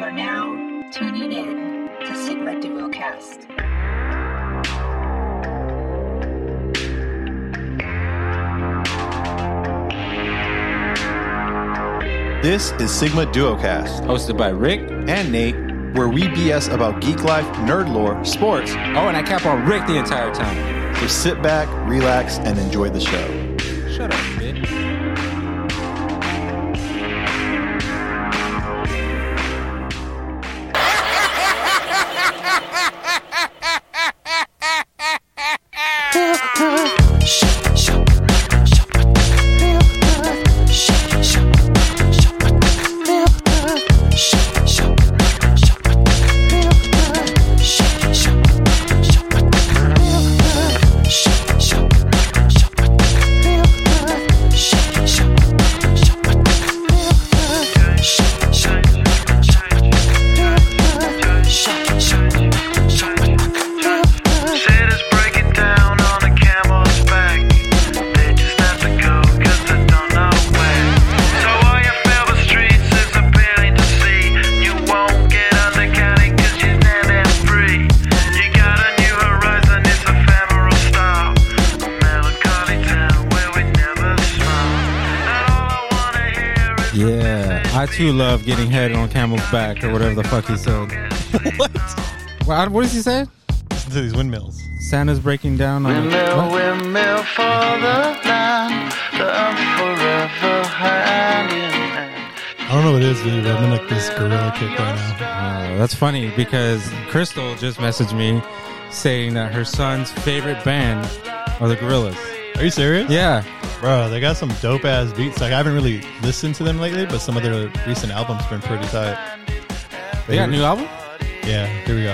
are now tuning in to Sigma Duo Cast. This is Sigma Duocast hosted by Rick. and Nate, where we BS about geek life, nerd lore, sports. Oh, and I cap on Rick the entire time. So sit back, relax, and enjoy the show. Shut up, Rick. Satyrs break it down on a camel's back. They just have to go 'cause they don't know where. So all you fellow streets is appealing to see. You won't get undercounted 'cause you're not that free. You got a new horizon, it's ephemeral style. A melancholy town where we never smile. And all I wanna hear is Yeah, I too love getting head on camel's back or whatever the fuck he said. What? What, what does he say? Listen to these windmills. Santa's breaking down on. Windmill, What? windmill for the land that I'm forever hanging. I don't know what it is, dude. but I'm in like this gorilla kick right now. Uh, that's funny because Crystal just messaged me saying that her son's favorite band are the Gorillas. Are you serious? Yeah, Bro, they got some dope ass beats. Like, I haven't really listened to them lately, but some of their recent albums been pretty tight. they got a new album. Yeah, here we go.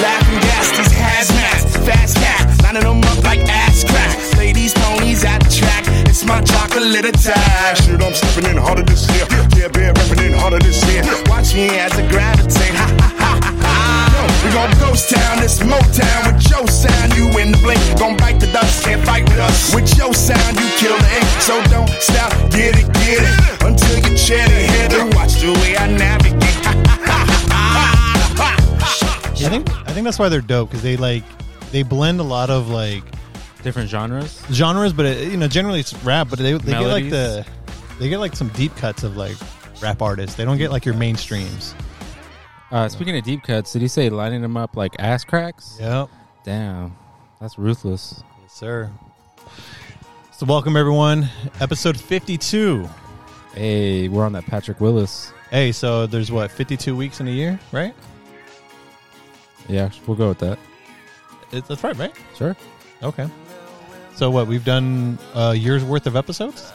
Laughing gas, these hazmats, fast cat, lining them up like ass crack. Ladies, ponies at the track, it's my chocolate attack. Shit, I'm stepping in harder this year. Yeah, bear repping in harder this year. Watch me as I gravitate, ha ha ha ha ha. Yo, We gon' ghost town, this Motown with your sound, you in the blink. Gon' bite the dust, can't fight with us. With your sound, you kill the ink, so don't stop, get it, get it. Until you chatty head and watch the way I navigate. Ha, ha, ha, ha, ha, ha. I think I think that's why they're dope because they like they blend a lot of like Different genres. genres, but it, you know, generally it's rap. But they, they get like Melodies. the they get like some deep cuts of like rap artists. They don't get like your mainstreams. Uh, speaking of deep cuts, did he say lining them up like ass cracks? Yep. Damn, that's ruthless. Yes, sir. So welcome everyone, episode fifty-two. Hey, we're on that Patrick Willis. Hey, so there's what fifty-two weeks in a year, right? Yeah, we'll go with that. It, that's right, right? Sure. Okay. So what we've done a year's worth of episodes.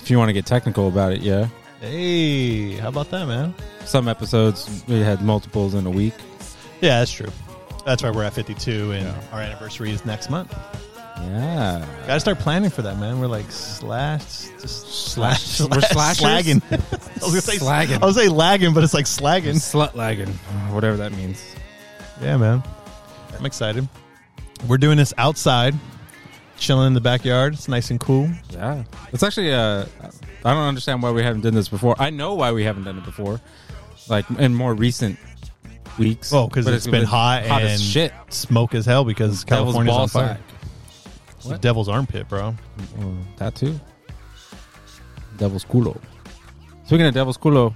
If you want to get technical about it, yeah. Hey, how about that, man? Some episodes we had multiples in a week. Yeah, that's true. That's why we're at 52, and our anniversary is next month. Yeah. Got to start planning for that, man. We're like slash, just slash, We're slash- slashers? slagging. I was gonna say Slagging. I was gonna say lagging, but it's like slagging. Slut lagging, whatever that means. Yeah, man. I'm excited. We're doing this outside, chilling in the backyard. It's nice and cool. Oh, Yeah, it's actually. Uh, I don't understand why we haven't done this before. I know why we haven't done it before, like in more recent weeks. Oh, because But it's been hot, hot and as shit. smoke as hell because Devil's California's on ball fire. sack. It's the devil's armpit, bro. Oh, that too. Devil's culo. Speaking of devil's culo,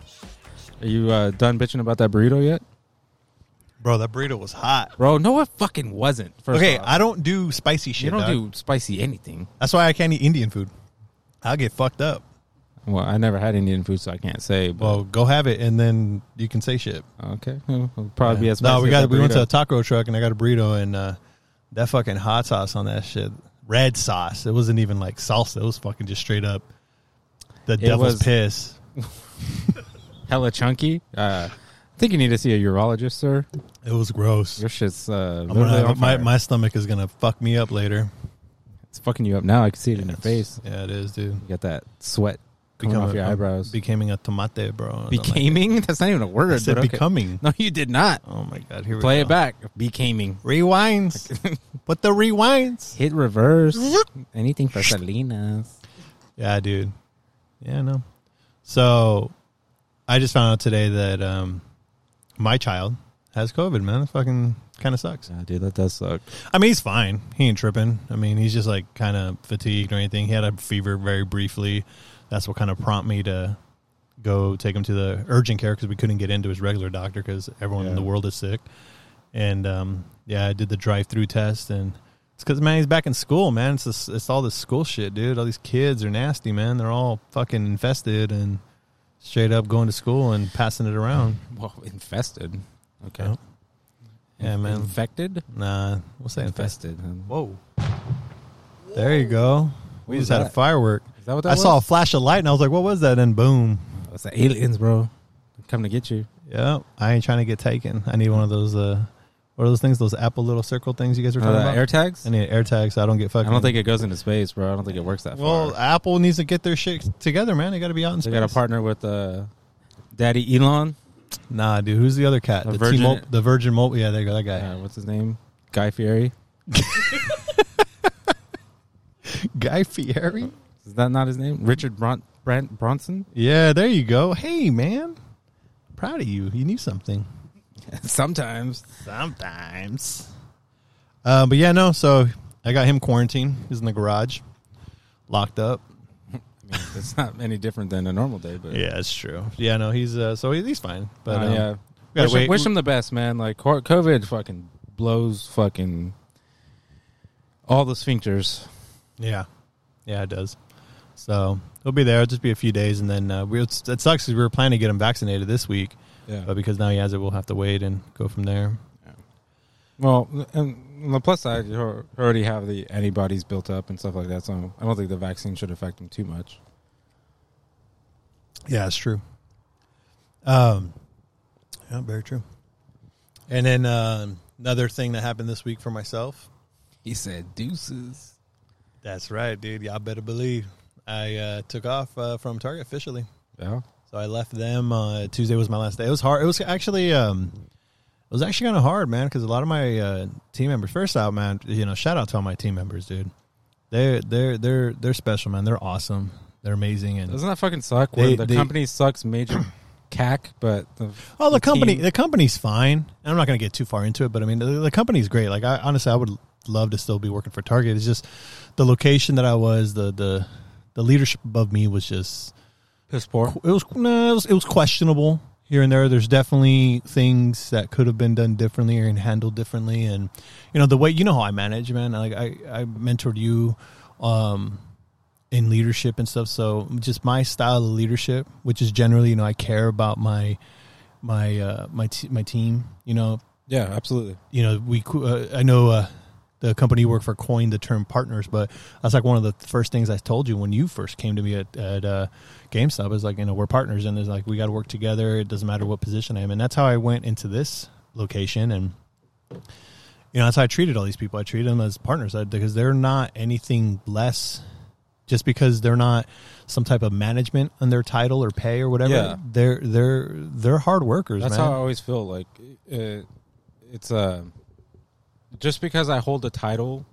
are you uh, done bitching about that burrito yet, Bro, that burrito was hot. bro? No, it fucking wasn't. First Okay, off. I don't do spicy shit. you don't dog. do spicy anything. That's why I can't eat Indian food. I'll get fucked up. Well, I never had Indian food, so I can't say. But Well, go have it, and then you can say shit. okay, well, it'll probably be as no, spicy we as got that we went burrito. to a taco truck, and I got a burrito, and uh, that fucking hot sauce on that shit, red sauce. It wasn't even like salsa. It was fucking just straight up the devil's was- piss. hella chunky. Uh, I think you need to see a urologist, sir. It was gross. Your shit's uh, I'm literally gonna, on my fire. my stomach is gonna fuck me up later. it's fucking you up now. I can see it in your face. Yeah, it is, dude. You got that sweat coming off your I'm eyebrows. becoming a tomate, bro. I don't like it. becoming? That's not even a word. I said but okay. becoming. No, you did not. Oh my god, here we Play go. it back. Becoming. Rewinds. Put the rewinds. Hit reverse. Anything for Salinas. Yeah, dude. Yeah, no. So I just found out today that um, my child has COVID, man. That fucking kind of sucks. Yeah, dude, that does suck. I mean, he's fine. He ain't tripping. I mean, he's just like kind of fatigued or anything. He had a fever very briefly. That's what kind of prompted me to go take him to the urgent care because we couldn't get into his regular doctor because everyone in Yeah. the world is sick. And um, yeah, I did the drive-through test, and it's because man, he's back in school, man. It's this, it's all this school shit, dude. All these kids are nasty, man. They're all fucking infested and straight up going to school and passing it around. Well, infested. Okay. Yeah. Yeah, man. Infected? Nah, we'll say infested. Huh? Whoa. There you go. We What just was had a that? firework. Is that what I that saw a was? flash of light and I was like, what was that? And boom. It's the aliens, bro. They're coming to get you. Yeah. I ain't trying to get taken. I need one of those uh what are those things, those Apple little circle things you guys were Uh, talking the about? air tags? I need an air tag so I don't get fucking I don't think it goes into space, bro. I don't think it works that Well, far. Apple needs to get their shit together, man. They gotta be out in They space. got a partner with uh, Daddy Elon. Nah, dude, who's the other cat? The The, Virgin- T-Mobile, the Virgin Mobile. Yeah, there you go, that guy. Uh, what's his name? Guy Fieri. Guy Fieri? Is that not his name? Richard Bron- Brant Bronson? Yeah, there you go. Hey man. Proud of you. You knew something. Sometimes. Sometimes. Uh, but yeah, no. So I got him quarantined. He's in the garage, locked up. It's not any different than a normal day, but Yeah, that's true. Yeah, no, he's uh, so he- he's fine. But Uh, um, yeah. gotta Wish, wait. wish him the best, man. Like cor- COVID fucking blows fucking all the sphincters. yeah, yeah, it does. So he'll be there. It'll just be a few days, and then uh, we. It sucks because we were planning to get him vaccinated this week, Yeah. but because now he has it, we'll have to wait and go from there. Well, and on the plus side, you al- already have the antibodies built up and stuff like that. So I don't think the vaccine should affect him too much. Yeah, it's true. Um, yeah, very true. And then um another thing that happened this week for myself. He said deuces. That's right, dude. Y'all better believe. I uh, took off uh, from Target officially. Yeah. So I left them. Uh, Tuesday was my last day. It was hard. It was actually, um, it was actually kind of hard, man, because a lot of my uh, team members. First out, man, you know, shout out to all my team members, dude. They're they're they're they're special, man. They're awesome. They're amazing. And Doesn't that fucking suck? Where They- the they- company sucks major cack, but the, oh, the, company team- the company's fine. And I'm not going to get too far into it, but I mean, the, the company's great. Like, I honestly, I would love to still be working for Target. It's just the location that I was. The the the leadership above me was just piss poor. it was, no, it was it was questionable here and there. There's definitely things that could have been done differently and handled differently, and you know the way you know how I manage, man. Like I I mentored you, um, in leadership and stuff. So just my style of leadership, which is generally you know I care about my my uh my t- my team. You know Yeah, absolutely. you know, we uh, I know uh, the company you work for coined the term partners, but that's like one of the first things I told you when you first came to me at, at uh, GameStop. Is like you know we're partners, and it's like we got to work together. It doesn't matter what position I am, and that's how I went into this location, and you know that's how I treated all these people. I treated them as partners I, because they're not anything less. Just because they're not some type of management on their title or pay or whatever, Yeah. they're they're they're hard workers. That's man. how I always feel. Like uh, it's uh, just because I hold the title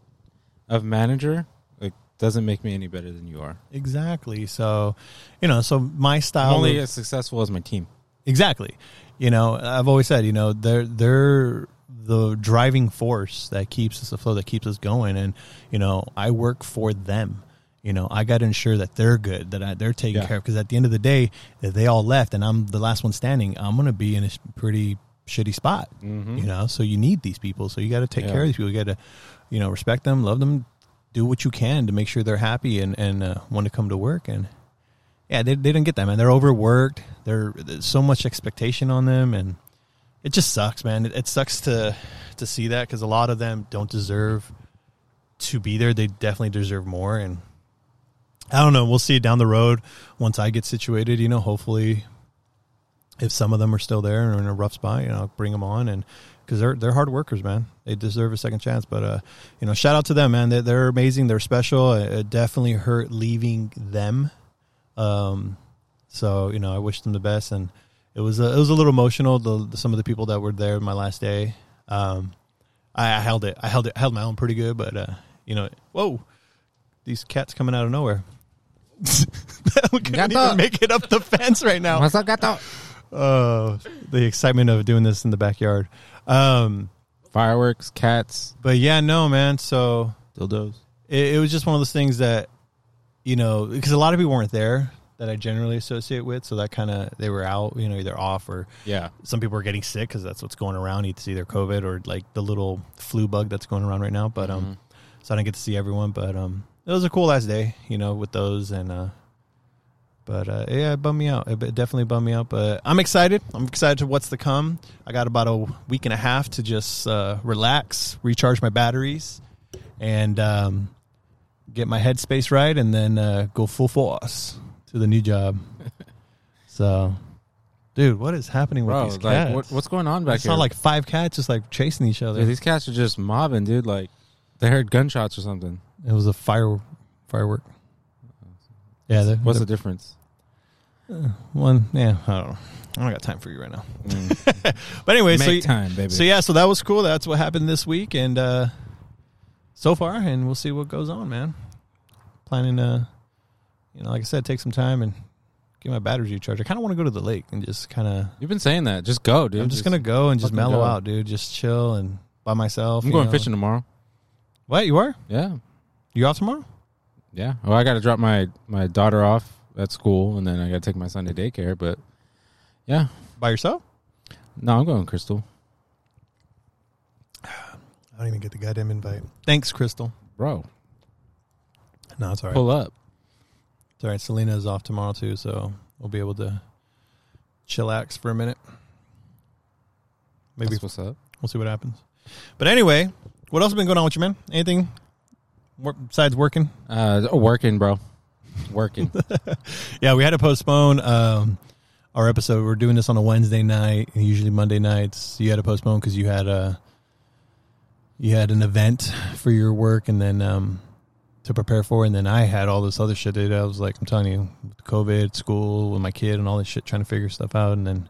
of manager, like doesn't make me any better than you are. Exactly. So, you know, so my I'm style only of- as successful as my team. exactly. You know, I've always said, you know, they're they're the driving force that keeps us afloat, that keeps us going, and you know, I work for them. You know, I got to ensure that they're good, that I, they're taken Yeah. care of. Because at the end of the day, if they all left and I'm the last one standing, I'm gonna be in a sh- pretty shitty spot. Mm-hmm. You know, so you need these people. So you got to take Yeah. care of these people. You got to, you know, respect them, love them, do what you can to make sure they're happy and and uh, want to come to work and yeah, they, they didn't get that, man. They're overworked. They're, there's so much expectation on them, and it just sucks, man. It, it sucks to to see that because a lot of them don't deserve to be there. They definitely deserve more, and I don't know. We'll see down the road once I get situated. You know, hopefully, if some of them are still there and are in a rough spot, you know, I'll bring them on and because they're they're hard workers, man. They deserve a second chance. But uh, you know, shout out to them, man. They're, they're amazing. They're special. It, it definitely hurt leaving them. Um, so you know, I wish them the best, and it was a, it was a little emotional. The, the- some of the people that were there my last day, um, I, I held it, I held it, I held my own pretty good, but uh, you know, whoa, these cats coming out of nowhere. that we couldn't Gato. even make it up the fence right now. up, gato? Oh, the excitement of doing this in the backyard. Um, Fireworks, cats, but yeah, no, man. So dildos. it, it was just one of those things that you know because a lot of people weren't there that I generally associate with, so that kind of they were out, you know, either off or Yeah. some people are getting sick because that's what's going around. It's either COVID or like the little flu bug that's going around right now. But um, so I didn't get to see everyone, but um, it was a cool last day, you know, with those and uh, but uh, yeah, it bummed me out. It definitely bummed me out. But I'm excited. I'm excited to what's to come. I got about a week and a half to just uh, relax, recharge my batteries, and um, get my headspace right, and then uh, go full force to the new job. so, dude, what is happening with Bro, these like, cats? what, what's going on I back saw here? like five cats just like chasing each other. Dude, these cats are just mobbing, dude. Like, they heard gunshots or something. It was a fire firework. Yeah, the, What's the the difference? one? Yeah, I don't know. I don't got time for you right now. but anyway, so Mm. Make y- time, baby. so yeah, so that was cool. That's what happened this week, and uh, so far, and we'll see what goes on, man. Planning, uh, you know, like I said, take some time and get my batteries recharged. I kind of want to go to the lake and just kind of. You've been saying that. Just go, dude. I'm just gonna go and just fucking go. mellow out, dude. Just chill and by myself. I'm you going know. fishing tomorrow. What you are? Yeah. You off tomorrow? Yeah. Oh, I got to drop my my daughter off at school, and then I got to take my son to daycare. But yeah, By yourself? no, I'm going Crystal. I don't even get the goddamn invite. Thanks, Crystal. Bro, No, it's all right. pull up. It's all right. Selena's off tomorrow too, so we'll be able to chillax for a minute. Maybe That's what's up. We'll see what happens. But anyway, what else has been going on with you, man? Anything wor- besides working? Uh, working, bro. Working. Yeah, we had to postpone um, our episode. We're doing this on a Wednesday night, and usually Monday nights. You had to postpone because you had a you had an event for your work, and then um, to prepare for, and then I had all this other shit. Dude, I was like, I'm telling you, with COVID, school, with my kid, and all this shit, trying to figure stuff out, and then.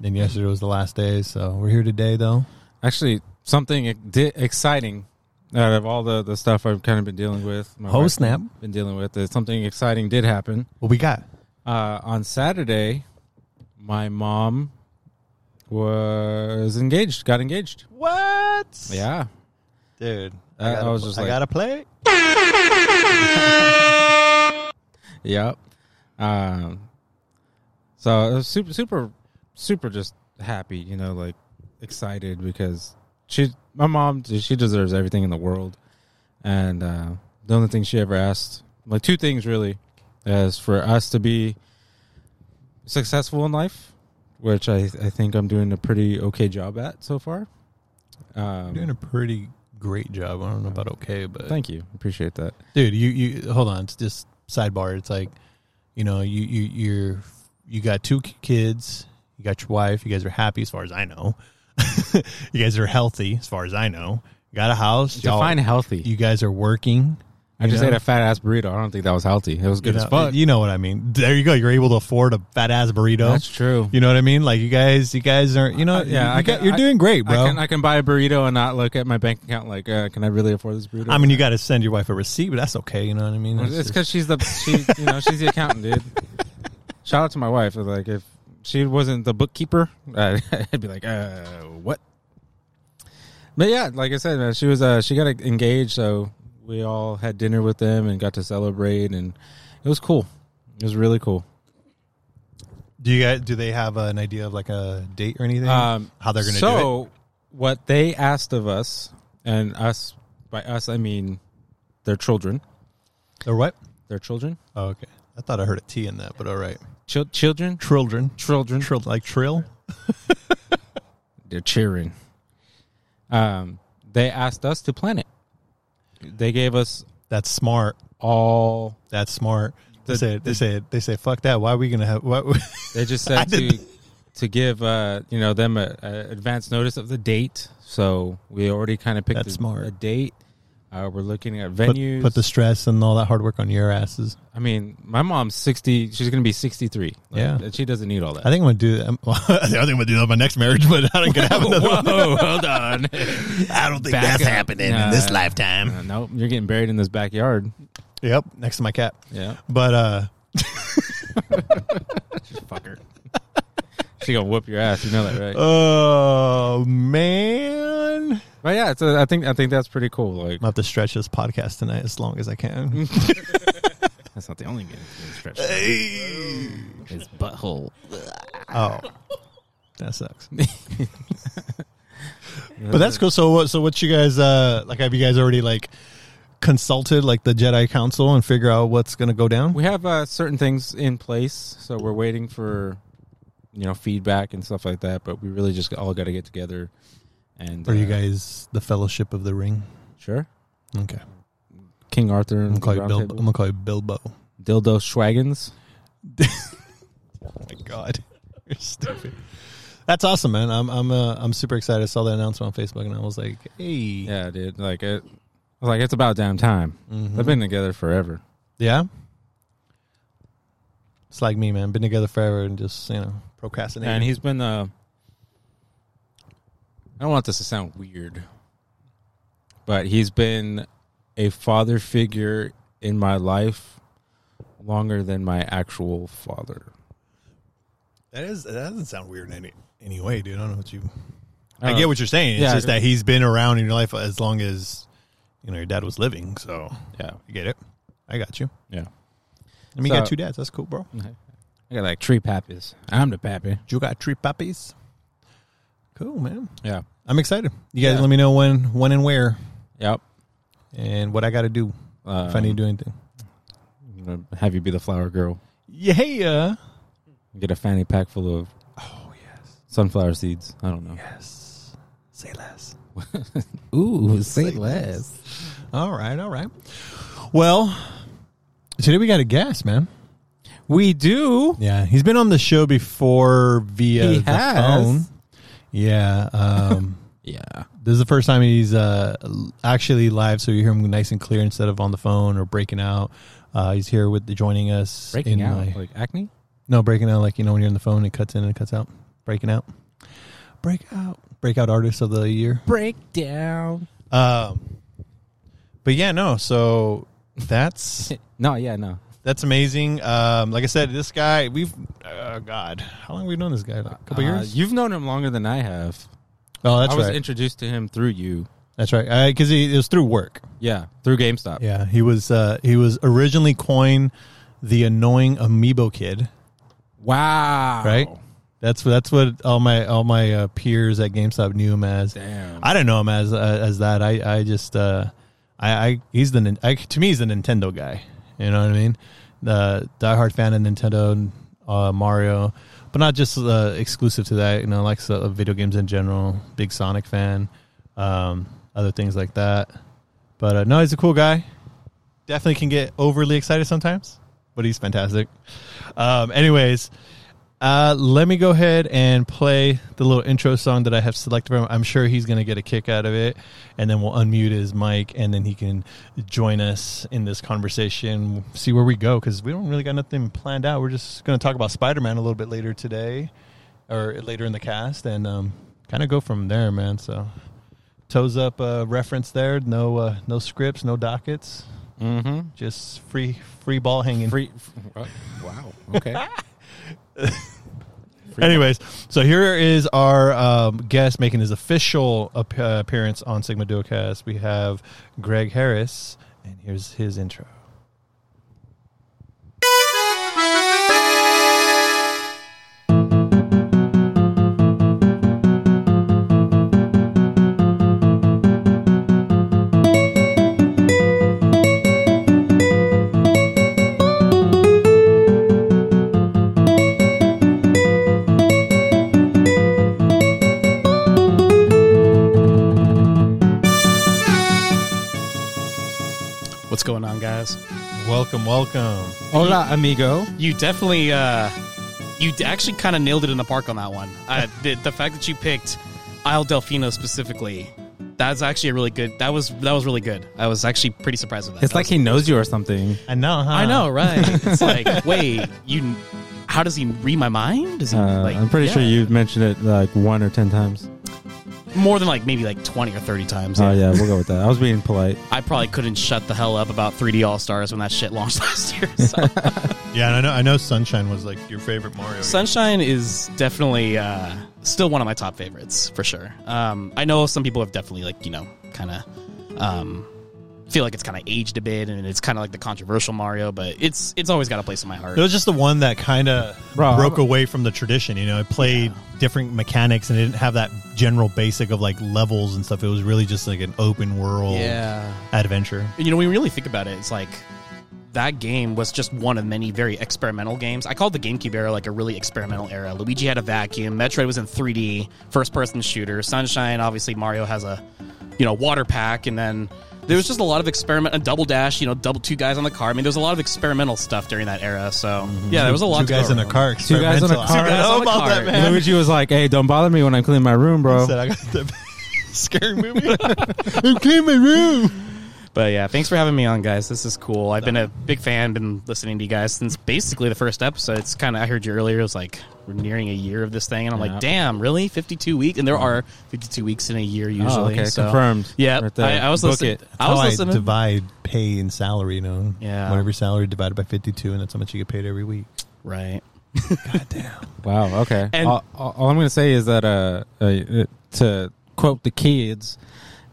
Then yesterday was the last day, so we're here today, though. Actually, something ex- di- exciting out of all the, the stuff I've kind of been dealing with. My Oh, wife's snap. Been dealing with is something exciting did happen. What we got? Uh, on Saturday, my mom was engaged, got engaged. What? Yeah. dude. I gotta- was just I like- gotta play. Yep. Um, so I was super, super, super just happy, you know, like excited because she, my mom, she deserves everything in the world. And uh, the only thing she ever asked, like two things really, is for us to be successful in life, which I, I think I'm doing a pretty okay job at so far. Um, You're doing a pretty great job. I don't know about okay, but thank you. Appreciate that. dude, you you hold on. It's just sidebar. It's like, you know, you you you're you got two k- kids. You got your wife. You guys are happy, as far as I know. you guys are healthy, as far as I know. You got a house. y'all- Define healthy. You guys are working. I just know? ate a fat ass burrito. I don't think that was healthy. It was good you as know, fuck. You know what I mean. There you go. You're able to afford a fat ass burrito. That's true. You know what I mean? Like you guys, you guys are. You know, Uh, yeah, you, I got, can- you're I- doing great, bro. I can, I can buy a burrito and not look at my bank account like, uh, can I really afford this burrito? I mean, you got to send your wife a receipt, but that's okay. You know what I mean? it's because she's the she, you know, she's the accountant, dude. Shout out to my wife. Like, if she wasn't the bookkeeper, I'd, I'd be like, uh, what? But yeah, like I said, man, she was uh, she got engaged, so we all had dinner with them and got to celebrate, and it was cool. It was really cool. do you guys do they have an idea of like a date or anything? How they're going to Um, so do it? what they asked of us, and us by us I mean their children, Or what? their children, Oh, okay. I thought I heard a T in that, but all right. Chil- children, Children, children, Trill, like trill. they're cheering. Um, they asked us to plan it. They gave us That's smart. all. That's smart. They The- say. They say. They say. Fuck that. Why are we going to have? What? They just I said to did- to give uh, you know them a, a advance notice of the date. So we already kind of picked That's a, smart. a date. Uh, we're looking at put, venues. put the stress and all that hard work on your asses. I mean, my mom's sixty. She's gonna be sixty-three. Like, Yeah. she doesn't need all that. I think I'm going to do that. Well, I think I'm going to do that in my next marriage, but I don't going to have another one. Whoa, hold on. I don't think Back that's up. happening Nah. in this lifetime. nope, you're getting buried in this backyard. Yep, next to my cat. Yeah. But uh, Fucker. she gonna whoop your ass. You know that, Uh, right? oh man, but yeah, so I think I think that's pretty cool. Like I'm gonna have to stretch this podcast tonight as long as I can. that's not the only game that's been stretched. Hey. His butthole. oh, that sucks. but that's cool. So, what? So, what you guys uh like? Have you guys already like consulted like the Jedi Council and figure out what's gonna go down? We have uh, certain things in place, so we're waiting for you know feedback and stuff like that. But we really just all got to get together. And Are you uh, guys the Fellowship of the Ring? sure? Okay, King Arthur I'm and gonna call you Round Bilbo. I'm Table? gonna call you Bilbo. Oh Dildo Schwaggins. my God, you're stupid. That's awesome, man. I'm I'm uh, I'm super excited. I saw that announcement on Facebook, and I was like, "Hey, yeah, Yeah, Mm-hmm. dude. Like it. I was like, it's about damn time. They've been together forever. It's like me, man. Been together forever, and just you know, procrastinating. And he's been. Uh, I don't want this to sound weird, but he's been a father figure in my life longer than my actual father. That is that doesn't sound weird in any any way, dude. I don't know what you. I I, don't get know. what you're saying. It's Oh. Yeah. just that he's been around in your life as long as you know your dad was living. So Yeah, I get it. I got you. yeah. I mean, you got So- two dads. That's cool, bro. I got like three pappies. I'm the pappy. You got three puppies. Cool, man. Yeah. I'm excited. You guys, Yeah. let me know when, when, and where, Yep. and what I got to do if I Um, need to do anything. I'm gonna have you be the flower girl. Yeah. uh, Get a fanny pack full of. Oh yes. Sunflower seeds. I don't know. Say less. Ooh, say less. All right. All right. Well, today we got a guest, man. We do. Yeah, he's been on the show before via He the has. phone. Yeah, um, Yeah. this is the first time he's uh, actually live, so you hear him nice and clear instead of on the phone or breaking out. Uh, he's here with joining us Breaking in out my- like acne. no breaking out like you know when you're on the phone it cuts in and it cuts out. Breaking out, break out, breakout artist of the year. Breakdown. Um, but yeah, no, so that's No, yeah, no. that's amazing. Um, like I said, this guy we've uh, God, how long have we known this guy? Like a couple Uh, years. You've known him longer than I have. Oh, that's I was right. introduced to him through you. That's right. Because he it was through work. Yeah, through GameStop. Yeah, he was. Uh, he was originally coined the annoying amiibo kid. Wow. Right. That's that's what all my all my uh, peers at GameStop knew him as. Damn. I didn't know him as uh, as that. I I just uh, I, I he's the Nin- I, to me he's the Nintendo guy. You know what I mean? The diehard fan of Nintendo, uh, Mario, but not just uh, exclusive to that. You know, likes uh, video games in general. Big Sonic fan, um, other things like that. But uh, no, he's a cool guy. Definitely can get overly excited sometimes, but he's fantastic. Um, anyways, uh, let me go ahead and play the little intro song that I have selected for him. I'm sure he's going to get a kick out of it. And then we'll unmute his mic and then he can join us in this conversation, see where we go, because we don't really got nothing planned out. We're just going to talk about Spider Man a little bit later today or later in the cast and um, kind of go from there, man. So. Toes up uh, reference there. No, uh, no scripts, no dockets. Mm-hmm. Just free, free ball hanging. Free. f- Wow. Okay. Anyways, so here is our um, guest making his official ap- uh, appearance on Sigma Duocast. We have Greg Harris, and here's his intro. What's going on, guys? Welcome, welcome. Hola, amigo. You definitely, uh, you d- actually kind of nailed it in the park on that one. Uh, the, the fact that you picked Isle Delfino specifically, that's actually a really good. That was that was really good. I was actually pretty surprised with that. It's That like was- he uh, knows you or something. I know, huh? I know, right? it's like, wait, you, how does he read my mind? Does he Uh, like? I'm pretty sure yeah. you've mentioned it like one or ten times. more than like maybe like twenty or thirty times. Oh yeah, we'll go with that. I was being polite. I probably couldn't shut the hell up about 3D All Stars when that shit launched last year. So. Yeah, and I know I know Sunshine was like your favorite Mario. Sunshine is definitely uh, still one of my top favorites for sure. Um, I know some people have definitely like you know kind of um, feel like it's kind of aged a bit and it's kind of like the controversial Mario, but it's it's always got a place in my heart. It was just the one that kind of Bro, broke I'm- away from the tradition. You know, it played different mechanics and it didn't have that general basic of like levels and stuff. It was really just like an open world adventure. And, you know, when we really think about it, it's like that game was just one of many very experimental games. I called the GameCube era like a really experimental era. Luigi had a vacuum, Metroid was in 3D, first person shooter, Sunshine, obviously Mario has a you know, water pack and then there was just a lot of experiment a double dash, you know, double two guys on the car. I mean, there was a lot of experimental stuff during that era, so yeah, there was a lot Two to guys go in a around. car. Two guys in a experimental. car. I don't know Two guys on a about that, car. man. Luigi was like, "Hey, don't bother me when I'm cleaning my room, bro." Said I got the scary movie. I'm cleaning my room. But yeah, thanks for having me on, guys. This is cool. I've been a big fan, been listening to you guys since basically the first episode. It's kind of, I heard you earlier, it was like, we're nearing a year of this thing. And I'm Yeah. like, damn, really? 52 weeks? And there are 52 weeks in a year usually. Oh, okay, so- confirmed. Yeah. Right there. I, I was Book listening. it. I was How I listening. divide pay and salary. You know, Yeah. whatever salary divided by fifty-two, and that's how much you get paid every week. right. Wow. Okay. And- all, all- all I'm gonna say is that uh, uh, uh, to quote the kids,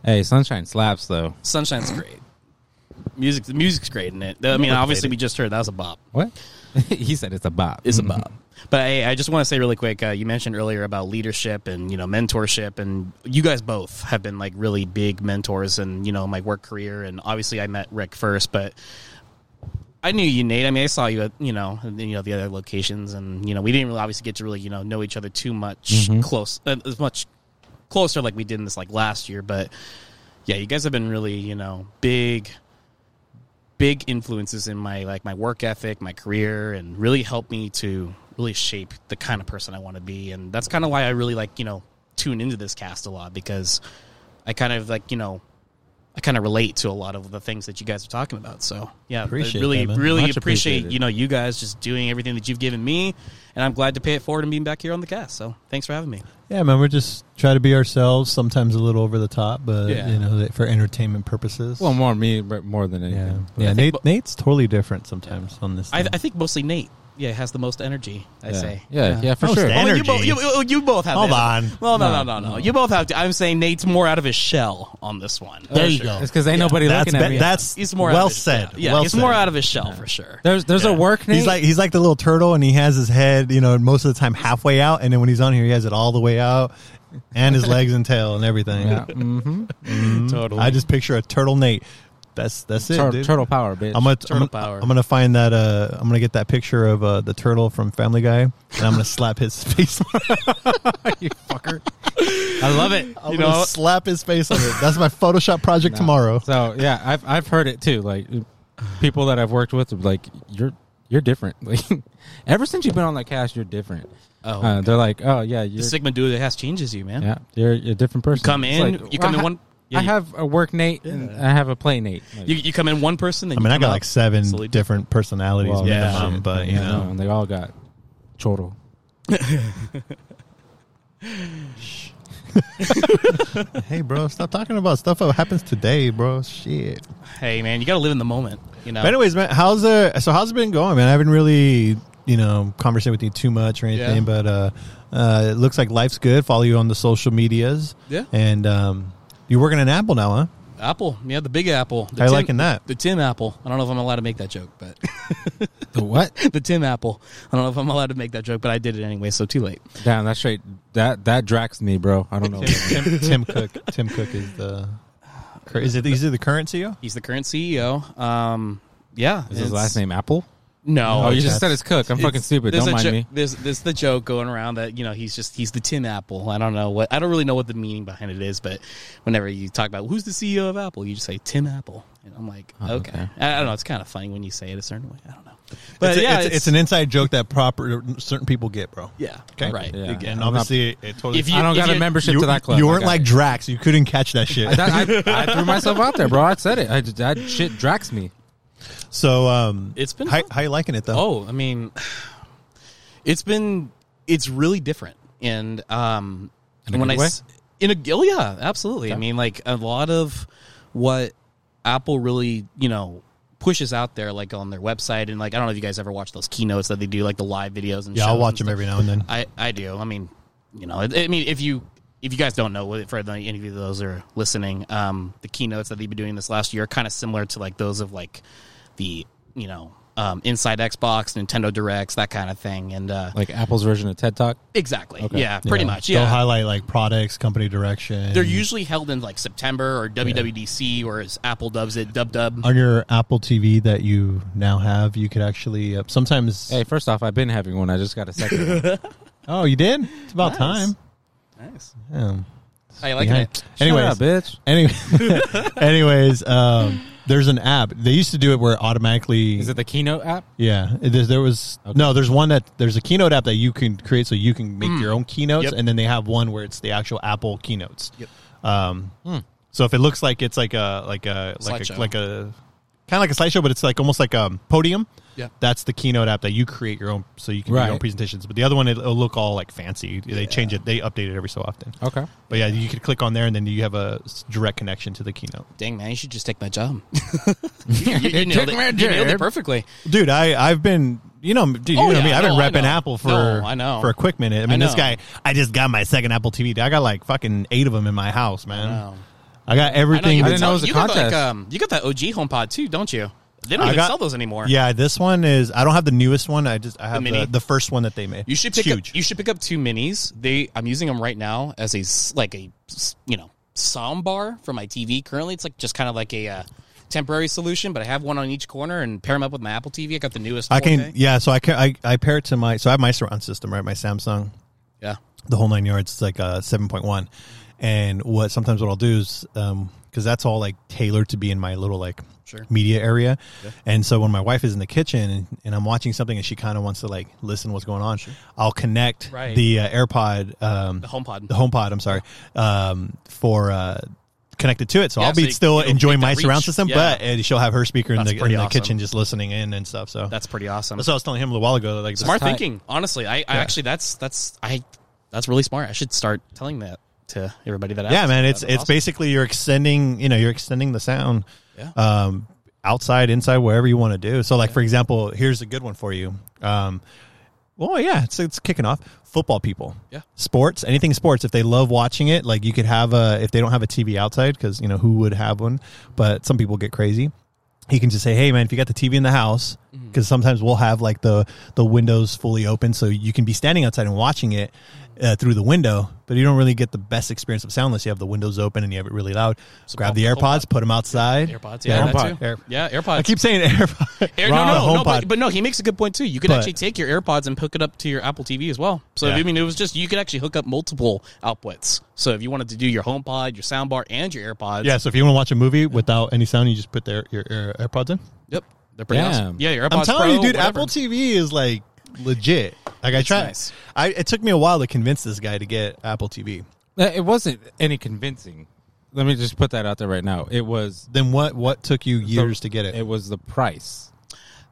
"Hey, sunshine slaps though." Sunshine's great. Music, the music's great in it. I mean, obviously, we just heard that was a bop. What? he said it's a bop. is about. But hey, I just want to say really quick. Uh, you mentioned earlier about leadership and you know mentorship, and you guys both have been like really big mentors in you know my work career. And obviously, I met Rick first, but I knew you, Nate. I mean, I saw you at you know and then, you know the other locations, and you know we didn't really obviously get to really you know know each other too much close uh, as much closer like we did in this like last year. But yeah, you guys have been really you know big big influences in my like my work ethic, my career, and really helped me to really shape the kind of person I want to be. And that's kind of why I really like you know tune into this cast a lot because I kind of like you know I kind of relate to a lot of the things that you guys are talking about. So yeah, Appreciate I really that, man. really Much appreciate appreciated. you know you guys just doing everything that you've given me, and I'm glad to pay it forward and being back here on the cast. So thanks for having me. Yeah, man, we're just try to be ourselves. Sometimes a little over the top, but Yeah. you know, that- for entertainment purposes. Well, more me, but more than anything. yeah, yeah. I think Nate, bo- Nate's totally different sometimes on this. I, thing. I think mostly Nate. Yeah, has the most energy. I Yeah. say. Yeah, yeah, for Oh, sure. Stan. Well, you, both, Energy. you, you- you both have. Hold that. on. Well, no, no, no, no, You both have. To, I'm saying Nate's more out of his shell on this one. there you For sure. go. It's because ain't nobody that's looking at be- me. that's He's more out well of his said. Shell. Yeah, well he's more said. out of his shell for sure. there's there's a work name. He's like he's like the little turtle, and he has his head, you know, most of the time halfway out, and then when he's on here, he has it all the way out, and his legs and tail and everything. yeah. mm-hmm. totally. I just picture a turtle Nate. That's that's it, Tur- dude. turtle power, bitch. I'm gonna, Turtle I'm, gonna- power. I'm gonna find that. Uh, I'm gonna get that picture of uh, the turtle from Family Guy, and I'm gonna slap his face. on it. you fucker. I love it. I'm you gonna know, slap his face on it. That's my Photoshop project tomorrow. So yeah, I've I've heard it too. Like people that I've worked with, are like you're you're different. Like ever since you've been on that cast, you're different. Oh, uh, they're like, oh yeah, you're the Sigma dude that has changes you, man. yeah, you're, you're a different person. come It's in, you come in I ha- one- yeah, I you- have a work Nate and I have a play Nate. Like, You, you come in one person, then I mean, you I come got out like seven completely different personalities, well, yeah. um, minimum, shit. but you Yeah, know, no, and they all got chortle. hey, bro, stop talking about stuff that happens today, bro. Shit. different. Hey, man, you got to live in the moment. You know. But anyways, man, how's the so how's it been going, man? I haven't really you know conversate with you too much or anything, Yeah. but uh, uh, it looks like life's good. Follow you on the social medias, Yeah. And um, you're working at Apple now, huh? Apple, yeah, the Big Apple. The How you liking that? The Tim Apple. I don't know if I'm allowed to make that joke, but The what? the Tim Apple. I don't know if I'm allowed to make that joke, but I did it anyway, so too late. Damn, that's straight. That that Drax me, bro. I don't know. Tim, Tim Cook. Tim Cook is the. cur- Is it? Is it the current E CEO? He's the current CEO. Um, yeah, Is his it's- lame? name Apple? No, Oh, you that's- just said it's Cook. I'm fucking It's- stupid. There's Don't a mind jo- me. There's there's the joke going around that you know he's just he's the Tim Apple. I don't know what I don't really know what the meaning behind it is, but whenever you talk about who's the CEO of Apple, you just say Tim Apple, and I'm like, Oh, okay. okay. I, I don't know. It's kind of funny when you say it a certain way. I don't know, but it's, a- yeah, it's, it's an inside joke that proper certain people get, bro. yeah, Okay. right. Yeah. And I'm not- obviously, it totally. If you- I don't got a you- membership you, to that club. you I weren't got like it. Drax. You couldn't catch that shit. That- I, I threw myself out there, bro. I said it. I, that shit Drax me. so, um, It's been how, fun. how you liking it though? Oh, I mean, it's been it's really different, and um, In a when good I way? s- In a oh, yeah, absolutely. I mean, like a lot of what Apple really, you know, pushes out there, like on their website, and like I don't know if you guys ever watch those keynotes that they do, like the live videos and Yeah, I'll shows watch and them every now and then. I, I do. I mean, you know, I I mean, if you if you guys don't know, what- for any of you those that are listening, um, the keynotes that they've been doing this last year are kind of similar to like those of like the you know um, Inside Xbox, Nintendo Directs, that kind of thing, and uh, Like Apple's version of TED Talk. exactly, yeah, pretty much, They'll yeah. highlight like products, company direction. They're usually held in like September or WWDC, or as Apple dubs it, Dub Oh, Dub. on your Apple TV that you now have. You could actually uh, sometimes. Hey, first off, I've been having one. I just got a second. one. Oh, you did? It's about Nice. time. Nice. Yeah. I like Behind- it. Anyways, Shut up, bitch. Anyway, anyways, um, there's an app. They used to do it where automatically. Is it the keynote app? yeah, there's, there was no. There's one that there's a keynote app that you can create, so you can make your own keynotes, Yep. and then they have one where it's the actual Apple keynotes. Yep. Um, So if it looks like it's like a like a like Slideshow. a like a kind of like a slideshow, but it's like almost like a podium. Yeah. that's the keynote app that you create your own, so you can do Right. your own presentations. But the other one, it'll it'll look all like fancy. They change it, they update it every so often. Okay. But yeah, you could click on there, and then you have a s- direct connection to the keynote. Dang man, you should just take my job. you, you nailed my it. You nailed it job. perfectly. Dude, I I've been you know dude, you Oh, know yeah, me. I've no, I been repping know. Apple for No, I know. for a quick minute. I mean, this know. guy, I just got my second Apple TV. I got like fucking eight of them in my house, man. I, Um, got I know you everything. can didn't know tell- it was a you got, contest. Like, um, you got that OG HomePod too, don't you? They don't I even got- sell those anymore. Yeah, this one is. I don't have the newest one. I just I have the, mini? the, first one that they made. you should It's pick huge. up. You should pick up two minis. They I'm using them right now as a s- like a s- you know soundbar for my TV. Currently, it's like just kind of like a uh, temporary solution, but I have one on each corner and pair them up with my Apple TV. I got the newest. I can 4K. yeah. So I can I, I pair it to my so I have my surround system right. My Samsung, yeah. the whole nine yards. It's like uh seven point one. And what sometimes what I'll do is um because that's all like tailored to be in my little like Sure. media area. And so when my wife is in the kitchen and, and I'm watching something and she kind of wants to like listen what's going on, I'll connect Right. the uh, AirPod um The HomePod. the HomePod, I'm sorry, um, for uh, connected to it. So Yeah, I'll so be you- still it'll enjoying make my that surround reach. system, Yeah. but uh, she'll have her speaker in That's the, in pretty the awesome. kitchen just listening in and stuff. So That's pretty awesome. that's what I was telling him a while ago. Like smart this- thinking. Honestly, I, I actually that's that's I that's really smart. I should start telling that to everybody that. Yeah, asks man, me. it's That's it's awesome. basically you're extending, you know, you're extending the sound. Yeah. Um, outside, inside, wherever you want to do. So, like for example, here's a good one for you. Um, well, yeah, it's it's kicking off. Football people, Yeah. sports, anything sports. If they love watching it, like you could have a if they don't have a TV outside because you know who would have one, but some people get crazy. He can just say, "Hey, man, if you got the TV in the house, because sometimes we'll have like the the windows fully open, so you can be standing outside and watching it uh, through the window, but you don't really get the best experience of sound unless you have the windows open and you have it really loud. Grab pop the the AirPods, put them outside. AirPods. Yeah, AirPod. that too. Air- Yeah, AirPods. I keep saying AirPods. Air, no, The no, no, HomePod. but, but no, he makes a good point too. You could But- actually take your AirPods and hook it up to your Apple TV as well. So Yeah. I mean, it was just you could actually hook up multiple outputs. So if you wanted to do your HomePod, your soundbar, and your AirPods, yeah, so if you want to watch a movie without any sound, you just put their, your, your AirPods in. yep, they're pretty Damn. awesome. Yeah, your AirPods. I'm telling Pro, you, dude, whatever. Apple TV is like legit. Like I It's tried. nice. I, it took me a while to convince this guy to get Apple TV. Uh, It wasn't any convincing. Let me just put that out there right now. It was Then what? What took you the- years to get it? It was the price.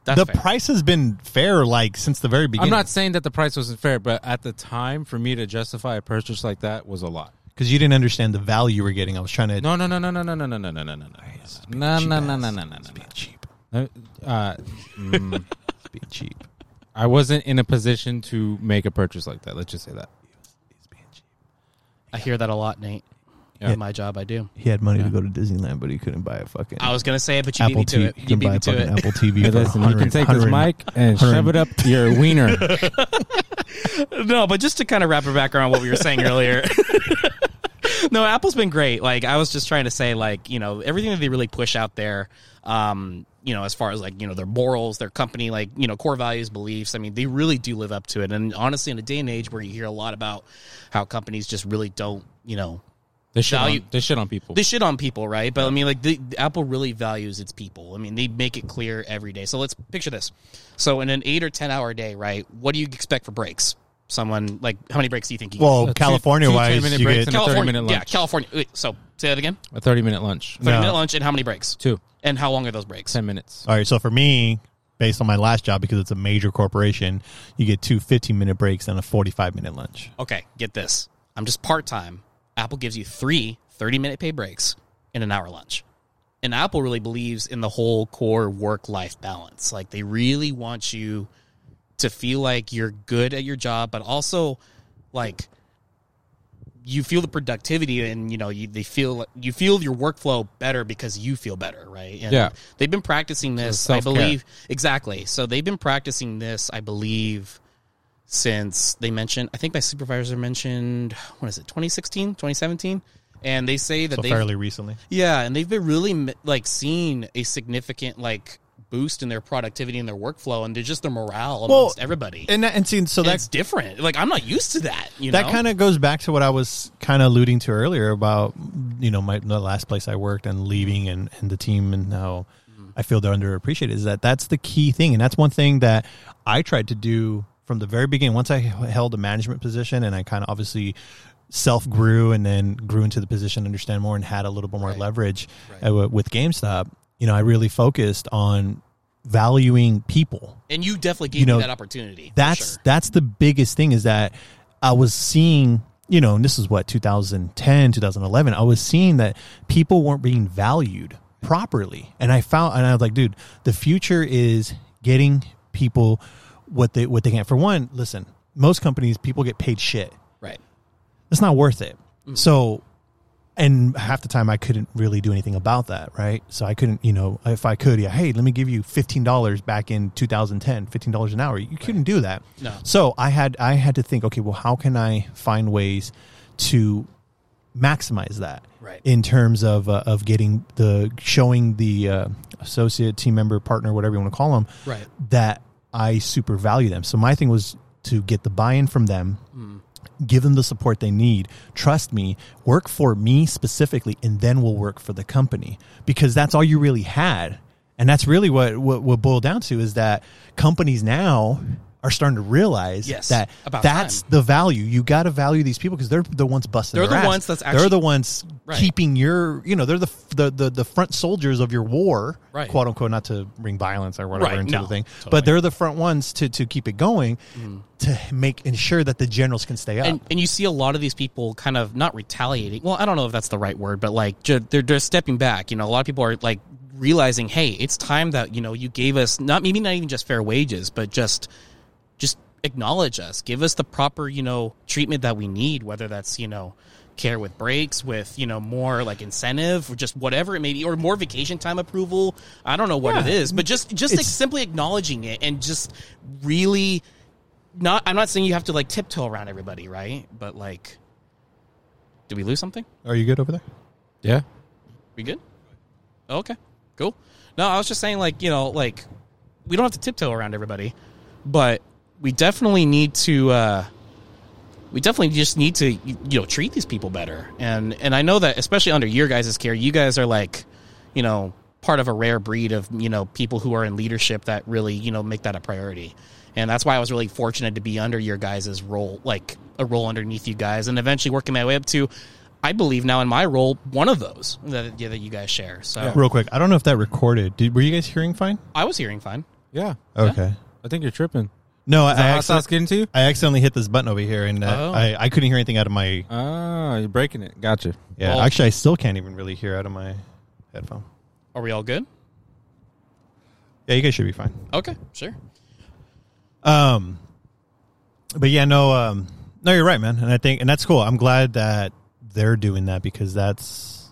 That's the fair. price has been fair, like since the very I'm beginning. not saying that the price wasn't fair, but at the time, for me to justify a purchase like that was a lot. because you didn't understand the value you were getting. I was trying to No, no, no, no, no, no, no, no, no, no, no, no, no, no, no, no, no, no, no. cheap, Uh, uh, be cheap. I wasn't in a position to make a purchase like that. Let's just say that. I hear that a lot, Nate. Yeah. At my job, I do. He had money to go to Disneyland, but he couldn't buy a fucking I was gonna say it, but you beat Apple me to TV. it. You beat me to it. Apple TV. Hey, for listen, you can 100 take this 100 mic and shove it up your wiener. No, but just to kind of wrap it back around what we were saying earlier. no, Apple's been great. Like I was just trying to say, like you know, everything that they really push out there, um, you know, as far as like you know their morals, their company, like you know, core values, beliefs. I mean, they really do live up to it. And honestly, in a day and age where you hear a lot about how companies just really don't, you know, They shit, Value- on, they shit on people. they shit on people, right? But I mean, like the, Apple really values its people. I mean, they make it clear every day. So let's picture this. So in an eight or ten hour day, right? What do you expect for breaks? Someone like how many breaks do you think you get? Well, two- California two wise, 10-minute you breaks get and a 30 California, minute yeah, lunch. California. Wait, so say that again. a 30 minute lunch. Thirty No. minute lunch and how many breaks? Two, And how long are those breaks? 10 minutes. All right, so for me, based on my last job, because it's a major corporation, you get two 15 minute breaks and a 45 minute lunch. Okay, get this. I'm just part time. Apple gives you three 30 minute pay breaks and an hour lunch. And Apple really believes in the whole core work life balance. Like they really want you to feel like you're good at your job, but also like you feel the productivity and you know you, they feel you feel your workflow better because you feel better right and Yeah. they've been practicing this i self-care. believe exactly so they've been practicing this i believe since they mentioned i think my supervisor mentioned what is it 2016 2017 and they say that So they fairly recently. yeah, and they've been really m- like seeing a significant like boost in their productivity and their workflow and they're just their morale amongst everybody. And that, and see, so That's that different. Like I'm not used to that. You that know, kind of goes back to what I was kind of alluding to earlier about you know my the last place I worked and leaving and and the team and how Mm-hmm. I feel they're underappreciated is that that's the key thing and that's one thing that I tried to do from the very beginning once I h- held a management position and I kind of obviously self grew and then grew into the position understand more and had a little bit more leverage uh, w- with GameStop you know I really focused on valuing people and you definitely gave you know, me that opportunity. for that's sure. that's the biggest thing is that I was seeing, you know, and this is what 2010, 2011, I was seeing that people weren't being valued properly. And I found and I was like, dude, the future is getting people what they what they can. For one, listen, most companies people get paid shit right. it's not worth it. Mm. So, and half the time I couldn't really do anything about that, right? So I couldn't, you know, if I could, yeah, hey, let me give you fifteen dollars back in 2010, fifteen dollars an hour. You couldn't do that. No. So I had I had to think, okay, well, how can I find ways to maximize that Right. in terms of uh, of getting the showing the uh, associate team member partner whatever you want to call them Right. that I super value them so my thing was to get the buy-in from them give them the support they need trust me work for me specifically and then we'll work for the company because that's all you really had and that's really what what, what boiled down to is that companies now are starting to realize Yes, that about that's time. the value you got to value these people because they're the ones busting They're their the ass. ones that's they're actually- the ones Right. keeping your you know they're the, the the the front soldiers of your war Right. quote unquote not to bring violence or whatever Right, into no, the thing totally. but they're the front ones to to keep it going to make ensure that the generals can stay up And and you see a lot of these people kind of not retaliating. Well, I don't know if that's the right word, but like ju- they're they're stepping back. You know, a lot of people are like realizing, hey, it's time that you know you gave us not maybe not even just fair wages, but just just acknowledge us, give us the proper you know treatment that we need, whether that's you know care with breaks with you know more like incentive or just whatever it may be or more vacation time approval i don't know what it is but just just like It's- simply acknowledging it and just really not I'm not saying you have to like tiptoe around everybody, right? But like did we lose something? are you good over there Yeah. We good? Okay. Cool. No, I was just saying like, you know, like we don't have to tiptoe around everybody, but we definitely need to uh we definitely just need to you you know treat these people better. And and I know that especially under your guys' care, you guys are like, you know, part of a rare breed of, you know, people who are in leadership that really, you know, make that a priority. And that's why I was really fortunate to be under your guys' role, like a role underneath you guys and eventually working my way up to I believe now in my role, one of those that, yeah, that you guys share. So real quick i don't know if that recorded Did, were you guys hearing fine I was hearing fine. Yeah. okay I think you're tripping. no I, Is that hot accidentally, sauce getting to you? I accidentally hit this button over here and uh, Oh. I, I couldn't hear anything out of my Ah, you're breaking it. Gotcha. yeah Well- actually i still can't even really hear out of my headphone Are we all good? yeah you guys should be fine Okay, sure. Um, but yeah, no, um, no, you're right, man, and I think, and that's cool. I'm glad that they're doing that because that's,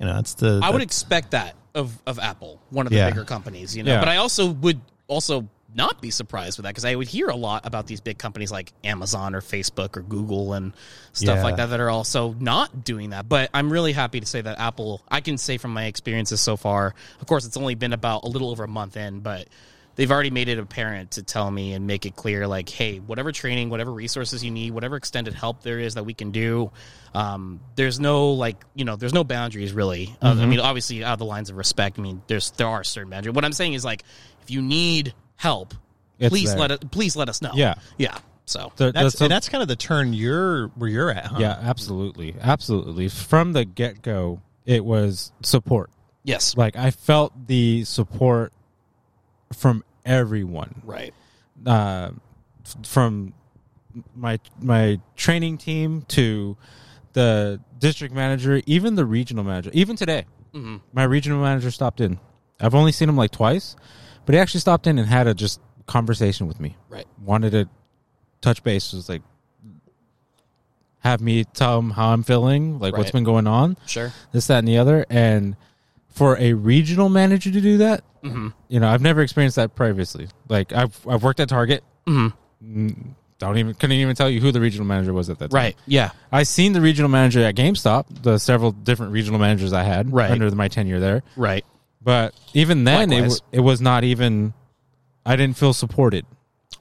you know, that's the I would that- expect that of, of Apple, one of the Yeah. bigger companies, you know. Yeah. But I also would also not be surprised with that because I would hear a lot about these big companies like Amazon or Facebook or Google and stuff Yeah. like that that are also not doing that. But I'm really happy to say that Apple, I can say from my experiences so far, of course, it's only been about a little over a month in, but they've already made it apparent to tell me and make it clear like, hey, whatever training, whatever resources you need, whatever extended help there is that we can do, um, there's no like, you know, there's no boundaries really. Uh, Mm-hmm. I mean, obviously, out of the lines of respect, I mean, there's there are certain boundaries. What I'm saying is like, if you need help, It's please there. let us, please let us know. Yeah. yeah. So So- that's so- and that's kind of the turn you're where you're at, huh? uh, yeah, absolutely. Absolutely. From the get go, it was support. yes, Like I felt the support from everyone. right, uh, f- from my my training team to the district manager, even the regional manager, even today, Mm-hmm. my regional manager stopped in. I've only seen him like twice, but he actually stopped in and had a just conversation with me. Right. Wanted to touch base. Was like, have me tell him how I'm feeling, like what's Right. been going on, Sure. this, that, and the other. And for a regional manager to do that, Mm-hmm. you know, I've never experienced that previously. Like I've I've worked at Target. Mm, Don't even couldn't even tell you who the regional manager was at that time. Mm-hmm. Right. Yeah. I seen the regional manager at GameStop, the several different regional managers I had Right. under my tenure there. Right. But even then, it, w- Likewise. it was not even. I didn't feel supported.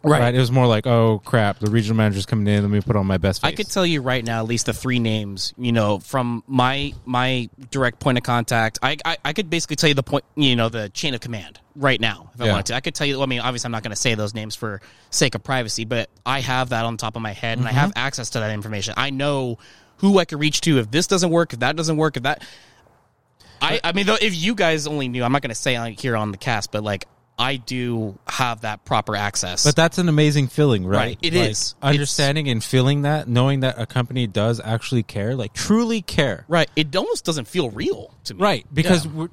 Right. It was more like, oh crap, the regional manager's coming in. Let me put on my best. Face. I could tell you right now at least the three names, you know, from my my direct point of contact. I I, I could basically tell you the point, you know, the chain of command right now if I Yeah. wanted to. I could tell you. Well, I mean, obviously, I'm not going to say those names for sake of privacy, but I have that on top of my head, and I have access to that information. I know who I could reach to if this doesn't work, if that doesn't work, if that. I, I mean, though, if you guys only knew, I'm not going to say like here on the cast, but like I do have that proper access. But that's an amazing feeling, right? Right, it It is is. It's- Understanding and feeling that, knowing that a company does actually care, like truly care. right, it almost doesn't feel real to me. Right. Because Yeah. we're,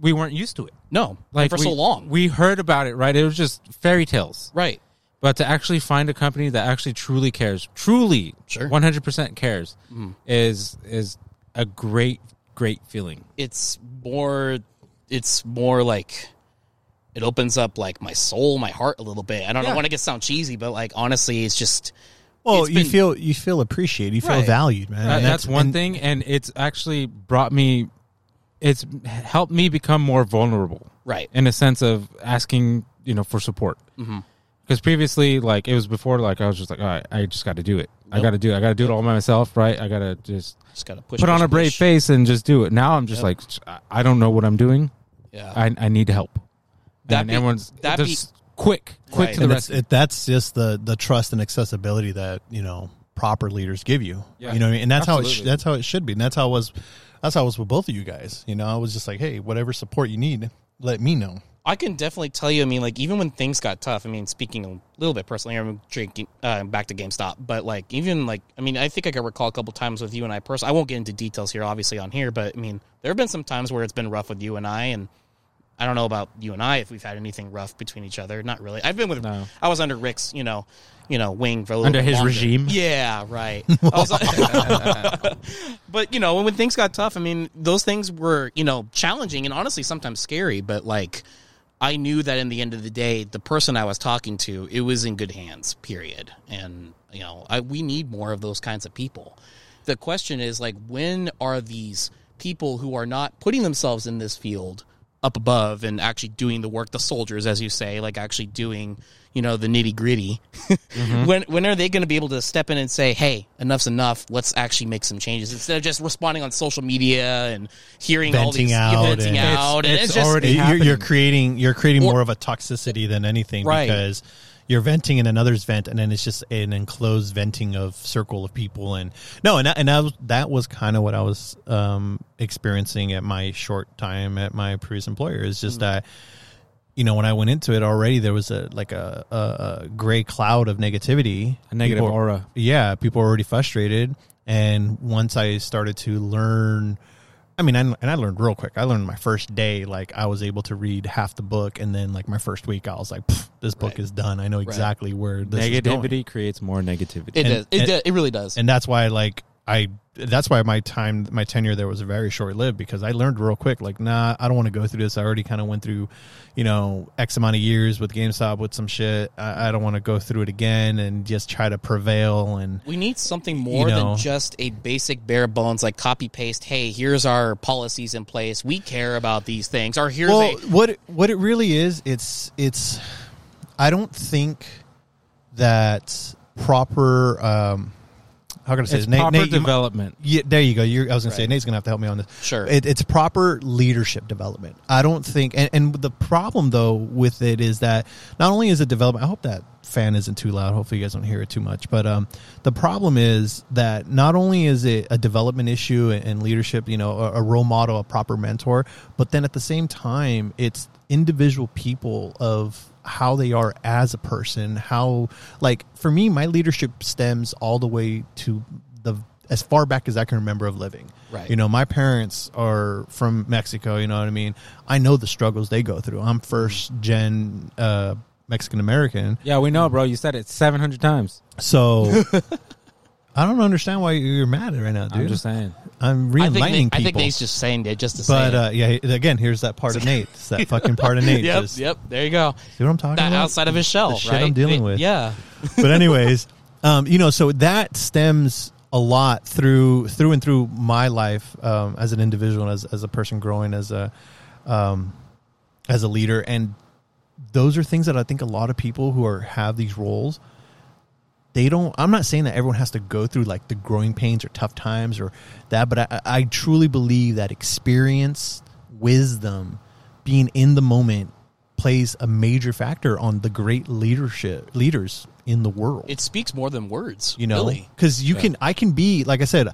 we weren't used to it. No, Like like for we- so long. We heard about it, right? It was just fairy tales. right. But to actually find a company that actually truly cares, truly Sure. Mm-hmm. 100% cares is is a great great feeling. It's more. It's more like it opens up like my soul, my heart a little bit. I don't Yeah. want to get sound cheesy, but like honestly, it's just Well, It's you been- feel you feel appreciated, you feel Right. valued, man. That- And that's, one and- thing and it's actually brought me it's helped me become more vulnerable. right. Mm-hmm. in a sense of asking you know for support because previously like it was before like i was just like all right i just got to do it i got to do it i got to do it all by myself right i got to just Just gotta push. put on push, a brave push. face and just do it now i'm just like I- i don't know what i'm doing Yeah. i, I need help That and be- everyone's that be- just quick quick Right. to the and it's- rescue it, that's just the the trust and accessibility that you know proper leaders give you. Yeah. You know, what I mean? and that's how it sh- Absolutely. that's how it should be, and that's how it was that's how it was with both of you guys. You know, I was just like, hey, whatever support you need, let me know. I can definitely tell you. I mean, like even when things got tough. I mean, speaking a little bit personally, I'm drinking uh, back to GameStop, but like even like I mean, I think I can recall a couple times with you and I personally. I won't get into details here, obviously, on here, but I mean, there have been some times where it's been rough with you and I, and I don't know about you and I if we've had anything rough between each other. Not really. I've been with. No. I was under Rick's, you know, you know, wing for a little Under bit his longer. regime? Yeah, right. I was like- but you know, when things got tough, I mean, those things were you know challenging and honestly sometimes scary. But like, I knew that in the end of the day, the person I was talking to, it was in good hands. Period. And you know, I, we need more of those kinds of people. The question is like, when are these people who are not putting themselves in this field up above and actually doing the work, the soldiers, as you say, like actually doing, you know, the nitty gritty. Mm-hmm. When when are they going to be able to step in and say, "Hey, enough's enough. Let's actually make some changes," instead of just responding on social media and hearing all Venting these out and- venting It's- out. and it's just- already You're- You're, happening. creating you're creating Or- more of a toxicity than anything Right. because you're venting in another's vent, and then it's just an enclosed venting of circle of people. And no, and that, and that was, that was kind of what I was um, experiencing at my short time at my previous employer. Is Hmm. just that you know when I went into it already, there was a like a, a, a gray cloud of negativity, a negative People- aura yeah, people were already frustrated. And once I started to learn, I mean, I, and I learned real quick. I learned my first day, like I was able to read half the book, and then like my first week, I was like, "Pff, "This book Right. is done. I know exactly where this is going." negativity creates more negativity it and- does. It, and- does. it really does. And that's why, like, I that's why my time, my tenure there was very short lived because I learned real quick. Like, nah, I don't want to go through this. I already kind of went through, you know, x amount of years with GameStop with some shit. I, I don't want to go through it again and just try to prevail and We need something more know. than just a basic bare bones, like copy paste. Hey, here's our policies in place. We care about these things. Or here's well, a what it- what it really is, it's it's. I don't think that proper. Um, how can I say it's this? Nate- proper Nate, you mi- development yeah, there you go. You're, I was going to say Nate's going to have to help me on this. Sure. it, it's proper leadership development. I don't think, and, and the problem though with it is that not only is it development. I hope that fan isn't too loud. Hopefully, you guys don't hear it too much. But um, the problem is that not only is it a development issue and, and leadership, you know, a, a role model, a proper mentor, but then at the same time, it's individual people of how they are as a person how like for me my leadership stems all the way to the as far back as I can remember of living. Right. You know, my parents are from Mexico. You know what I mean? I know the struggles they go through. I'm first gen uh, Mexican American, Yeah, we know, bro. You said it 700 times. so. I don't understand why you're mad right now, dude. I'm just saying. I'm I think, re-enlightening they, I think people. they's just saying it just to say but it. uh, yeah, again, here's that part of Nate. It's that fucking part of Nate. Yep, just- yep. There you go. See what I'm talking That about? outside of his shell, The shit right? I'm dealing It- with. Yeah. but anyways, um, you know, so that stems a lot through through and through my life um, as an individual, and as as a person growing as a um, as a leader, and those are things that I think a lot of people who are have these roles. They don't. I'm not saying that everyone has to go through like the growing pains or tough times or that, but I, I truly believe that experience, wisdom, being in the moment plays a major factor on the great leadership leaders in the world It speaks more than words. you know really. because you can i can be like i said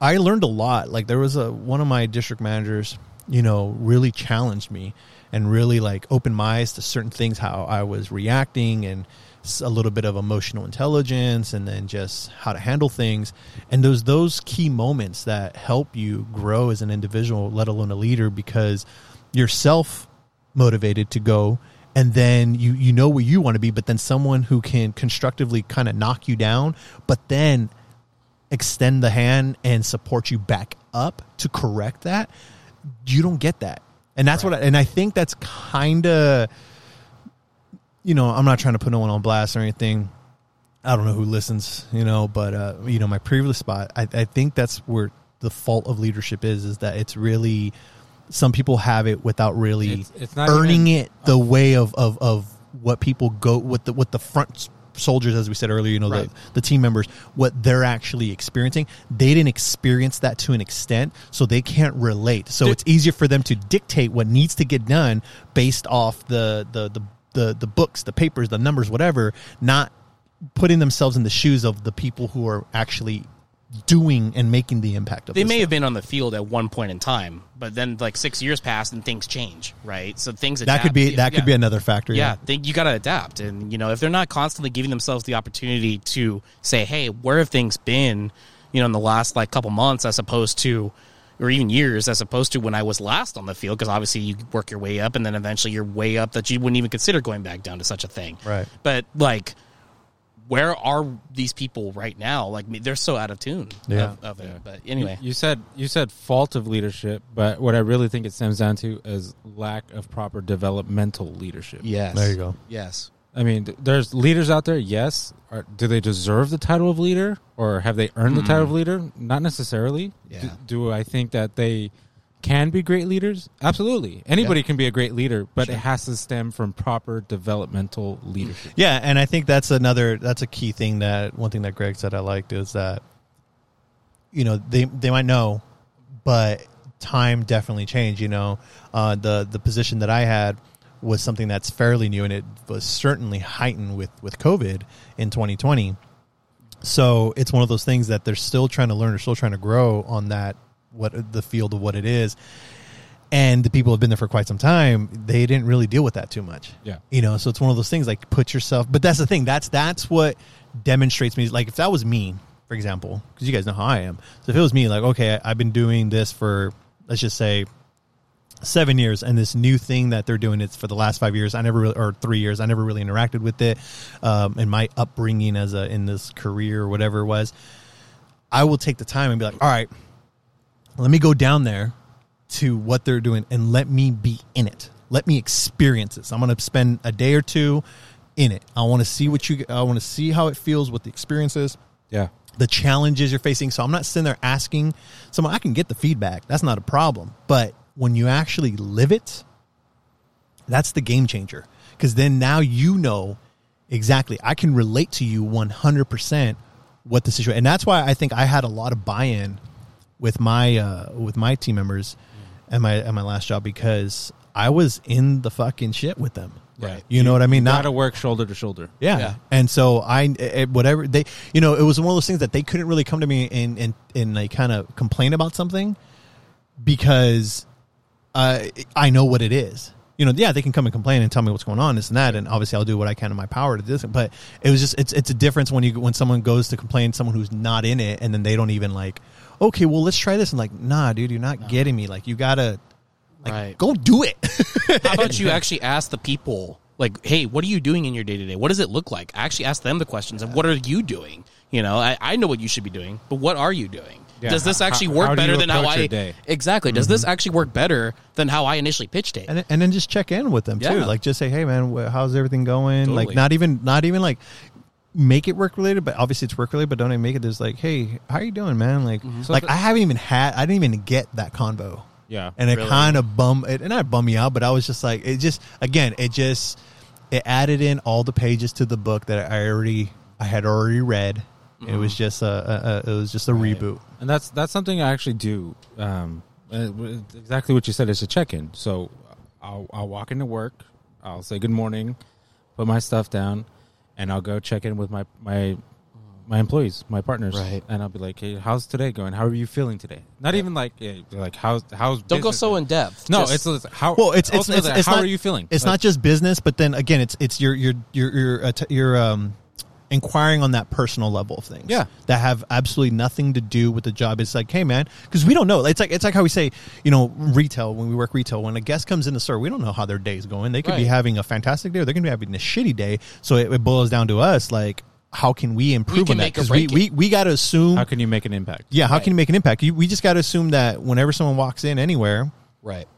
i learned a lot like there was a one of my district managers you know really challenged me and really like opened my eyes to certain things how i was reacting and s- a little bit of emotional intelligence and then just how to handle things and those those key moments that help you grow as an individual let alone a leader because you're self motivated to go and then you you know where you want to be but then someone who can constructively kind of knock you down but then extend the hand and support you back up to correct that you don't get that and that's what I, and i think that's kind of you know i'm not trying to put no one on blast or anything i don't know who listens you know but uh you know my previous spot i, I think that's where the fault of leadership is is that it's really some people have it without really It's- it's not earning even- it the way of, of of what people go what the what the front soldiers as we said earlier you know Right. the, the team members what they're actually experiencing they didn't experience that to an extent so they can't relate so it's easier for them to dictate what needs to get done based off the the the the, the books the papers the numbers whatever not putting themselves in the shoes of the people who are actually doing and making the impact of They this may stuff. have been on the field at one point in time, but then like six years passed and things change, right? So things that could be that could be another factor yeah, they, you got to adapt. And, you know, if they're not constantly giving themselves the opportunity to say, hey, where have things been, you know, in the last like couple months as opposed to, or even years as opposed to when I was last on the field, because obviously you work your way up and then eventually you're way up that you wouldn't even consider going back down to such a thing. Right. But like, where are these people right now? Like, me- they're so out of tune Yeah. of, of it. But anyway, You said you said fault of leadership, but what I really think it stems down to is lack of proper developmental leadership. yes. There you go. Yes. I mean, th- there's leaders out there, yes. Are, do they deserve the title of leader or have they earned the Mm-hmm. title of leader? Not necessarily. Yeah. Do, do I think that they can be great leaders? Absolutely. Anybody can be a great leader, but it has to stem from proper developmental leadership. Yeah, and I think that's another that's a key thing that one thing that Greg said I liked is that you know they they might know, but time definitely changed. You know, uh, the the position that I had was something that's fairly new, and it was certainly heightened with with COVID in 2020. So it's one of those things that they're still trying to learn, they're still trying to grow on that what the field of what it is. And the people who have been there for quite some time. They didn't really deal with that too much. Yeah. you know. So it's one of those things like put yourself. But that's the thing. That's that's what demonstrates me. Like if that was me, for example, because you guys know how I am. So if it was me, like okay, I, I've been doing this for let's just say seven years and this new thing that they're doing it's for the last five years i never really or three years i never really interacted with it um, in my upbringing as a in this career or whatever it was i will take the time and be like all right let me go down there to what they're doing and let me be in it let me experience this i'm going to spend a day or two in it i want to see what you i want to see how it feels what the experience is Yeah. the challenges you're facing. So I'm not sitting there asking someone, I can get the feedback. That's not a problem. But when you actually live it, that's the game changer. Because then now you know exactly, I can relate to you 100% what the situation and that's why i think i had a lot of buy-in with my uh with my team members at my at my last job because i was in the fucking shit with them Right. you know what i mean Not to work shoulder to shoulder. yeah. Yeah. And so I, it, whatever they, you know, it was one of those things that they couldn't really come to me and, and, and like kind of complain about something because uh, I know what it is. you know, yeah, they can come and complain and tell me what's going on, this and that, and obviously I'll do what I can in my power to do this. But it was just it's it's a difference when you when someone goes to complain, someone who's not in it, and then they don't even like, okay, well let's try this, and like, nah, dude, you're not getting me. Like you gotta like Right. go do it. How about you actually ask the people, like, hey, what are you doing in your day to day? What does it look like? Actually ask them the questions of what are you doing? You know, I, I know what you should be doing, but what are you doing? Yeah, does this how- actually how- work how do better you than how approach I your day? Mm-hmm. exactly? Does this actually work better than how I initially pitched it? and then- and then just check in with them too. Yeah. Like just say, hey man, wh- how's everything going? Like Totally. not even not even like make it work related, but obviously it's work related. But don't even make it just like, hey, how you doing, man? Like Mm-hmm. like I haven't even had I didn't even get that convo. Yeah. and it kind of bum it, and not bum me out, but I was just like, it just again, it just it added in all the pages to the book that I already I had already read. Mm-hmm. It was just a, a, a it was just a reboot. and that's that's something I actually do. Um, uh, w- exactly what you said is a check in. So I'll I'll walk into work, I'll say good morning, put my stuff down, and I'll go check in with my my my employees, my partners, Right. And I'll be like, hey, how's today going? How are you feeling today? Not even like yeah, like how's how's Don't go business so going? in depth. No, it's, Just- it's how Well, it's it's, also it's, that, it's how not, are you feeling? It's Like, not just business, but then again, it's it's your your your your uh, t- your um inquiring on that personal level of things. Yeah. that have absolutely nothing to do with the job. It's like, hey man, because we don't know. It's like it's like how we say, you know, retail when we work retail. When a guest comes in the store, we don't know how their day's going. They could be Right. having a fantastic day, or they could be having a shitty day. So it, it boils down to us, like. How can we improve can on that? make or Because we, break we, it. we got to assume. how can you make an impact? yeah, how can you make an impact? You, we just got to assume that whenever someone walks in anywhere, right.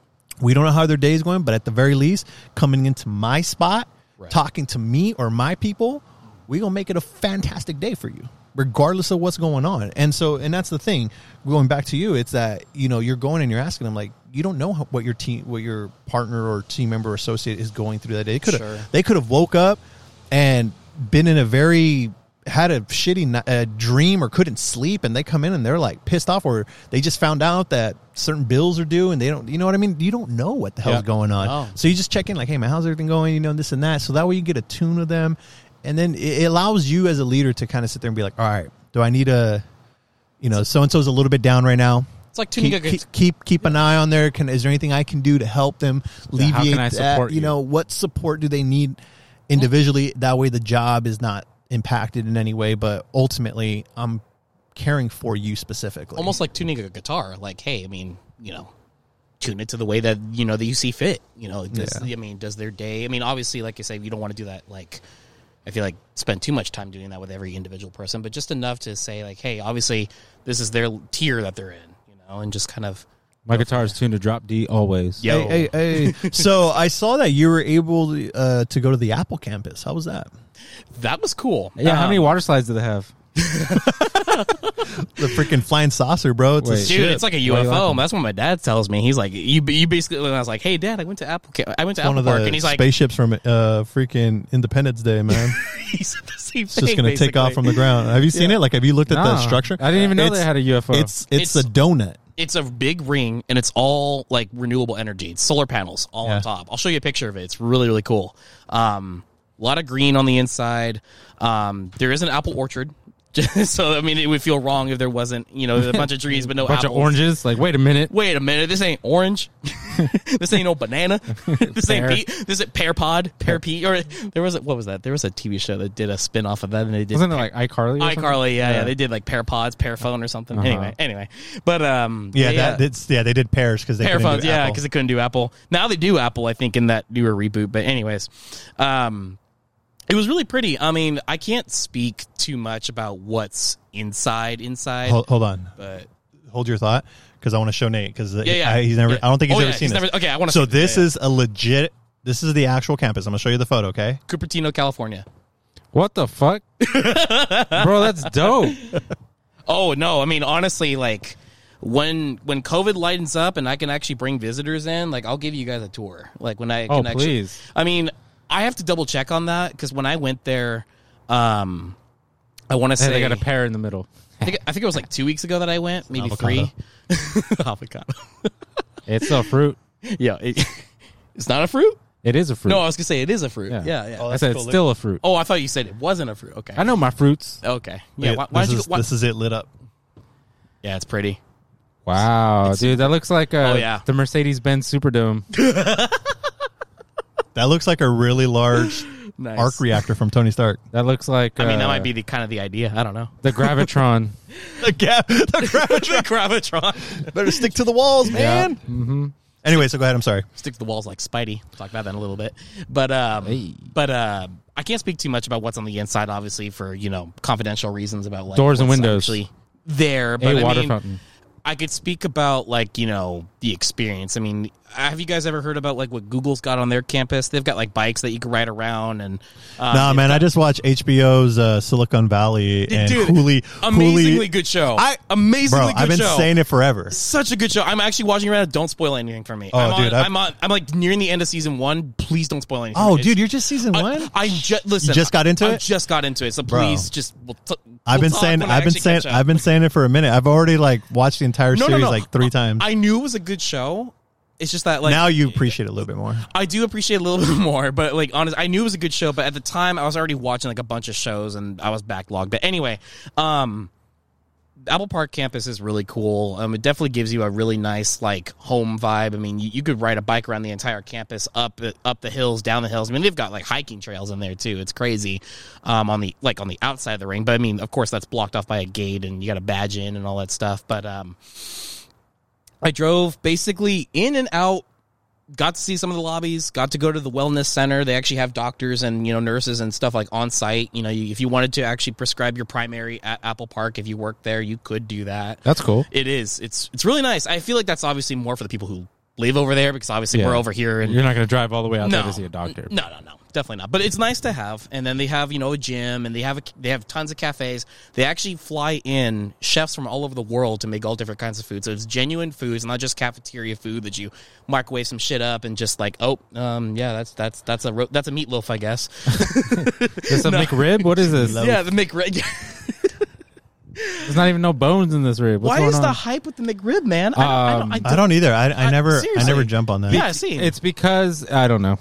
we don't know how their day is going, but at the very least, coming into my spot, Right. talking to me or my people, we gonna make it a fantastic day for you, regardless of what's going on. And so, and that's the thing. Going back to you, it's that you know you're going and you're asking them like you don't know how, what your team, what your partner or team member or associate is going through that day. They could have Sure. they could have woke up and been in a very had a shitty ni- uh, dream or couldn't sleep and they come in and they're like pissed off or they just found out that certain bills are due and they don't you know what i mean you don't know what the hell's Yeah. going on No. so you just check in like hey man how's everything going you know this and that so that way you get a tune with them and then it it allows you as a leader to kind of sit there and be like all right do i need a you know so and so's a little bit down right now It's like tuning keep, keep keep keep an eye on there. Can is there anything I can do to help them alleviate how can I that? support you you? know, what support do they need individually? That way, the job is not impacted in any way. But ultimately, I'm caring for you specifically. almost like tuning a guitar. Like, hey, I mean, you know, tune it to the way that you know that you see fit. You know, does, I mean, does their day? I mean, obviously, like you say, you don't want to do that. Like, I feel like spend too much time doing that with every individual person, but just enough to say, like, hey, obviously, this is their tier that they're in. You know, and just kind of My guitar is tuned to drop D always. yo, Hey, hey, hey. so I saw that you were able uh, to go to the Apple campus. How was that? that was cool. yeah. how Um, many water slides do they have? The freaking flying saucer, bro. It's a Wait. Dude, ship. it's like a Why you UFO. laughing? That's what my dad tells me. He's like, you, you basically. And I was like, hey, dad, I went to Apple. Ca- I went to one Apple of the Park, and he's like, spaceships from uh, freaking Independence Day, man. he said the same It's just thing, gonna take off basically. from the ground. Have you seen it? Like, have you looked at the Nah. structure? I didn't even know It's- they had a UFO. It's it's, It's- a donut. it's a big ring and it's all like renewable energy. It's solar panels all Yeah. on top. I'll show you a picture of it. It's really really cool. Um, a lot of green on the inside. Um, there is an apple orchard, so I mean it would feel wrong if there wasn't you know a bunch of trees but no bunch apples. of oranges. Like, wait a minute. Wait a minute, this ain't orange. this ain't no banana. this ain't Pear. pe- this is pear pod, pear pea. Or there was a, what was that? There was a TV show that did a spin off of that, and they did Wasn't it like iCarly? or something? Uh-huh. iCarly. Yeah, yeah, they did like pear pods, pear phone, or something. Anyway, anyway, but um, Yeah, they, uh, that it's yeah they did pairs because they Pair couldn't phones, do yeah, Apple. because they couldn't do Apple. Now they do Apple, I think, in that newer reboot. But anyways, um, it was really pretty. I mean, I can't speak too much about what's inside inside, hold, hold on, but hold your thought because I want to show Nate because Yeah, yeah. he's never. Yeah. I don't think he's Oh, ever yeah, seen he's this. never- okay, I wanna So see this. this Yeah, yeah. is a legit. This is the actual campus. I'm gonna show you the photo. Okay. Cupertino, California. What the fuck, bro? That's dope. Oh no, I mean honestly, like when when COVID lightens up and I can actually bring visitors in, like I'll give you guys a tour. Like when I Oh, can actually, please. I mean, I have to double check on that because when I went there, um, I want to say Hey, they got a pair in the middle. I think, I think it was like two weeks ago that I went, maybe avocado. three. avocado. It's a fruit. Yeah, it- it's not a fruit. It is a fruit. No, I was gonna say it is a fruit. Yeah, yeah. Oh, I that's said cool. it's still a fruit. oh, I thought you said it wasn't a fruit. Okay, I know my fruits. Okay, yeah. Look Why, at- why this, don't you? is, Why, this is it lit up. yeah, it's pretty. Wow, dude, that looks like uh, Oh, yeah. the Mercedes Benz Superdome. That looks like a really large Nice. arc reactor from Tony Stark. That looks like. I mean, that uh, might be the kind of the idea. I don't know. the gravitron. The gap, the gravity. Gravitron. Better stick to the walls, man. Mm-hmm. Anyway, so go ahead. I'm sorry. stick to the walls like Spidey. We'll talk about that in a little bit, but um, but um, I can't speak too much about what's on the inside, obviously, for you know confidential reasons about like Doors and what's windows. actually there. But a I water mean, fountain. I could speak about like you know the experience. I mean, have you guys ever heard about like what Google's got on their campus? They've got like bikes that you can ride around and um, nah, man. I just watched HBO's uh, Silicon Valley and dude, Hooli. amazingly Hooli- good show. I- amazingly Bro, good I've been show. saying it forever. such a good show. I'm actually watching it right now. Don't spoil anything for me. Oh, I'm on, dude, I've- I'm on. I'm like nearing the end of season one. Please don't spoil anything. Oh, It's- dude, you're just season I- one. I, just listen. just got into I it? just got into it. So Bro. please, just we'll t- I've we'll been talk saying when I I've been actually saying catch up. I've been saying it for a minute. I've already like watched the entire No, no, series no. like three times. I knew it was a good show. It's just that like now you appreciate it a little bit more. I do appreciate it a little bit more, but like honest, I knew it was a good show, but at the time I was already watching like a bunch of shows and I was backlogged. But anyway, um Apple Park campus is really cool. Um, it definitely gives you a really nice like home vibe. I mean, you, you could ride a bike around the entire campus, up up the hills, down the hills. I mean, they've got like hiking trails in there too. It's crazy um, on the like on the outside of the ring, but I mean, of course, that's blocked off by a gate and you got to badge in and all that stuff. But um, I drove basically in and out got to see some of the lobbies got to go to the wellness center they actually have doctors and you know nurses and stuff like on site you know you, if you wanted to actually prescribe your primary at apple park if you work there you could do that That's cool. it is it's it's really nice i feel like that's obviously more for the people who live over there because obviously Yeah. we're over here and You're not going to drive all the way out there No. to see a doctor. no, no, no, definitely not. But it's nice to have. And then they have you know a gym, and they have a, they have tons of cafes. They actually fly in chefs from all over the world to make all different kinds of food. So it's genuine foods, not just cafeteria food that you microwave some shit up and just like oh um yeah that's that's that's a ro- that's a meatloaf I guess. It's a McRib. What is this? yeah, the McRib. There's not even no bones in this rib. What's Why going is on? the hype with the McRib, man? I don't, Um, I don't, I I don't either. I, I I- never I never seriously. jump on that. yeah, I see. Eh, It's because I don't know.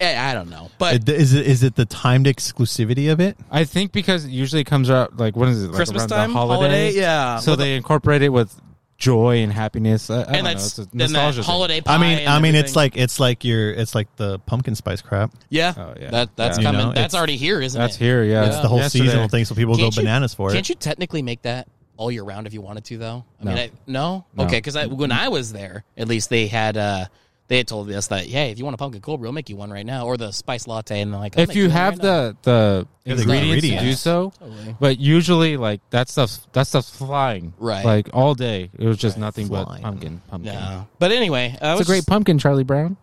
I I don't know, but It- Is it is it the timed exclusivity of it? I think because it usually comes out like when is it? Like Christmas around time? the holiday, Holiday? Yeah. So With they incorporate it with joy and happiness. I, I don't and that's know. It's a then that nostalgia thing. holiday. Pie I mean and I mean it's everything. like it's like your it's like the pumpkin spice crap. yeah, Oh, yeah. that that's Yeah. You coming. know, that's it's- already here, isn't That's it? here. Yeah. Yeah. It's the whole Yesterday. seasonal thing, so people go Uh, Can't you- bananas for Can't it. you technically make that all year round if you wanted to, though? I No. mean, I, no, No. okay, because I, when I was there, at least they had uh, they had told us that hey, if you want a pumpkin cold brew, we'll make you one right now, or the spice latte, and like I'll If make you one have right now. the the ingredients to do ingredients. so, Totally. but usually like that stuff's that stuff's flying Right. like all day. It was just nothing but Flying. pumpkin, pumpkin. no, but anyway, I It's a was great pumpkin, Charlie Brown.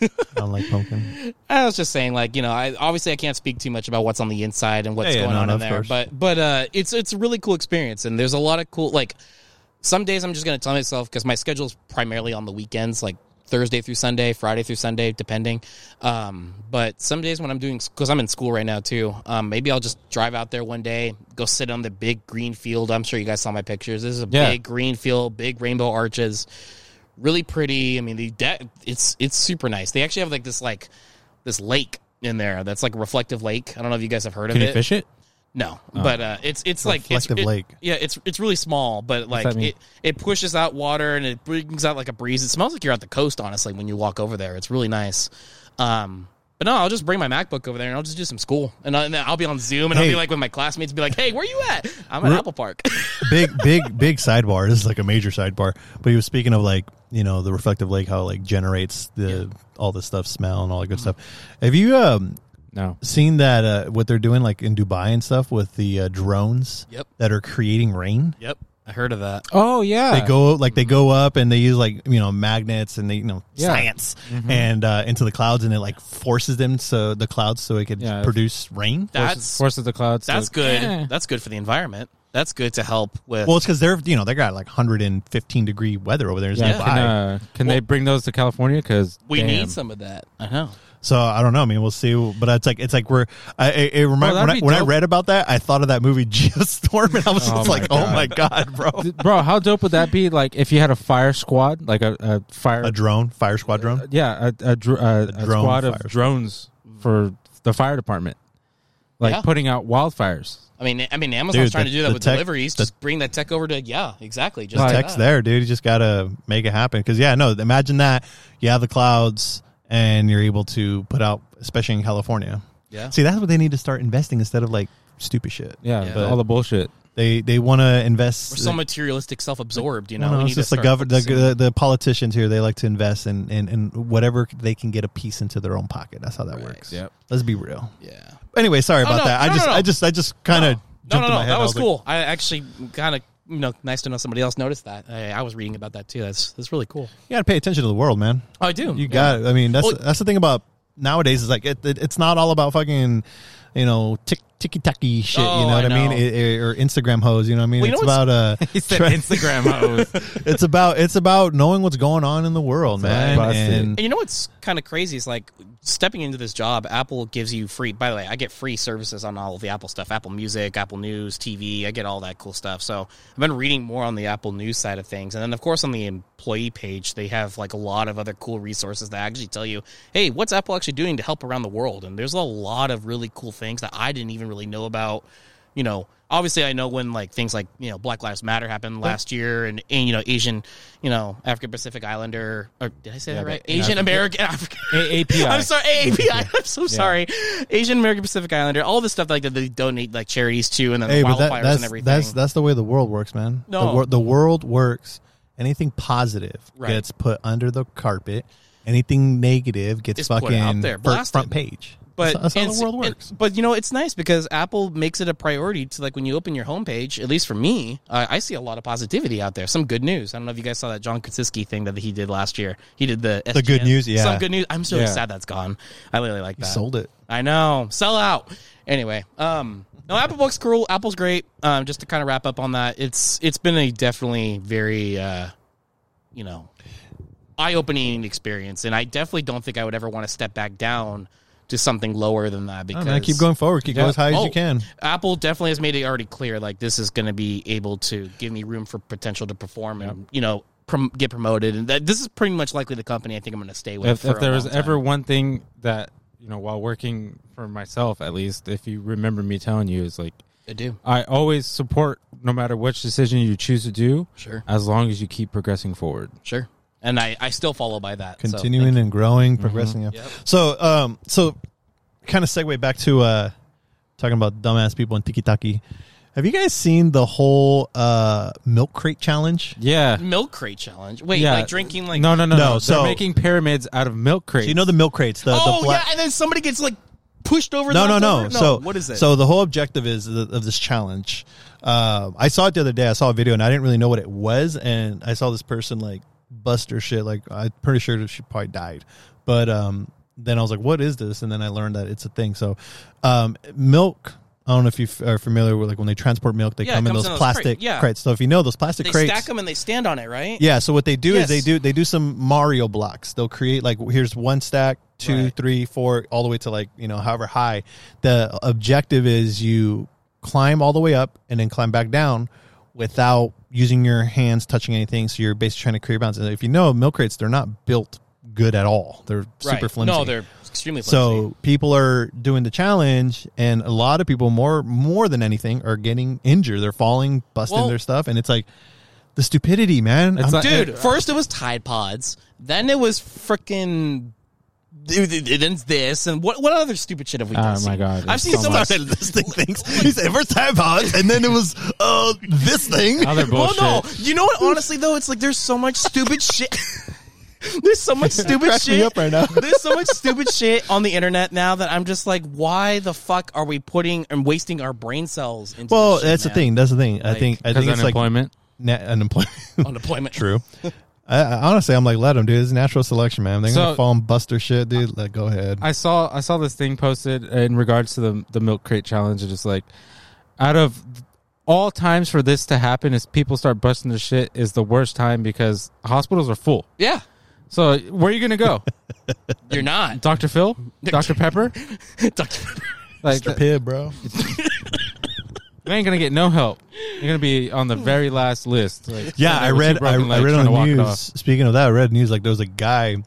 I don't like pumpkin. I was just saying, like you know, I obviously I can't speak too much about what's on the inside and what's Yeah, yeah, going no, on no, in of there, course. but but uh, it's it's a really cool experience, and there's a lot of cool like. Some days I'm just gonna tell myself because my schedule's primarily on the weekends, like Thursday through Sunday, Friday through Sunday, depending. Um, but some days when I'm doing because I'm in school right now too, um, maybe I'll just drive out there one day, go sit on the big green field. I'm sure you guys saw my pictures. This is a Yeah. big green field, big rainbow arches really pretty. I mean, the de- it's it's super nice. They actually have like this like this lake in there that's like a reflective lake. I don't know if you guys have heard Can of you it. fish it? No, but uh, it's it's like it's- Reflective it- lake. Yeah, it's it's really small, but like that mean? it it pushes out water and it brings out like a breeze. It smells like you're at the coast, honestly, when you walk over there. It's really nice. Um, but no, I'll just bring my MacBook over there and I'll just do some school, and, I, and I'll be on Zoom and I'll Hey. be like with my classmates, be like, "Hey, where you at? I'm at Re- Apple Park." big big big sidebar. This is like a major sidebar. But he was speaking of like you know the reflective lake, how it like generates the all this stuff, smell and all that good stuff. Have you um No. seen that uh, what they're doing like in Dubai and stuff with the uh, drones Yep. that are creating rain? yep, I heard of that. Oh yeah. They go like they go up and they use like you know magnets and they you know Yeah. Mm-hmm. science and uh, into the clouds and it like forces them so the clouds so it could Yeah. produce rain. That's Forces, forces the clouds. to- That's good. Yeah. That's good for the environment. That's good to help with. Well, it's because they're you know they got like 115 degree weather over there. in Yeah, Dubai. Can, uh, can they bring those to California? Because we need some of that. I know. So I don't know. I mean, we'll see. But it's like it's like we're. I, it, it remind, that'd when, I, be when I dope. read about that, I thought of that movie Geostorm, and I was Oh just my like, oh my god, bro! bro. How dope would that be? Like if you had a fire squad, like a, a fire, A drone, fire squad Uh, drone. yeah, a, a, dr- a, a drone squad of fire. drones for the fire department, like Yeah. putting out wildfires. I mean, I mean, Amazon's Dude, trying the- to do that the with tech- deliveries. the- just bring that tech over to yeah, exactly. Just The like Text that. there, dude. You just gotta make it happen. Because yeah, no, imagine that. You have the clouds, and you're able to put out, especially in California. Yeah. See, that's what they need to start investing instead of like stupid shit. Yeah, Yeah. all the bullshit. They they want to invest. We're so materialistic, self-absorbed. You know, No, no, we it's need to just the, start gov- focusing- the, the the politicians here. They like to invest in, in in whatever they can get a piece into their own pocket. That's how that works. Yep. Let's be real. yeah. Anyway, sorry about Oh, no, that. I no, just no, no. I just I just kind of No, jumped no, in my no. head. I That was like, cool. I actually kind of, you know, nice to know somebody else noticed that. I, I was reading about that too. That's that's really cool. you got to pay attention to the world, man. Oh, I do. You got. It. I mean, that's Well- that's the thing about nowadays is like it, it, it's not all about fucking you know tick ticky tacky shit. Oh, you know I what I, mean? know. It- it- or Instagram hoes. You know what I mean? Well, you it's know about uh, tra- Instagram hoes. it's about it's about knowing what's going on in the world, man. Busted. And And you know what's kind of crazy is like stepping into this job. Apple gives you free. By the way, I get free services on all of the Apple stuff: Apple Music, Apple News, TV. I get all that cool stuff. So I've been reading more on the Apple News side of things, and then of course on the employee page, they have like a lot of other cool resources that actually tell you, hey, what's Apple actually doing to help around the world? And there's a lot of really cool things that I didn't even really know about. You know, obviously, I know when like things like you know Black Lives Matter happened last year, and, and you know Asian, you know African Pacific Islander, or did I say that right? Asian American African. AAPI. I'm sorry, AAPI. I'm so sorry. Asian American Pacific Islander. All this stuff like that they donate like charities to, and then hey, the but wildfires that, and that's everything. that's that's the way the world works, man. No. the, wor- the world works. Anything positive Right. gets put under the carpet. Anything negative gets It's put fucking out there, fir- blasted. front page. but that's, that's how and the it's- world and- works. but you know, it's nice because Apple makes it a priority to like when you open your homepage. At least for me, uh, I see a lot of positivity out there. Some good news. I don't know if you guys saw that John Kaczynski thing that he did last year. He did the The good SGN. news, yeah. Some good news. I'm so Yeah. sad that's gone. I really like that. Sold it. I know. Sell out. Anyway, um, no, Apple Book's cool. Apple's great. Um, just to kind of wrap up on that, it's it's been a definitely very, uh, you know, eye opening experience, and I definitely don't think I would ever want to step back down to something lower than that. Oh, Because man, keep going forward. Keep going as high as you Oh, can. Apple definitely has made it already clear, like this is going to be able to give me room for potential to perform and you know prom- get promoted, and that this is pretty much likely the company I think I'm going to stay with. if, for if a there was long time. ever one thing that you know while working for myself at least if you remember me telling you is like I do. i always support no matter which decision you choose to do Sure. as long as you keep progressing forward Sure. And I, I still follow by that. so continuing and growing, progressing. Yeah. So, um, so kind of segue back to uh, talking about dumbass people in tiki taki. Have you guys seen the whole uh, milk crate challenge? yeah thank- milk crate challenge. Wait, yeah like drinking like no no no No, no, so- they're making pyramids out of milk crates So you know the milk crates, the, Oh the black. yeah, and then somebody gets like pushed over. No, no, the no, leftover- So what is it? So the whole objective is the, of this challenge. Uh, I saw it the other day. I saw a video and I didn't really know what it was, and I saw this person like bust her shit. Like I'm pretty sure that she probably died, but um, then I was like, "What is this?" And then I learned that it's a thing. So um, milk. I don't know if you f- are familiar with like when they transport milk, they Yeah, it come in comes those in those crate- plastic yeah. crates. So if you know those plastic they crates, stack them and they stand on it, right? yeah. So what they do Yes. is they do they do some Mario blocks. They'll create like here's one stack, two, Right. three, four, all the way to like you know however high. The objective is you climb all the way up and then climb back down without using your hands touching anything. So you're basically trying to create balance. And if you know milk crates, they're not built good at all. They're Right. super flimsy. No, they're extremely flimsy. So people are doing the challenge, and a lot of people more more than anything are getting injured. They're falling, busting Well- their stuff, and it's like the stupidity, man. It's I'm- like- dude, first it was Tide Pods, then it was freaking. Then it's this and what? What other stupid shit have we? done Oh, my seen? God, I've there's seen so so much. started listing things. He said first time pod, and then it was uh this thing. other Well, bullshit no, you know what? Honestly, though, it's like there's so much stupid shit. there's so much stupid Crack shit. me up right now. there's so much stupid shit on the internet now that I'm just like, why the fuck are we putting and wasting our brain cells? Into Well, this shit, that's man? the thing. That's the thing. I Like, think I because think it's like unemployment na- unemployment. on deployment. True. I, I honestly, I'm like, let them, dude. It's natural selection, man. They're gonna So- fall and bust their shit, dude. Like, go ahead. I saw I saw this thing posted in regards to the the milk crate challenge. It's just like out of all times for this to happen is people start busting their shit is the worst time because hospitals are full. Yeah, So where are you gonna go, you're not Doctor Phil, Doctor Pepper? Dr. Like Mr. Pibb, bro. you ain't gonna get no help. You're gonna be on the very last list. Like, sitting Yeah, I there with two read. I, broken I legs trying read to on the walk it news. off. Speaking of that, I read news like there was a guy who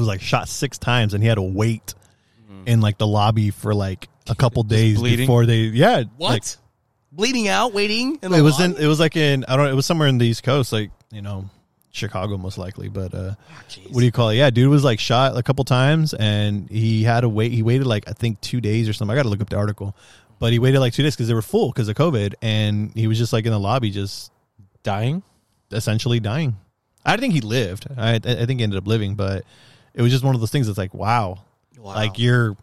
was like shot six times, and he had to wait in like the lobby for like a couple days bleeding? before they. Yeah, What? like, Bleeding out, waiting. In the it was line? in. It was like in. I don't. know, It was somewhere in the East Coast, like you know, Chicago most likely, but uh, Oh, jeez. what do you call it? Yeah, dude was like shot a couple times, and he had to wait. He waited like I think two days or something. I got to look up the article, but he waited like two days because they were full because of COVID, and he was just like in the lobby, just Dying? essentially dying. I think he lived. I, I think he ended up living, but it was just one of those things that's like, wow, Wow. like you're,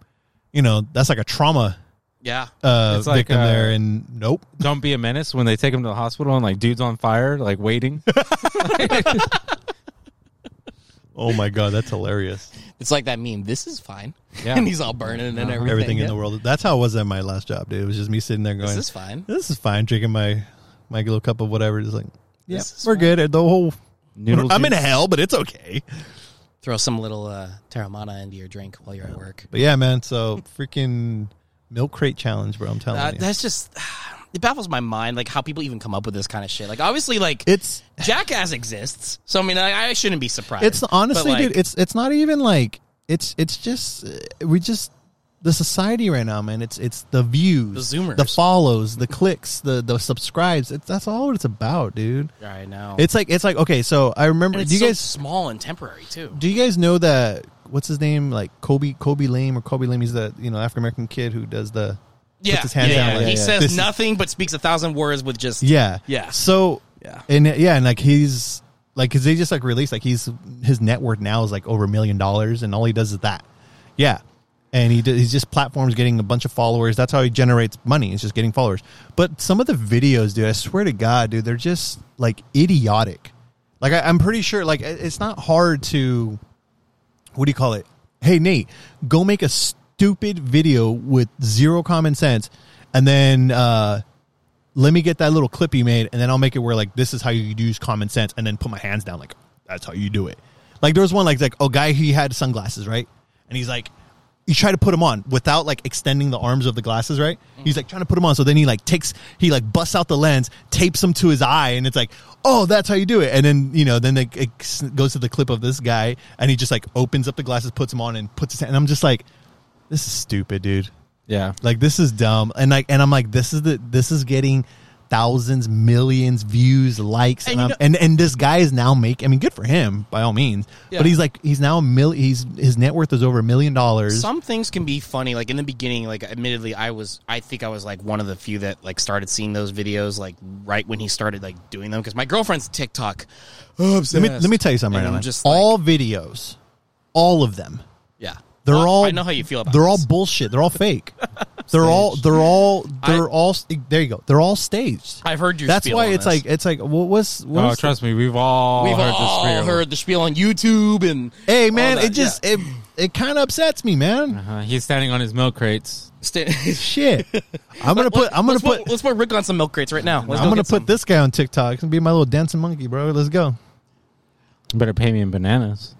you know, that's like a trauma yeah. uh, It's like, victim uh, there, and nope. Don't be a menace when they take him to the hospital and like dude's on fire, like waiting. Oh my god, that's hilarious. It's like that meme. This is fine. Yeah. and he's all burning and everything. Uh-huh. Everything in Yeah. the world. That's how it was at my last job, dude. It was just me sitting there going, This is fine. this is fine. Drinking my my little cup of whatever. Just like, yeah, This is we're good. The whole Noodle I'm in juice. hell, but it's okay. Throw some little uh, Terramana into your drink while you're at work. But yeah, man. So freaking milk crate challenge, bro. I'm telling Uh, you, that's just it baffles my mind, like how people even come up with this kind of shit. Like obviously, like it's Jackass exists, so I mean, I, I shouldn't be surprised. it's honestly, But, like, dude. It's it's not even like it's it's just uh, we just the society right now, man. It's it's the views, The zoomers. the follows, the clicks, the the subscribes. It's that's all it's about, dude. I know. It's like it's like okay. So I remember. and it's Do you so guys small and temporary too. Do you guys know that what's his name? Like Kobe Kobe Lame or Kobe Lame? He's the you know African American kid who does the Yeah, his hand yeah, down yeah. like he that. says This is- nothing but speaks a thousand words with just yeah Yeah. So Yeah. and yeah and like he's like because they just like released like he's his net worth now is like over a million dollars and all he does is that yeah and he does, he's just platforms getting a bunch of followers that's how he generates money it's just getting followers but some of the videos dude I swear to God dude they're just like idiotic like I, I'm pretty sure like it- it's not hard to what do you call it? Hey Nate, go make a stupid video with zero common sense, and then uh, let me get that little clip you made, and then I'll make it where like this is how you use common sense, and then put my hands down like that's how you do it. Like there was one like like oh guy he had sunglasses right, and he's like you try to put them on without like extending the arms of the glasses right. He's like trying to put them on, so then he like takes he like busts out the lens, tapes them to his eye, and it's like oh that's how you do it. And then you know then it ex- goes to the clip of this guy, and he just like opens up the glasses, puts them on, and puts his hand. And I'm just like this is stupid, dude Yeah. like this is dumb and like and i'm like this is the this is getting thousands millions views likes and you and, know- I'm, and and this guy is now make i mean good for him by all means Yeah. but he's like he's now a mil he's his net worth is over a million dollars Some things can be funny. Like in the beginning, like admittedly, I was, I think I was like one of the few that like started seeing those videos like right when he started like doing them because my girlfriend's TikTok. let me let me tell you something right And now I'm man. just like- all videos all of them Yeah, they're Well, all I know how you feel about. they're this. all bullshit they're all fake they're all they're all they're all there you go they're all staged I've heard your that's spiel why on it's this. like it's like what was what Oh, was the- trust me, we've all We've heard all this spiel. heard the spiel on YouTube and hey all man that, it just it it kind of upsets me man Uh, he's standing on his milk crates. yeah. Sta- shit. I'm gonna put. I'm gonna let's put. let's put Rick on some milk crates right now. Let's I'm go gonna get put some. this guy on TikTok. It's gonna be my little dancing monkey, bro. Let's go. You better pay me in bananas.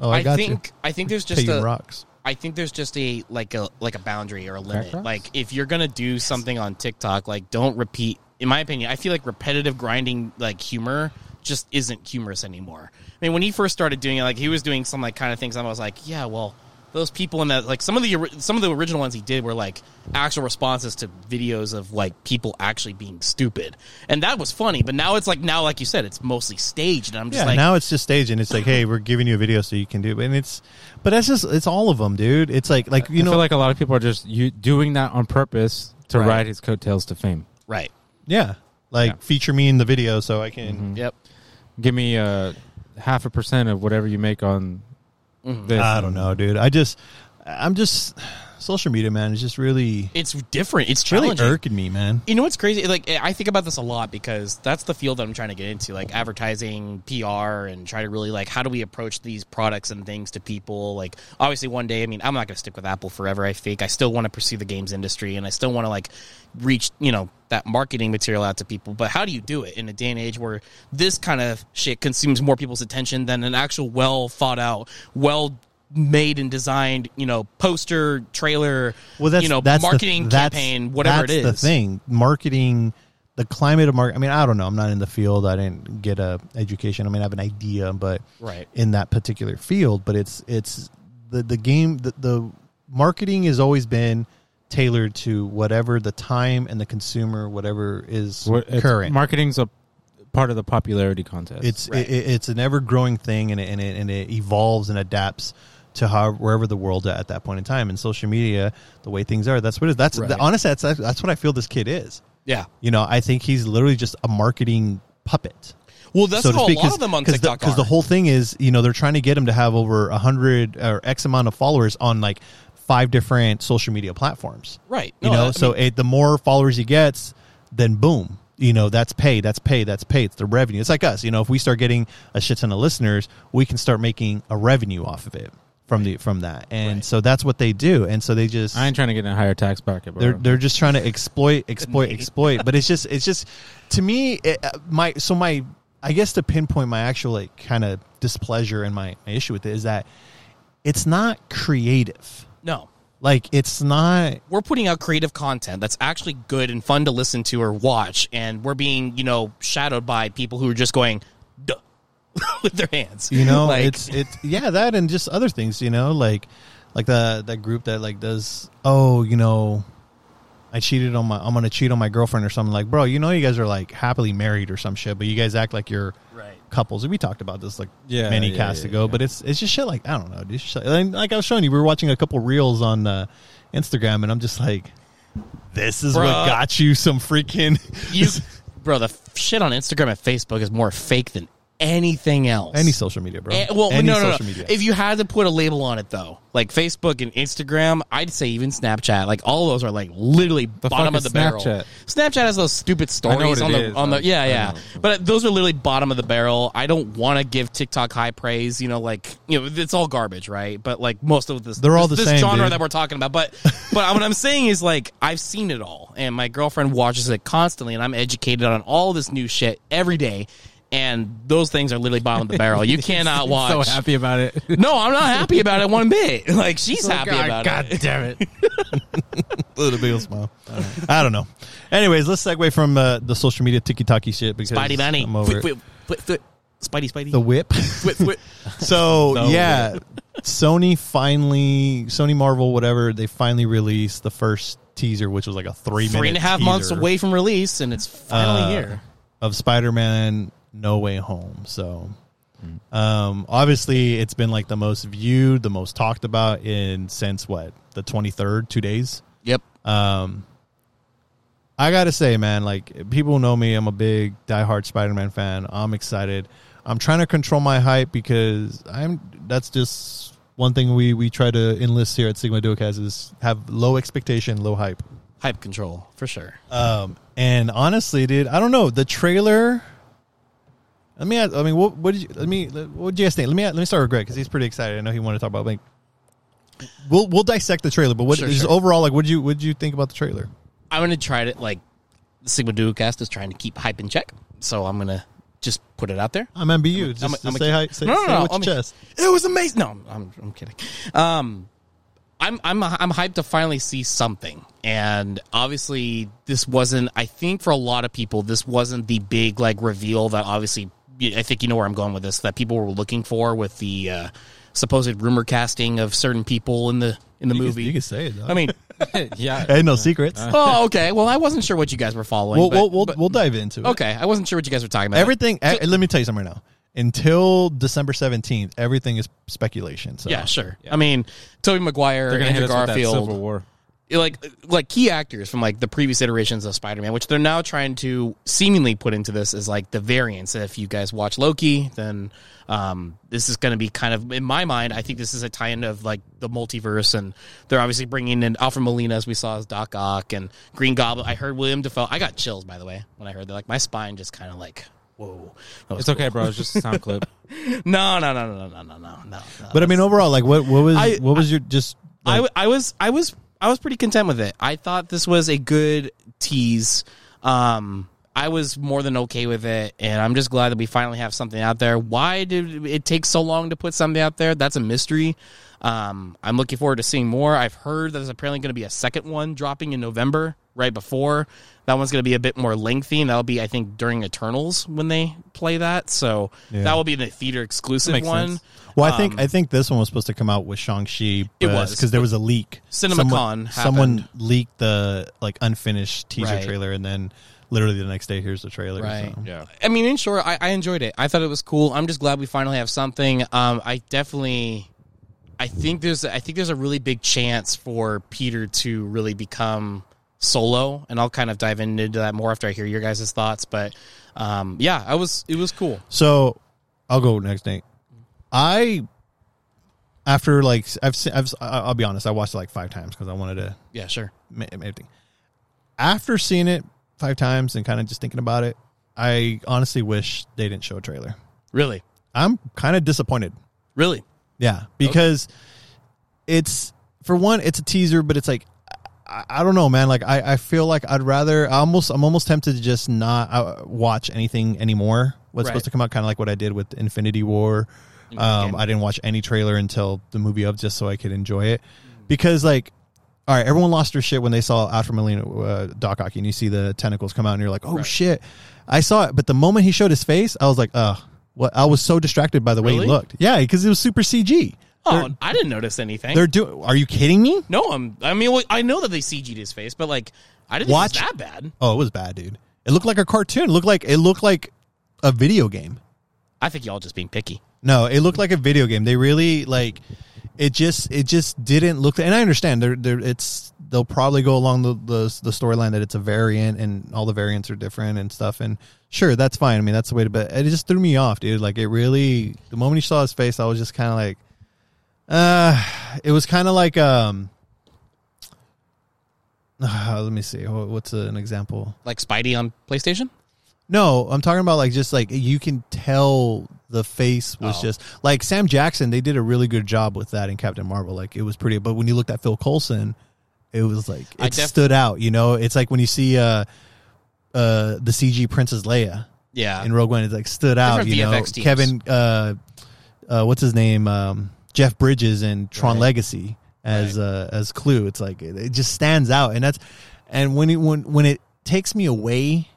Oh, I, I, got think I think there's you. just Pay you a, in rocks. I think there's just a like a like a boundary or a limit. Backgrounds? Like if you're gonna do something on TikTok, like don't repeat. In my opinion, I feel like repetitive grinding like humor just isn't humorous anymore. I mean, when he first started doing it, like he was doing some like kind of things, and I was like, yeah, well, those people in that like some of the ori- some of the original ones he did were like actual responses to videos of like people actually being stupid, and that was funny. But now it's like now, like you said, it's mostly staged, and I'm just Yeah. like, now it's just staging. It's like, hey, we're giving you a video so you can do. It. And it's, but that's just it's all of them, dude. It's like like you I know, feel like a lot of people are just you doing that on purpose to Right. ride his coattails to fame. right, yeah, like Yeah. feature me in the video so I can. yep, Give me uh, half a percent of whatever you make on this. I don't know, dude. I just, I'm just, social media, man. It's just really, it's different, it's it's really challenging. irking me, man. you know what's crazy like i think about this a lot because that's the field that i'm trying to get into like advertising pr and try to really like how do we approach these products and things to people like obviously one day i mean i'm not going to stick with apple forever i think i still want to pursue the games industry and i still want to like reach you know that marketing material out to people but how do you do it in a day and age where this kind of shit consumes more people's attention than an actual well thought out well made and designed you know poster trailer well that's you know that's the- marketing that's- campaign whatever that's it is the thing marketing the climate of market i mean i don't know i'm not in the field i didn't get a education i mean i have an idea but Right. in that particular field but it's it's the the game the, the marketing has always been tailored to whatever the time and the consumer whatever is What- it's- current Marketing's a part of the popularity contest. It's it, it- it's an ever growing thing, and it, and it and it evolves and adapts to how wherever the world at that point in time. And social media, the way things are, that's what it is. That's Right. honestly that's that's what I feel this kid is. Yeah. You know, I think he's literally just a marketing puppet. Well, that's so to how speak, a lot 'cause- of them on 'cause the- TikTok the are. whole thing is, you know, they're trying to get him to have over a hundred or X amount of followers on like five different social media platforms. Right. You No, know, I so it, the more followers he gets, then boom, you know, that's pay, that's pay, that's pay. It's the revenue. It's like us, you know, if we start getting a shit ton of listeners, we can start making a revenue off of it from the from that. And so that's what they do. And so they just I ain't trying to get in a higher tax bracket. Bro. they're they're just trying to exploit, exploit, exploit. But it's just it's just to me it, uh, my so my I guess to pinpoint my actual like kind of displeasure and my, my issue with it is that it's not creative. no. Like it's not We're putting out creative content that's actually good and fun to listen to or watch, and we're being, you know, shadowed by people who are just going, duh, with their hands. you know Like, it's it's yeah that and just other things you know like like the that group that like does oh you know I cheated on my I'm gonna cheat on my girlfriend or something like bro you know you guys are like happily married or some shit but you guys act like you're Right. couples we talked about this like Yeah, many yeah, casts yeah, ago yeah. but it's it's just shit like I don't know dude, It's shit- and like I was showing you we were watching a couple reels on uh, Instagram and I'm just like this is what Bruh. got you some freaking you, bro, the f- shit on Instagram and Facebook is more fake than anything else. any social media bro Eh, well, any no, no, social no. media If you had to put a label on it, though, like Facebook and Instagram, I'd say even Snapchat, like all those are like literally The bottom fuck of is the barrel. Snapchat? Snapchat has those stupid know what stories it on the is. on I- the yeah I yeah, know. but those are literally bottom of the barrel. I don't want to give TikTok high praise. You know, like you know, it's all garbage, right? But like most of this, They're all this, the this same, genre dude. that we're talking about. But but what I'm saying is like I've seen it all, and my girlfriend watches it constantly, and I'm educated on all this new shit every day. And those things are literally bottom of the barrel. You cannot watch. so happy about it. No, I'm not happy about it one bit. Like she's happy God, about God it. damn it! little big old smile. I don't know. Anyways, let's segue from uh, the social media ticky tacky shit because Spidey Bunny. I'm over it. Whip, whip, whip, whip. Spidey Spidey. the whip. Whip, whip. so yeah, Sony finally, Sony Marvel, whatever, they finally released the first teaser, which was like a three Three and a half months away from release, and it's Uh, finally here. of Spider Man No Way Home. So. Um, obviously it's been like the most viewed, the most talked about in since what the 23rd, two days. Yep. I gotta say, man, like people know me, I'm a big diehard Spider-Man fan. I'm excited. I'm trying to control my hype because I'm. That's just one thing we we try to enlist here at Sigma Duocast is have low expectation, low hype. Hype control for sure. Um, and honestly, dude, I don't know the trailer. Let me. Ask, I mean, what, what did you? Let me. What did you guys think? Let me. Let me start with Greg because he's pretty excited. I know he wanted to talk about. Like, we'll we'll dissect the trailer, but what Sure, just sure. overall like? What did you What did you think about the trailer? I'm gonna try to like Sigma Duocast is trying to keep hype in check, so I'm gonna just put it out there. I'm MBU. Just, I'm- just I'm a- say hi. Say, no, no, say no, what's I'm- your chest. It was amazing. No, I'm, I'm kidding. Um, I'm I'm I'm hyped to finally see something, and obviously this wasn't. I think for a lot of people, this wasn't the big like reveal that obviously. I think you know where I'm going with this. That people were looking for with the uh, supposed rumor casting of certain people in the in the You can- movie. you can say it. Though. I mean, yeah, Hey, no secrets. oh okay. Well, I wasn't sure what you guys were following. we'll, but- we'll, we'll, but- we'll dive into it. okay, I wasn't sure what you guys were talking about. Everything. eh, let me tell you something right now. Until December seventeenth, everything is speculation. So yeah, sure. I mean, Toby Maguire, they're gonna Andrew hit us with that Garfield, Civil War. like like key actors from like the previous iterations of Spider-Man, which they're now trying to seemingly put into this as like the variants. If you guys watch Loki, then um, this is going to be kind of in my mind. I think this is a tie-in of like the multiverse, and they're obviously bringing in Alfred Molina as we saw as Doc Ock and Green Goblin. I heard William Defoe. I got chills by the way when I heard that. Like my spine just kind of like whoa. That was It's okay, bro. It's just a sound clip. cool. No, no, no, no, no, no, no, no. no. But I mean, overall, like, what what was I- what was your just? I, Like, w- I was I was I was pretty content with it. I thought this was a good tease. Um, I was more than okay with it, and I'm just glad that we finally have something out there. Why did it take so long to put something out there? That's a mystery. Um, I'm looking forward to seeing more. I've heard that there's apparently going to be a second one dropping in November, right before that one's going to be a bit more lengthy, and that'll be I think during Eternals when they play that. So that will be the theater exclusive one. well, I think I think this one was supposed to come out with Shang Chi. um, It was. because there was a leak. CinemaCon someone, happened. someone leaked the like unfinished teaser Right. trailer, and then literally the next day, here's the trailer. Right. So. Yeah. I mean, in short, I, I enjoyed it. I thought it was cool. I'm just glad we finally have something. Um, I definitely, I think there's, I think there's a really big chance for Peter to really become solo, and I'll kind of dive into that more after I hear your guys' thoughts. But um, yeah, I was, it was cool. So I'll go next, Nate. I after like I've seen, I've I- I'll be honest, I watched it like five times because I wanted to Yeah, sure. ma- ma- everything. After seeing it five times and kind of just thinking about it, I honestly wish they didn't show a trailer. Really, I'm kind of disappointed. really. Yeah, because it's for one, it's a teaser, but it's like I, I don't know, man. Like I, I feel like I'd rather I almost I'm almost tempted to just not uh, watch anything anymore. What's Right. supposed to come out, kind of like what I did with Infinity War. Um, I didn't watch any trailer until the movie up, just so I could enjoy it. Because like, all right, everyone lost their shit when they saw Aftermelina uh, Doc Ock, and you see the tentacles come out, and you're like, oh shit, I saw it. But the moment he showed his face, I was like, ugh. What I was so distracted by the way Really? he looked. Yeah, because it was super CG. Oh, They're- I didn't notice anything. they're doing. Are you kidding me? no, I'm. I mean, well, I know that they CG'd his face, but like, I didn't Watch- think it was that bad. Oh, it was bad, dude. It looked like a cartoon. It looked like it looked like a video game. I think y'all just being picky. No, it looked like a video game. They really like it. Just it just didn't look. And I understand. They're, they're it's they'll probably go along the the, the storyline that it's a variant and all the variants are different and stuff. And sure, that's fine. I mean, that's the way to. But it just threw me off, dude. Like it really. The moment you saw his face, I was just kind of like, uh, it was kind of like um. let me see. Wha- What's an example? Like Spidey on PlayStation. No, I'm talking about like just like you can tell the face Oh. was just like Sam Jackson. They did a really good job with that in Captain Marvel. Like it was pretty, but when you looked at Phil Coulson, it was like I it def- stood out. You know, it's like when you see uh uh the CG Princess Leia Yeah, in Rogue One, it like stood out. Different You know, VFX teams. Kevin uh uh what's his name um Jeff Bridges in Tron Legacy as uh as Clue. It's like it, it just stands out, and that's and when it when when it takes me away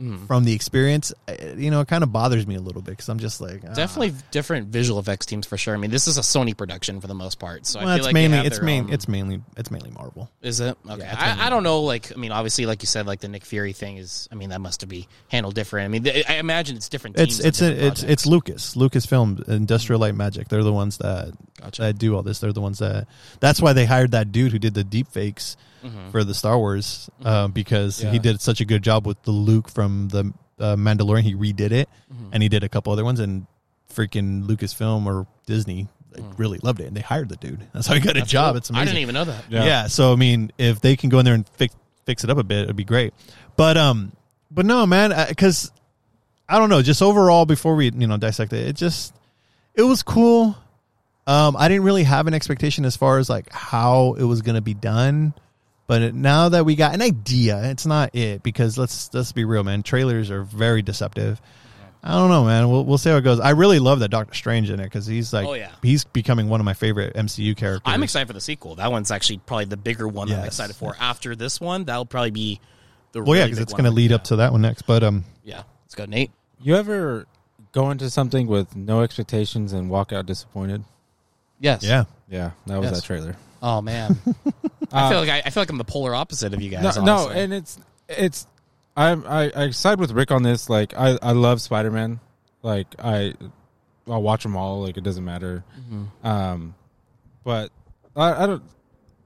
Mm. from the experience, uh, you know, it kind of bothers me a little bit because I'm just like, ah. definitely different visual effects teams for sure. I mean, this is a Sony production for the most part, so Well, I feel it's like mainly they have it's their main own- it's mainly it's mainly Marvel. is it okay? Yeah, it's mainly- I, I don't know. Like, I mean, obviously, like you said, like the Nick Fury thing is. I mean, that must be handled different. I mean, th- I imagine it's different. Teams It's on it's different a, it's projects. it's Lucas Lucasfilm Industrial Light Magic. They're the ones that that do all this. They're the ones that that's why they hired that dude who did the deep fakes Mm-hmm. for the Star Wars uh, because he did such a good job with the Luke from the uh, Mandalorian. He redid it Mm-hmm. and he did a couple other ones and freaking Lucasfilm or Disney like, really loved it and they hired the dude. That's how he got a job. It's amazing. Mm. I didn't even know that. Yeah. So I mean, if they can go in there and fix fix it up a bit, it'd be great. But um, but no, man, because I don't know. Just overall, before we you know dissect it, it just it was cool. Um, I didn't really have an expectation as far as like how it was gonna be done, but it, now that we got an idea, it's not it because let's let's be real, man. Trailers are very deceptive. I don't know, man. We'll we'll see how it goes. I really love that Doctor Strange in it because he's like, Oh, yeah. he's becoming one of my favorite MCU characters. I'm excited for the sequel. That one's actually probably the bigger one that I'm Yes. excited for. After this one, that'll probably be the. Well, yeah, really because big it's one. going to lead up to that one next. But um, Yeah, let's go, Nate. You ever go into something with no expectations and walk out disappointed? Yes. yeah, Yeah, that was Yes. that trailer. Oh man, I Uh, feel like I, I feel like I'm the polar opposite of you No, guys. no, honestly. and it's it's I'm, I I side with Rick on this. Like I I love Spider Man. Like I I'll watch them all. Like it doesn't matter. Mm-hmm. Um, but I, I don't.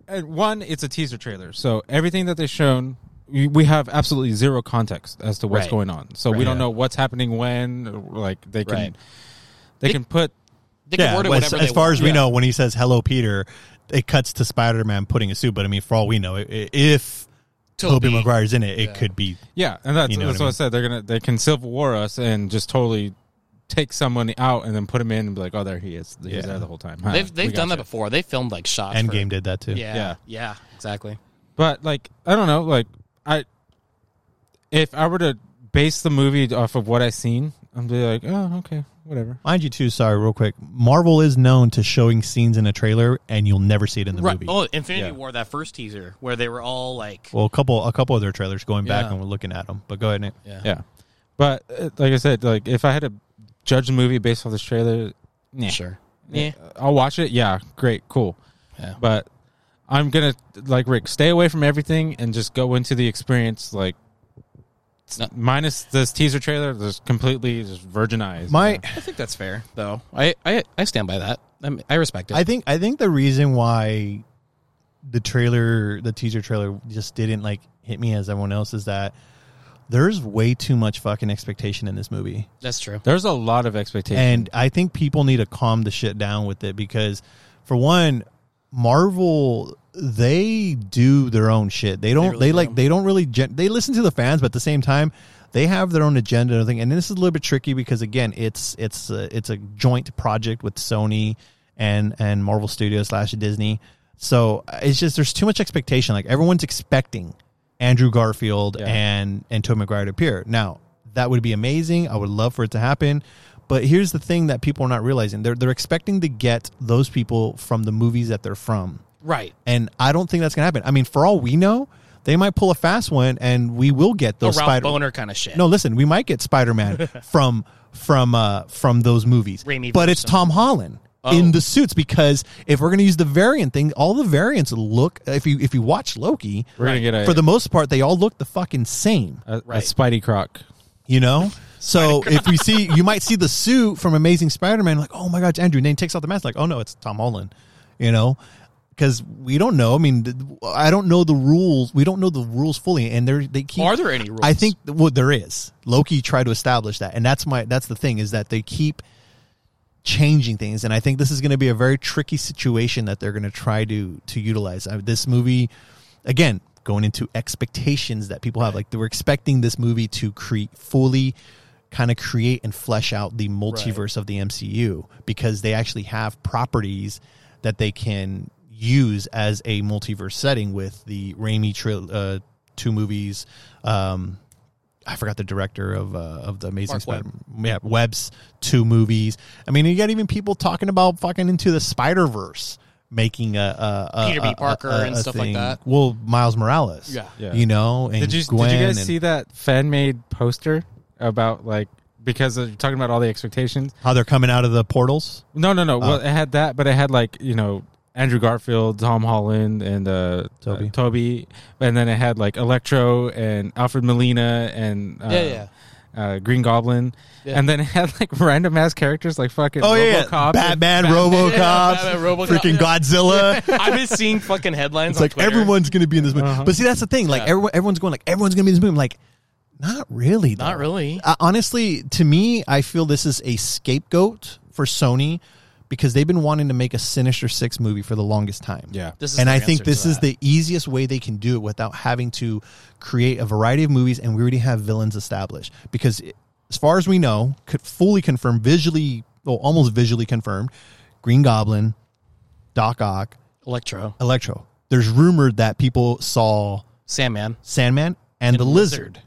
And one, it's a teaser trailer, so everything that they've shown, we, we have absolutely zero context as to what's Right. going on. So we Right. don't know what's happening when. or, Like they can Right. they can put they can yeah. word it as, whatever as they far want. as we know, when he says "Hello, Peter," it cuts to Spider Man putting a suit. But I mean, for all we know, i- i- if Tobey Tobey. Maguire's in it, it could be. Yeah, and that's, You know that's what I what I said. They're gonna they can civil war us and just totally take someone out and then put him in and be like, oh, there he is. He Yeah. was there the whole time. Huh, They've we they've done that gotcha. before. They filmed like shots. for- Endgame did that too. Yeah, Yeah. yeah, exactly. But like, I don't know. Like, I if I were to base the movie off of what I seen, I'm be like, oh, okay, whatever. Mind you, too. Sorry, real quick. Marvel is known to showing scenes in a trailer, and you'll never see it in the Right. movie. Oh, Infinity Yeah. War, that first teaser where they were all like, Well, a couple, a couple of their trailers going back, Yeah. and we're looking at them. But go ahead, Nate. yeah, Yeah, but uh, like I said, like if I had to judge the movie based off this trailer, nah. sure, yeah, I'll watch it. Yeah, great, cool. Yeah. But I'm gonna like Rick, stay away from everything and just go into the experience like No. minus this teaser trailer, there's completely just virgin eyes. My, I think that's fair, though. I I, I stand by that. I, mean, I respect it. I think I think the reason why the trailer, the teaser trailer, just didn't like hit me as everyone else is that there's way too much fucking expectation in this movie, that's true. there's a lot of expectation. and I think people need to calm the shit down with it because, for one, Marvel they do their own shit. They don't. They, really do. like. They don't really. Gen- they listen to the fans, but at the same time. They have their own agenda and everything, and this is a little bit tricky because again, it's it's a, it's a joint project with Sony and and Marvel Studios slash Disney. So uh, it's just there's too much expectation. Like everyone's expecting Andrew Garfield and and Tobey Maguire to appear. Now that would be amazing. I would love for it to happen. But here's the thing that people are not realizing: they're they're expecting to get those people from the movies that they're from. Right. And I don't think that's going to happen. I mean, for all we know, they might pull a fast one and we will get The those Oh, Ralph Spider Boner kind of shit. No, listen, we might get Spider-Man from from uh from those movies. Raimi Oh. but verse it's them. Tom Holland in the suits because if we're going to use the variant thing, all the variants look if you if you watch Loki, We're gonna get a, for the most part they all look the fucking same a, a Right. Spidey croc. you know? So if we see, you might see the suit from Amazing Spider-Man, like, oh my God, it's Andrew. And then he takes out the mask, like, oh no, it's Tom Holland, you know? Because we don't know. I mean, th- I don't know the rules. We don't know the rules fully, and there they keep. Are there any rules? I think well, there is. Loki tried to establish that, and that's my that's the thing is that they keep changing things, and I think this is going to be a very tricky situation that they're going to try to to utilize. I, this movie, again, going into expectations that people have, like they were expecting this movie to create fully kind of create and flesh out the multiverse of the MCU because they actually have properties that they can use as a multiverse setting with the Raimi tril uh, two movies. Um, I forgot the director of uh, of the Amazing Mark Webb. Spider. Yeah, Webb's two movies. I mean, you got even people talking about fucking into the Spider Verse making a, a, a Peter B. a- a- Parker a- and a stuff like thing. that. Well, Miles Morales. Yeah. Yeah. you know. And Did you Gwen did you guys and see that fan made poster about like because of, you're talking about all the expectations? how they're coming out of the portals? No, no, no. well, Uh. it had that, but it had like you know Andrew Garfield, Tom Holland, and uh, Toby. uh, Toby, and then it had like Electro and Alfred Molina and uh, Yeah, Uh, Green Goblin, and then it had like random ass characters like fucking Oh yeah, RoboCop and- Batman, RoboCop, Batman, RoboCop, freaking Godzilla. I've been seeing fucking headlines. It's like everyone's going to be in this movie. Uh-huh. But see, that's the thing. Like everyone, everyone's going like everyone's going to be in this movie. I'm like, not really. though. Not really. Uh, honestly, to me, I feel this is a scapegoat for Sony because they've been wanting to make a Sinister Six movie for the longest time. Yeah. This is and their I think answer to this is that. the easiest way they can do it without having to create a variety of movies, and we already have villains established. Because it- as far as we know, could fully confirmed, visually, well, almost visually confirmed, Green Goblin, Doc Ock, Electro, Electro. There's rumored that people saw Sandman, Sandman and, the lizard. Lizard.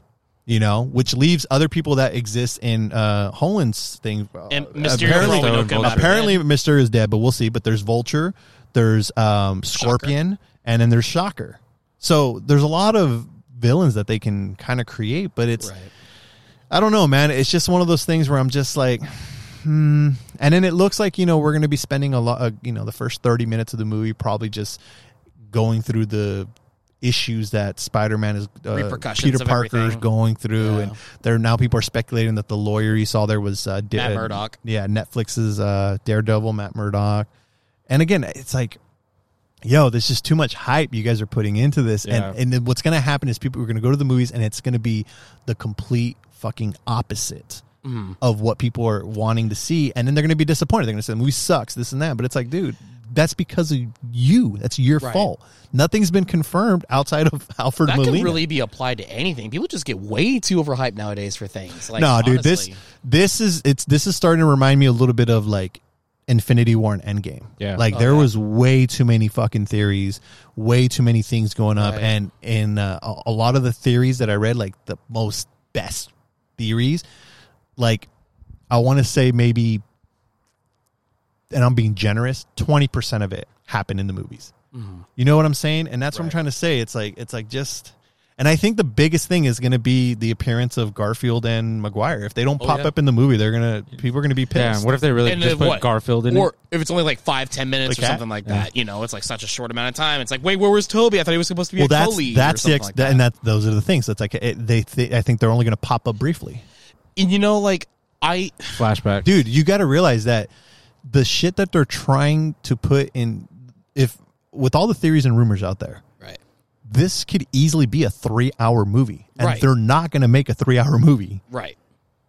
you know, which leaves other people that exist in uh, Holland's thing. and Uh, Mysterio apparently, Roanoke and apparently Batman. Mister is dead, but we'll see. But there's Vulture, there's um, Scorpion, and then there's Shocker. So there's a lot of villains that they can kind of create, but it's Right. I don't know, man. It's just one of those things where I'm just like, hmm. And then it looks like you know we're going to be spending a lot, uh, you know, the first thirty minutes of the movie probably just going through the issues that Spider-Man is uh, Repercussions Peter of Parker's everything. going through, and there now people are speculating that the lawyer you saw there was uh, Da- Matt Murdock. Yeah, Netflix's uh, Daredevil, Matt Murdock. And again, it's like, yo, there's just too much hype you guys are putting into this, Yeah. and and then what's going to happen is people are going to go to the movies, and it's going to be the complete fucking opposite. Mm. Of what people are wanting to see, and then they're going to be disappointed. They're going to say the movie sucks, this and that. But it's like, dude, that's because of you. That's your fault. Nothing's been confirmed outside of Alfred That Molina. could really be applied to anything. People just get way too overhyped nowadays for things. Like, no, dude, this honestly. this is it's this is starting to remind me a little bit of like Infinity War and Endgame. Yeah. like there was way too many fucking theories, way too many things going up, Right. and and uh, a, a lot of the theories that I read, like the most best theories, like I want to say maybe, and I'm being generous, twenty Mm-hmm. percent of it happened in the movies. You know what I'm saying? And that's what I'm trying to say. It's like it's like just And I think the biggest thing is going to be the appearance of Garfield and Maguire. If they don't Oh, pop yeah. up in the movie, they're gonna people are gonna be Yeah, pissed. what if they really And just then put what? Garfield in or it? if it's only like five, ten minutes Like or that? something like that, you know, it's like such a short amount of time. It's like, wait, where was Toby? I thought he was supposed to be well, a that's co-lead or that's the something ex- like that. and that those are the things. That's like it, they. Th- I think they're only going to pop up briefly. and you know, like I Flashback. dude you got to realize that the shit that they're trying to put in if with all the theories and rumors out there right. this could easily be a three hour movie and Right. they're not going to make a three hour movie Right.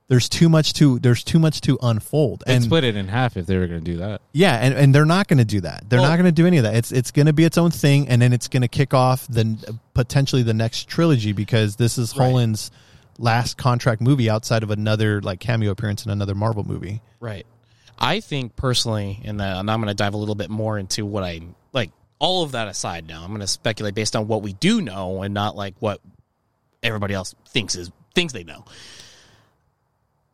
there's too much to there's too much to unfold They'd and split it in half if they were going to do that. yeah and, and they're not going to do that they're Well- not going to do any of that it's it's going to be its own thing and then it's going to kick off the potentially the next trilogy because this is Right. Holland's last contract movie outside of another like cameo appearance in another Marvel movie Right. I think personally, and uh, and I'm going to dive a little bit more into what I like. All of that aside, now I'm going to speculate based on what we do know and not like what everybody else thinks is things they know.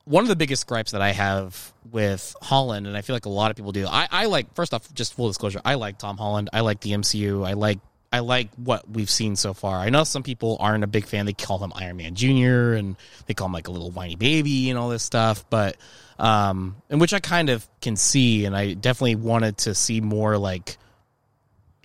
One of the biggest gripes that I have with Holland, and I feel like a lot of people do. I, I like first off, just full disclosure, I like Tom Holland. I like the MCU. I like I like what we've seen so far. I know some people aren't a big fan. They call him Iron Man Junior, and they call him like a little whiny baby and all this stuff. But um, and which I kind of can see, and I definitely wanted to see more like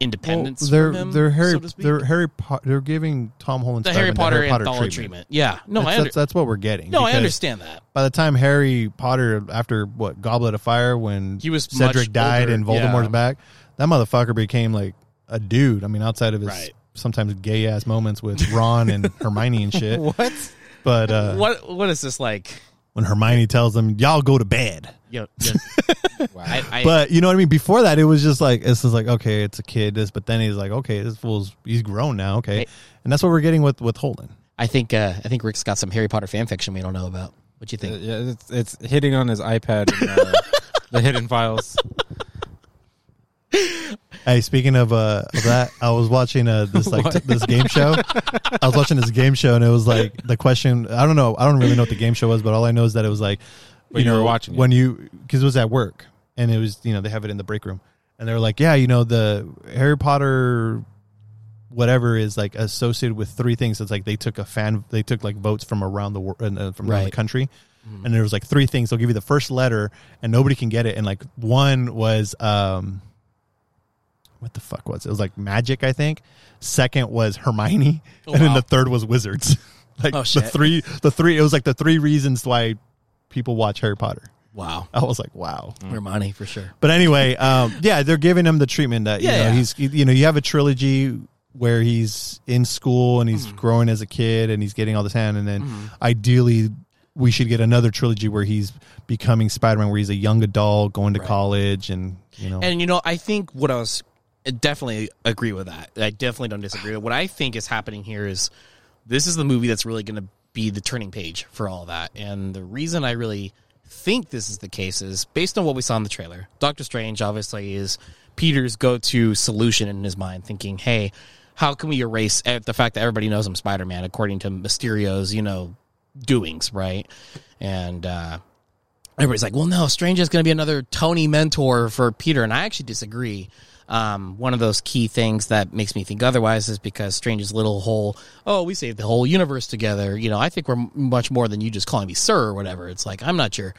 independence. Well, they're from him, they're Harry so to speak. they're Harry Po- they're giving Tom Holland the Spider-Man Harry Potter, Harry Potter anthology treatment. Yeah, no, that's, I under- that's, that's what we're getting. no, I because understand that. By the time Harry Potter, after what Goblet of Fire, when He was Cedric much died older, and Voldemort's yeah. back, that motherfucker became like a dude. I mean, outside of his Right. sometimes gay ass moments with Ron and Hermione and shit. What? But uh, what what is this like? when Hermione tells them, "Y'all go to bed," You know, you know- I, I, but you know what I mean. Before that, it was just like this is like okay, it's a kid. This, but then he's like, okay, this fool's he's grown now. Okay, Hey. and that's what we're getting with with Holden. I think uh, I think Rick's got some Harry Potter fan fiction we don't know about. What do you Uh, think? Yeah, it's, it's hitting on his iPad and, uh, the hidden files. Hey, speaking of uh of that, I was watching uh this like t- this game show. I was watching this game show and it was like the question. I don't know. I don't really know what the game show was, but all I know is that it was like But you know were watching it. when you because it was at work and it was you know they have it in the break room and they were like yeah you know the Harry Potter whatever is like associated with three things. It's like they took a fan, they took like votes from around the world, uh, from around the Right. country, and there was like three things. They'll give you the first letter, and nobody can get it. And like one was, um, what the fuck was it? It was like magic, I think. Second was Hermione, and then Oh, wow. the third was wizards. like Oh, the shit. three, the three. It was like the three reasons why people watch Harry Potter. Wow, I was like, wow. Hermione for sure. But anyway, um, yeah, they're giving him the treatment that you Yeah, know yeah. he's you know you have a trilogy where he's in school and Mm. he's growing as a kid and he's getting all this hand and then ideally we should get another trilogy where he's becoming Spider-Man where he's a young adult going to college and you know And you know, I think what I was I definitely agree with that. I definitely don't disagree. with What I think is happening here is this is the movie that's really going to be the turning page for all that. And the reason I really think this is the case is based on what we saw in the trailer. Doctor Strange obviously is Peter's go-to solution in his mind, thinking, "Hey, how can we erase eh, the fact that everybody knows I'm Spider-Man?" According to Mysterio's, you know, doings, right? And uh, everybody's like, well, no, Strange is going to be another Tony mentor for Peter. And I actually disagree. Um, one of those key things that makes me think otherwise is because Strange's little whole, oh, we saved the whole universe together. You know, I think we're m- much more than you just calling me sir or whatever. It's like, I'm not your,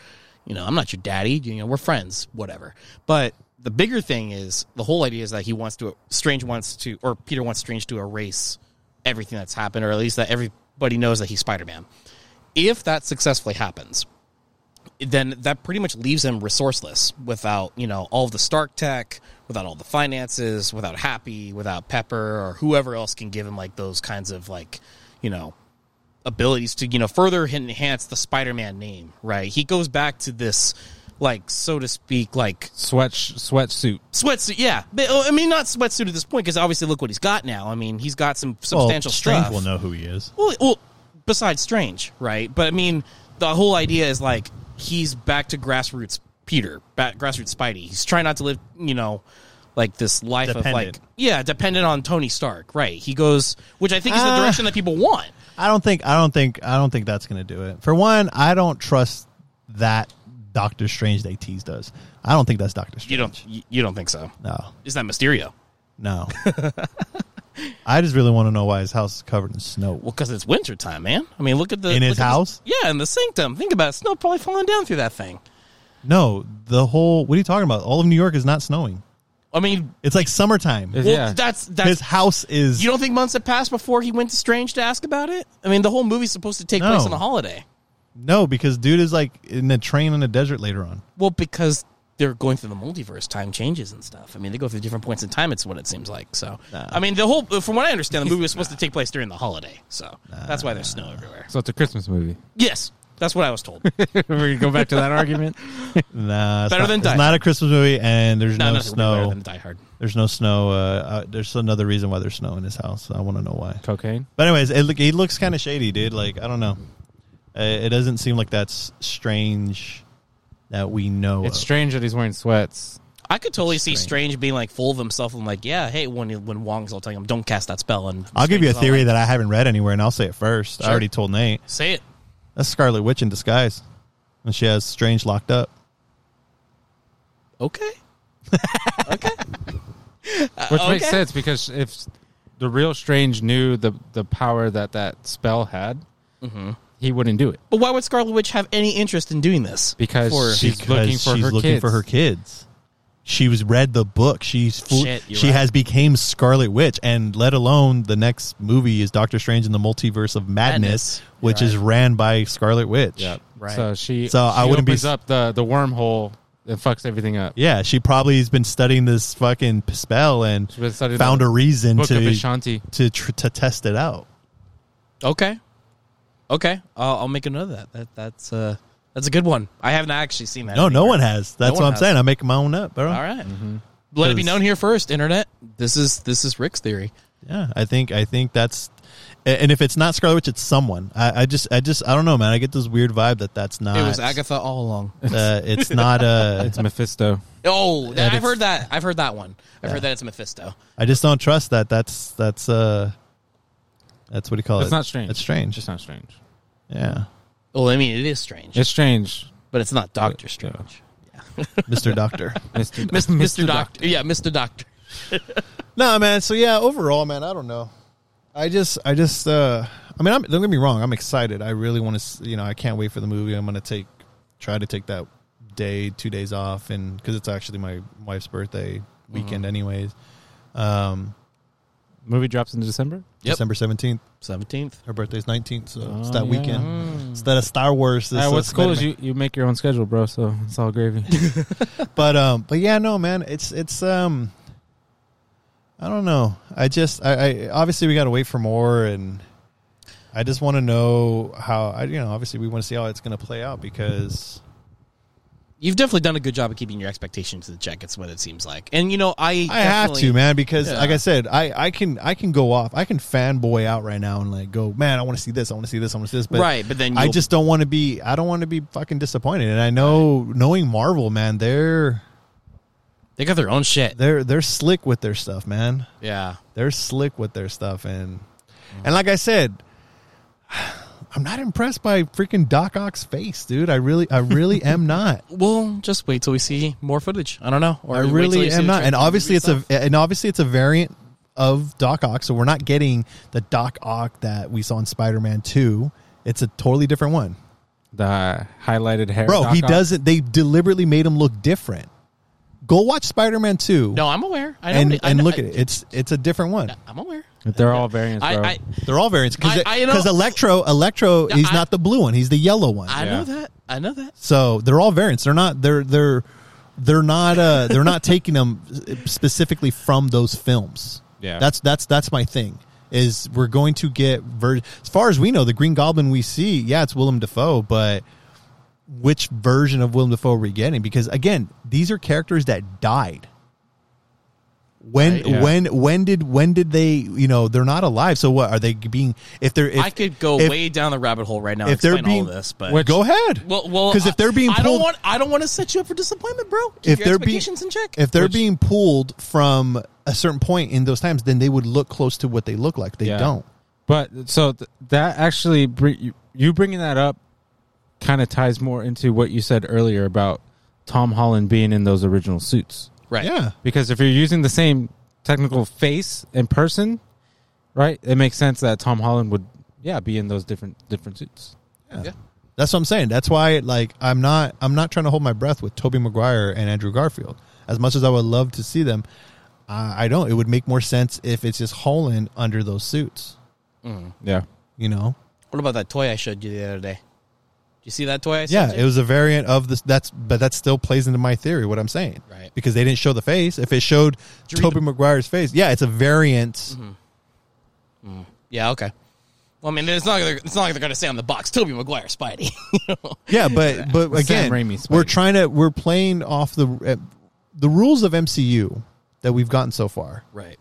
you know, I'm not your daddy. You know, we're friends, whatever. But the bigger thing is the whole idea is that he wants to, Strange wants to, or Peter wants Strange to erase everything that's happened, or at least that everybody knows that he's Spider Man. If that successfully happens, then that pretty much leaves him resourceless without you know all of the Stark tech, without all the finances, without Happy, without Pepper, or whoever else can give him like those kinds of like you know abilities to you know further enhance the Spider-Man name. Right? He goes back to this like so to speak like Sweat sweatsuit. sweatsuit. Yeah, but, oh, I mean not sweatsuit at this point because obviously look what he's got now. I mean he's got some Well, substantial Strange stuff. will know who he is. Well, well, besides Strange, right? But I mean, the whole idea is like he's back to grassroots Peter, back, grassroots Spidey. He's trying not to live, you know, like this life Dependent. of like yeah, dependent on Tony Stark, right? He goes, which I think is Ah. the direction that people want. I don't think I don't think I don't think that's going to do it. For one, I don't trust that Doctor Strange they teased us. I don't think that's Doctor Strange. You don't, you you don't think so? No. Is that Mysterio? No. I just really want to know why his house is covered in snow. Well, because it's winter time, man. I mean, look at the In his look at house? this- yeah, in the sanctum. Think about it. snow probably falling down through that thing. No, the whole. What are you talking about? All of New York is not snowing. I mean, It's like summertime. It's- well, Yeah. that's that's. His house is. you don't think months had passed before he went to Strange to ask about it? I mean, the whole movie's supposed to take No. place on a holiday. no, because dude is like in a train in the desert later on. Well, because they're going through the multiverse, time changes and stuff. I mean, they go through different points in time. It's what it seems like. So, I mean, the whole from what I understand, the movie was supposed to take place during the holiday. So that's why there's snow everywhere. So it's a Christmas movie. Yes, that's what I was told. We're gonna go back to that argument. Nah, it's Better not- than Die It's not a Christmas movie, and there's no, no, nothing would be better snow. than Die Hard. There's no snow. Uh, uh, there's another reason why there's snow in his house. I want to know why. Cocaine. But anyways, it look, he looks kind of shady, dude. Like I don't know. Uh, It doesn't seem like that's strange that we know. It's of. strange that he's wearing sweats. I could totally see Strange being like full of himself and like, yeah, hey, when when Wong's all telling him, don't cast that spell. And I'll give you a Strange is all theory like, that I haven't read anywhere, and I'll say it first. I Sure. already told Nate. say it. That's Scarlet Witch in disguise, and she has Strange locked up. Okay, Which makes Uh, okay. sense because if the real Strange knew the the power that that spell had, Mm-hmm. he wouldn't do it but why would Scarlet Witch have any interest in doing this? because For- she's looking for she's her looking kids. for her kids. She was read the book. She's fu- Shit, you're she right. has became Scarlet Witch, and let alone the next movie is Doctor Strange in the Multiverse of Madness, Madness. which is ran by Scarlet Witch. Yep. Right. So she. So I she wouldn't be opens s- up the the wormhole and fucks everything up. Yeah, she probably has been studying this fucking spell and been studying found the a reason Book of to Ashanti. to, tr- to test it out. Okay. Okay. I'll, I'll make another that. that that's uh that's a good one. I haven't actually seen that. No, no anywhere. one has. That's one what I'm has. saying. I'm making my own up, bro. All right. Let it be 'Cause- known here first, internet. This is this is Rick's theory. Yeah, I think I think that's, a- and if it's not Scarlet Witch, it's someone. I, I just I just I don't know, man. I get this weird vibe that that's not. It was Agatha all along. Uh, it's not. Uh, It's Mephisto. Oh, That I've it's- heard that. I've heard that one. I've heard that it's Mephisto. I just don't trust that. That's that's uh, that's what do you call It's it? not strange. It's strange. It's not strange. yeah, Well, I mean, it is strange, It's strange, but it's not Doctor Strange. Mister Doctor. Mister Mis- Mr. Doctor. Yeah, Mr. Doctor. No, man. So yeah, overall, man, I don't know. I just, I just, uh, I mean, I'm, don't get me wrong. I'm excited. I really want to, you know, I can't wait for the movie. I'm gonna take, try to take that day, two days off, and because it's actually my wife's birthday weekend, Mm-hmm. anyways. Um, Movie drops in December. Yep. December seventeenth. 17th. Her birthday's nineteenth, so it's Oh, that yeah. weekend. It's that a Star Wars. This, Uh, uh, what's cool is Spider-Man. you, you make your own schedule, bro. So it's all gravy. but um but yeah no man it's it's um i don't know i just i, I obviously we gotta wait for more and i just want to know how i you know obviously we want to see how it's gonna play out because You've definitely done a good job of keeping your expectations in check. It's what it seems like. And you know, I i have definitely- to man because Yeah. like i said i i can i can go off i can fanboy out right now and like go man i want to see this i want to see this i want to see this but right, but then i you'll- just don't want to be i don't want to be fucking disappointed and i know knowing marvel man they're they got their own shit. they're they're slick with their stuff man Yeah. they're slick with their stuff and and like I said, I'm not impressed by freaking Doc Ock's face, dude. I really I really am not. Well, just wait till we see more footage. I don't know. Or I wait till you really see the am not. trailer And obviously it's a yourself. and obviously it's a variant of Doc Ock, so we're not getting the Doc Ock that we saw in Spider-Man 2. It's a totally different one. the highlighted hair, Bro, Doc he Ock. doesn't they deliberately made him look different. Go watch Spider-Man 2 No, I'm aware. I know and what I and know- look at it. It's it's a different one. I'm aware. They're all variants, bro. I, I They're all variants I- because I know- Electro Electro No, he's I- not the blue one, he's the yellow one. I Yeah. know that. I know that. So they're all variants. They're not. They're they're they're not. Uh, they're not taking them specifically from those films. Yeah. that's that's that's my thing. Is we're going to get ver- as far as we know, the Green Goblin we see. Yeah, it's Willem Dafoe, but which version of Willem Dafoe are we getting? Because again, these are characters that died. When Yeah. when when did when did they you know they're not alive so what are they being if they're if, I could go if- way down the rabbit hole right now. if If they're explain all being- this, but Which- go ahead well, well, because if they're being I, I pulled- don't want. I don't want to set you up for disappointment, bro. Keep if your they're being expectations in check. if they're Which- being pulled from a certain point in those times, then they would look close to what they look like. They Yeah. don't. But so th- that actually, br- you, you bringing that up kind of ties more into what you said earlier about Tom Holland being in those original suits. right, Yeah, Because if you're using the same technical face and person, right? It makes sense that Tom Holland would, yeah, be in those different different suits. That's what I'm saying. That's why like I'm not I'm not trying to hold my breath with Toby Maguire and Andrew Garfield. As much as I would love to see them, I, I don't. It would make more sense if it's just Holland under those suits. Yeah, You know? What about that toy I showed you the other day? Did you see that toy? I Yeah, sent it you? was a variant of this. That's but that still plays into my theory. What I'm saying, Right. Because they didn't show the face. If it showed you read Toby Maguire's face, yeah, it's a variant. Yeah. Okay. Well, I mean, it's not. It's not like they're going to say on the box, "Toby Maguire, Spidey." You know? Yeah, but but again, Raimi's we're Spidey. trying to we're playing off the uh, the rules of MCU that we've gotten so far. Right.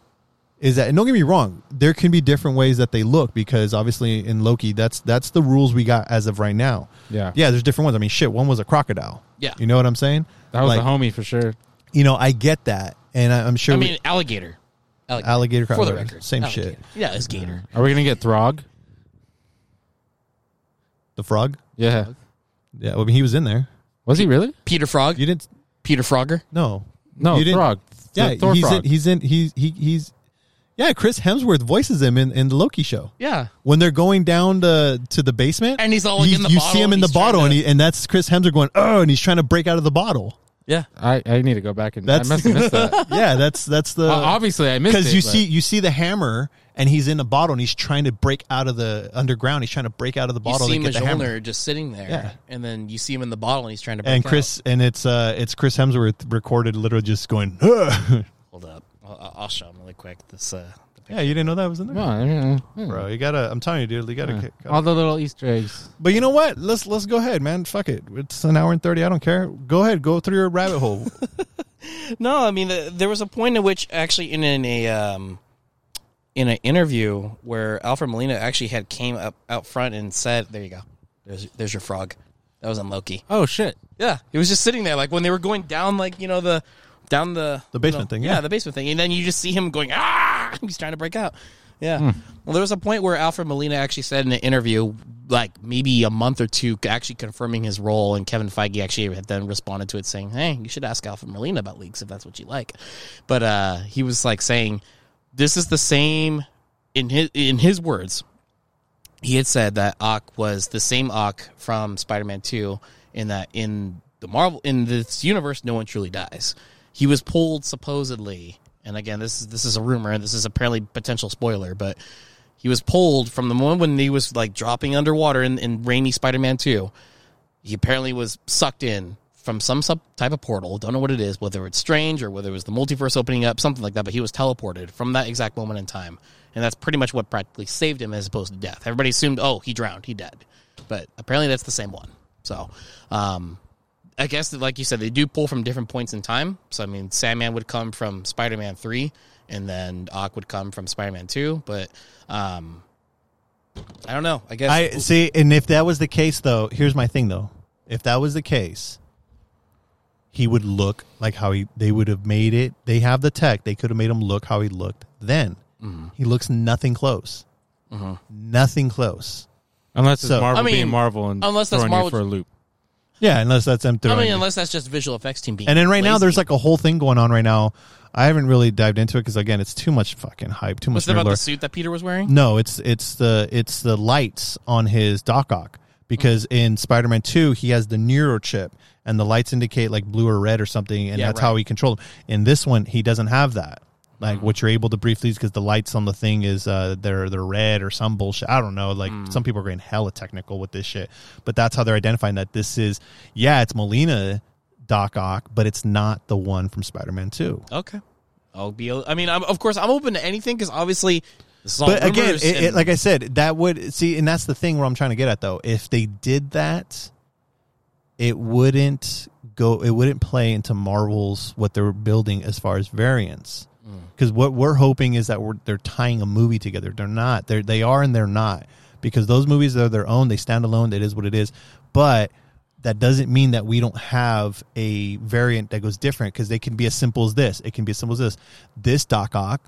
is that and don't get me wrong there can be different ways that they look because obviously in loki that's that's the rules we got as of right now Yeah. yeah there's different ones i mean shit one was a crocodile Yeah. you know what i'm saying that was like, a homie for sure. you know i get that and I, i'm sure I we- mean, alligator. Alligator. alligator For crocodile the record, same Alligator. shit Yeah, it's gator. Are we gonna get Throg? the frog Yeah, yeah i mean he was in there was he really? Peter Frog. you didn't Peter Frogger. no No, you didn't, Throg. yeah Th- Thor he's Frog. in he's in he's he, he's yeah chris hemsworth voices him in in the loki show Yeah. when they're going down to to the basement, And he's all, like, you, in the you bottle see him and in the he's trying bottle, and to- he, and that's Chris Hemsworth going, oh, and he's trying to break out of the bottle. Yeah. I, I need to go back and That's I must have missed that. yeah, that's that's the Uh, obviously, I missed it. because you but- see you see the hammer, and he's in a bottle, and he's trying to break out of the underground. He's trying to break out of the You bottle see to him get as the hammer. Olner just sitting there, Yeah. and then you see him in the bottle, and he's trying to. Break And out. Chris, and it's uh, it's Chris Hemsworth recorded, literally just going, "Ugh." hold up, I'll, I'll show him really quick. This. Uh, yeah, you didn't know that was in there, Oh, yeah, yeah. bro. You gotta, I'm telling you, dude, you gotta. kick- all the little Easter eggs. But you know what? Let's let's go ahead, man. Fuck it. It's an hour and thirty. I don't care. Go ahead, go through your rabbit hole. No, I mean the, there was a point at which actually in in a um, in an interview where Alfred Molina actually had came up out front and said, "There you go, there's there's your frog." That was on Loki. Oh shit! Yeah, he was just sitting there like when they were going down, like you know the down the The basement you know, thing, yeah. the basement thing, and then you just see him going ah, he's trying to break out. Yeah. Hmm. Well, there was a point where Alfred Molina actually said in an interview, like maybe a month or two, actually confirming his role, and Kevin Feige actually had then responded to it saying, "Hey, you should ask Alfred Molina about leaks if that's what you like." But uh, he was like saying, "This is the same." In his in his words, he had said that Ock was the same Ock from Spider-Man 2 in that in the Marvel in this universe no one truly dies. He was pulled supposedly, and again this is this is a rumor and this is apparently potential spoiler, but he was pulled from the moment when he was like dropping underwater in, in rainy Spider-Man 2. He apparently was sucked in from some sub type of portal. Don't know what it is, whether it's strange or whether it was the multiverse opening up, something like that. But he was teleported from that exact moment in time, and that's pretty much what practically saved him as opposed to death. Everybody assumed, oh, he drowned, he dead, but apparently that's the same one. So, um, I guess that, like you said, they do pull from different points in time. So I mean, Sandman would come from Spider-Man three, and then Ock would come from Spider-Man two. But um, I don't know. I guess I see, and if that was the case, though, here's my thing, though. If that was the case, he would look like how he. They would have made it. They have the tech. They could have made him look how he looked then. Mm-hmm. He looks nothing close. Nothing close. Unless it's So- Marvel I mean, being Marvel and unless that's throwing Marvel- you for a loop. Yeah, unless that's them I throwing. mean, it. unless that's just visual effects team being. and then right now, lazy. there's like a whole thing going on right now. I haven't really dived into it because again, it's too much fucking hype, too much Mm. Was it about nerd lore. the suit that Peter was wearing? No, it's it's the it's the lights on his Doc Ock because Oh. in Spider-Man 2 he has the neurochip and the lights indicate like blue or red or something and Yeah, that's right. Hmm. how he controls them. In this one he doesn't have that. Like what you're able to briefly because the lights on the thing is uh they're they're red or some bullshit. I don't know. Like Hmm. some people are getting hella technical with this shit, but that's how they're identifying that this is yeah it's Molina Doc Ock, but it's not the one from Spider-Man 2. Okay. I'll be. I mean, I'm, of course, I'm open to anything because obviously, this is all but again, rumors it, it, and- like I said, that would see, and that's the thing where I'm trying to get at though. If they did that, it wouldn't go. It wouldn't play into Marvel's what they're building as far as variants. Mm. Because what we're hoping is that we're, they're tying a movie together. They're not. They're they are and they're not. Because those movies are their own. They stand alone. It is what it is. But that doesn't mean that we don't have a variant that goes different. Because they can be as simple as this. It can be as simple as this. This Doc Ock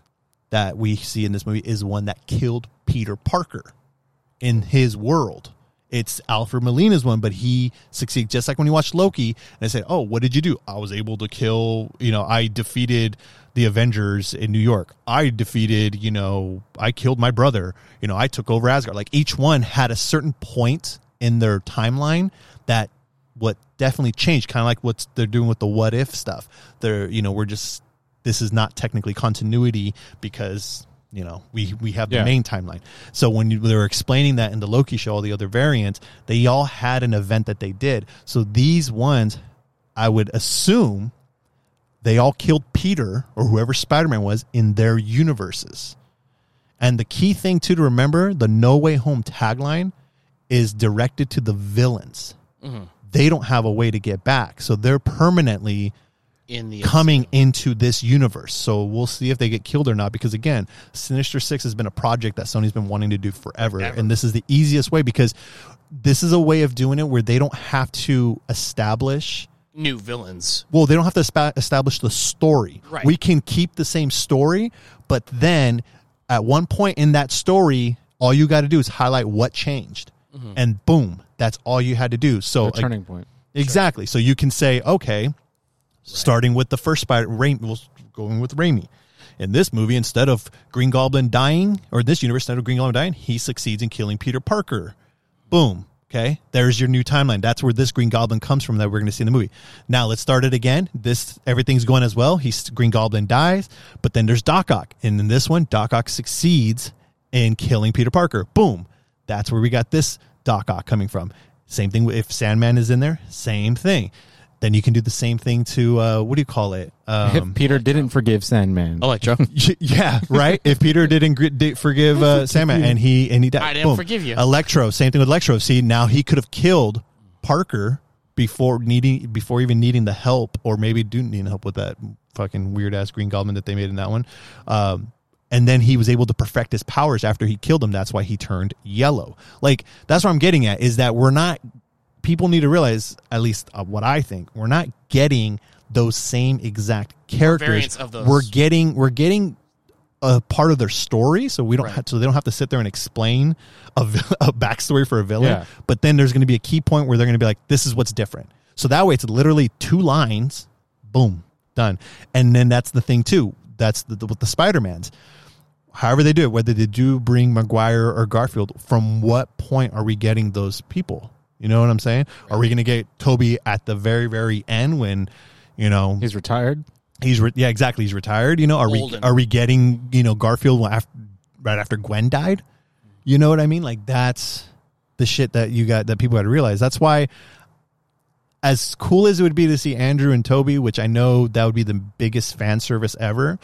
that we see in this movie is one that killed Peter Parker in his world. it's Alfred Molina's one, but he succeeded just like when you watched Loki. And I said, "Oh, what did you do? I was able to kill. You know, I defeated the Avengers in New York. I defeated. You know, I killed my brother. You know, I took over Asgard. Like each one had a certain point in their timeline that what definitely changed. Kind of like what they're doing with the what if stuff. They're you know we're just this is not technically continuity because you know we we have the Yeah. main timeline so when you, they were explaining that in the loki show all the other variants they all had an event that they did so these ones i would assume they all killed peter or whoever spider-man was in their universes and the key thing too to remember the no way home tagline is directed to the villains they don't have a way to get back so they're permanently in the coming into this universe. So we'll see if they get killed or not. Because again, Sinister Six has been a project that Sony's been wanting to do forever, and this is the easiest way because this is a way of doing it where they don't have to establish. new villains. Well, they don't have to spa- establish the story. Right. We can keep the same story, but then at one point in that story, all you got to do is highlight what changed, and boom, that's all you had to do. So A turning point. Exactly. So you can say, okay, starting with the first Spider, Ra- well, going with Raimi. In this movie, instead of Green Goblin dying, or this universe, instead of Green Goblin dying, he succeeds in killing Peter Parker. Boom. Okay. There's your new timeline. That's where this Green Goblin comes from that we're going to see in the movie. Now let's start it again. This everything's going as well. He's Green Goblin dies, but then there's Doc Ock, and in this one, Doc Ock succeeds in killing Peter Parker. Boom. That's where we got this Doc Ock coming from. Same thing if Sandman is in there. Same thing. Then you can do the same thing to uh, what do you call it? Um, if Peter didn't forgive Sandman, Electro. Y- yeah, right. If Peter didn't gr- did forgive uh, Sandman and he and he died, I didn't forgive you. Electro, same thing with Electro. See, now he could have killed Parker before needing before even needing the help, or maybe didn't need help with that fucking weird ass Green Goblin that they made in that one. Um, and then he was able to perfect his powers after he killed him. That's why he turned yellow. Like that's what I'm getting at is that we're not people need to realize, at least uh, what I think, we're not getting those same exact characters. variants of those. We're getting we're getting a part of their story, so we don't have, so they don't have to sit there and explain a, vil- a backstory for a villain. Yeah. But then there's going to be a key point where they're going to be like, "This is what's different." So that way, it's literally two lines, boom, done. And then that's the thing too. That's the, the, with the Spider Mans however they do it, whether they do bring Maguire or Garfield, from what point are we getting those people? You know what I'm saying? Are we going to get Toby at the very, very end when, you know, he's retired. he's re- yeah, exactly, he's retired. You know, are we Olden. are we getting you know Garfield after, right after Gwen died? You know what I mean? Like that's the shit that you got that people had to realize. That's why, as cool as it would be to see Andrew and Toby, which I know that would be the biggest fan service ever.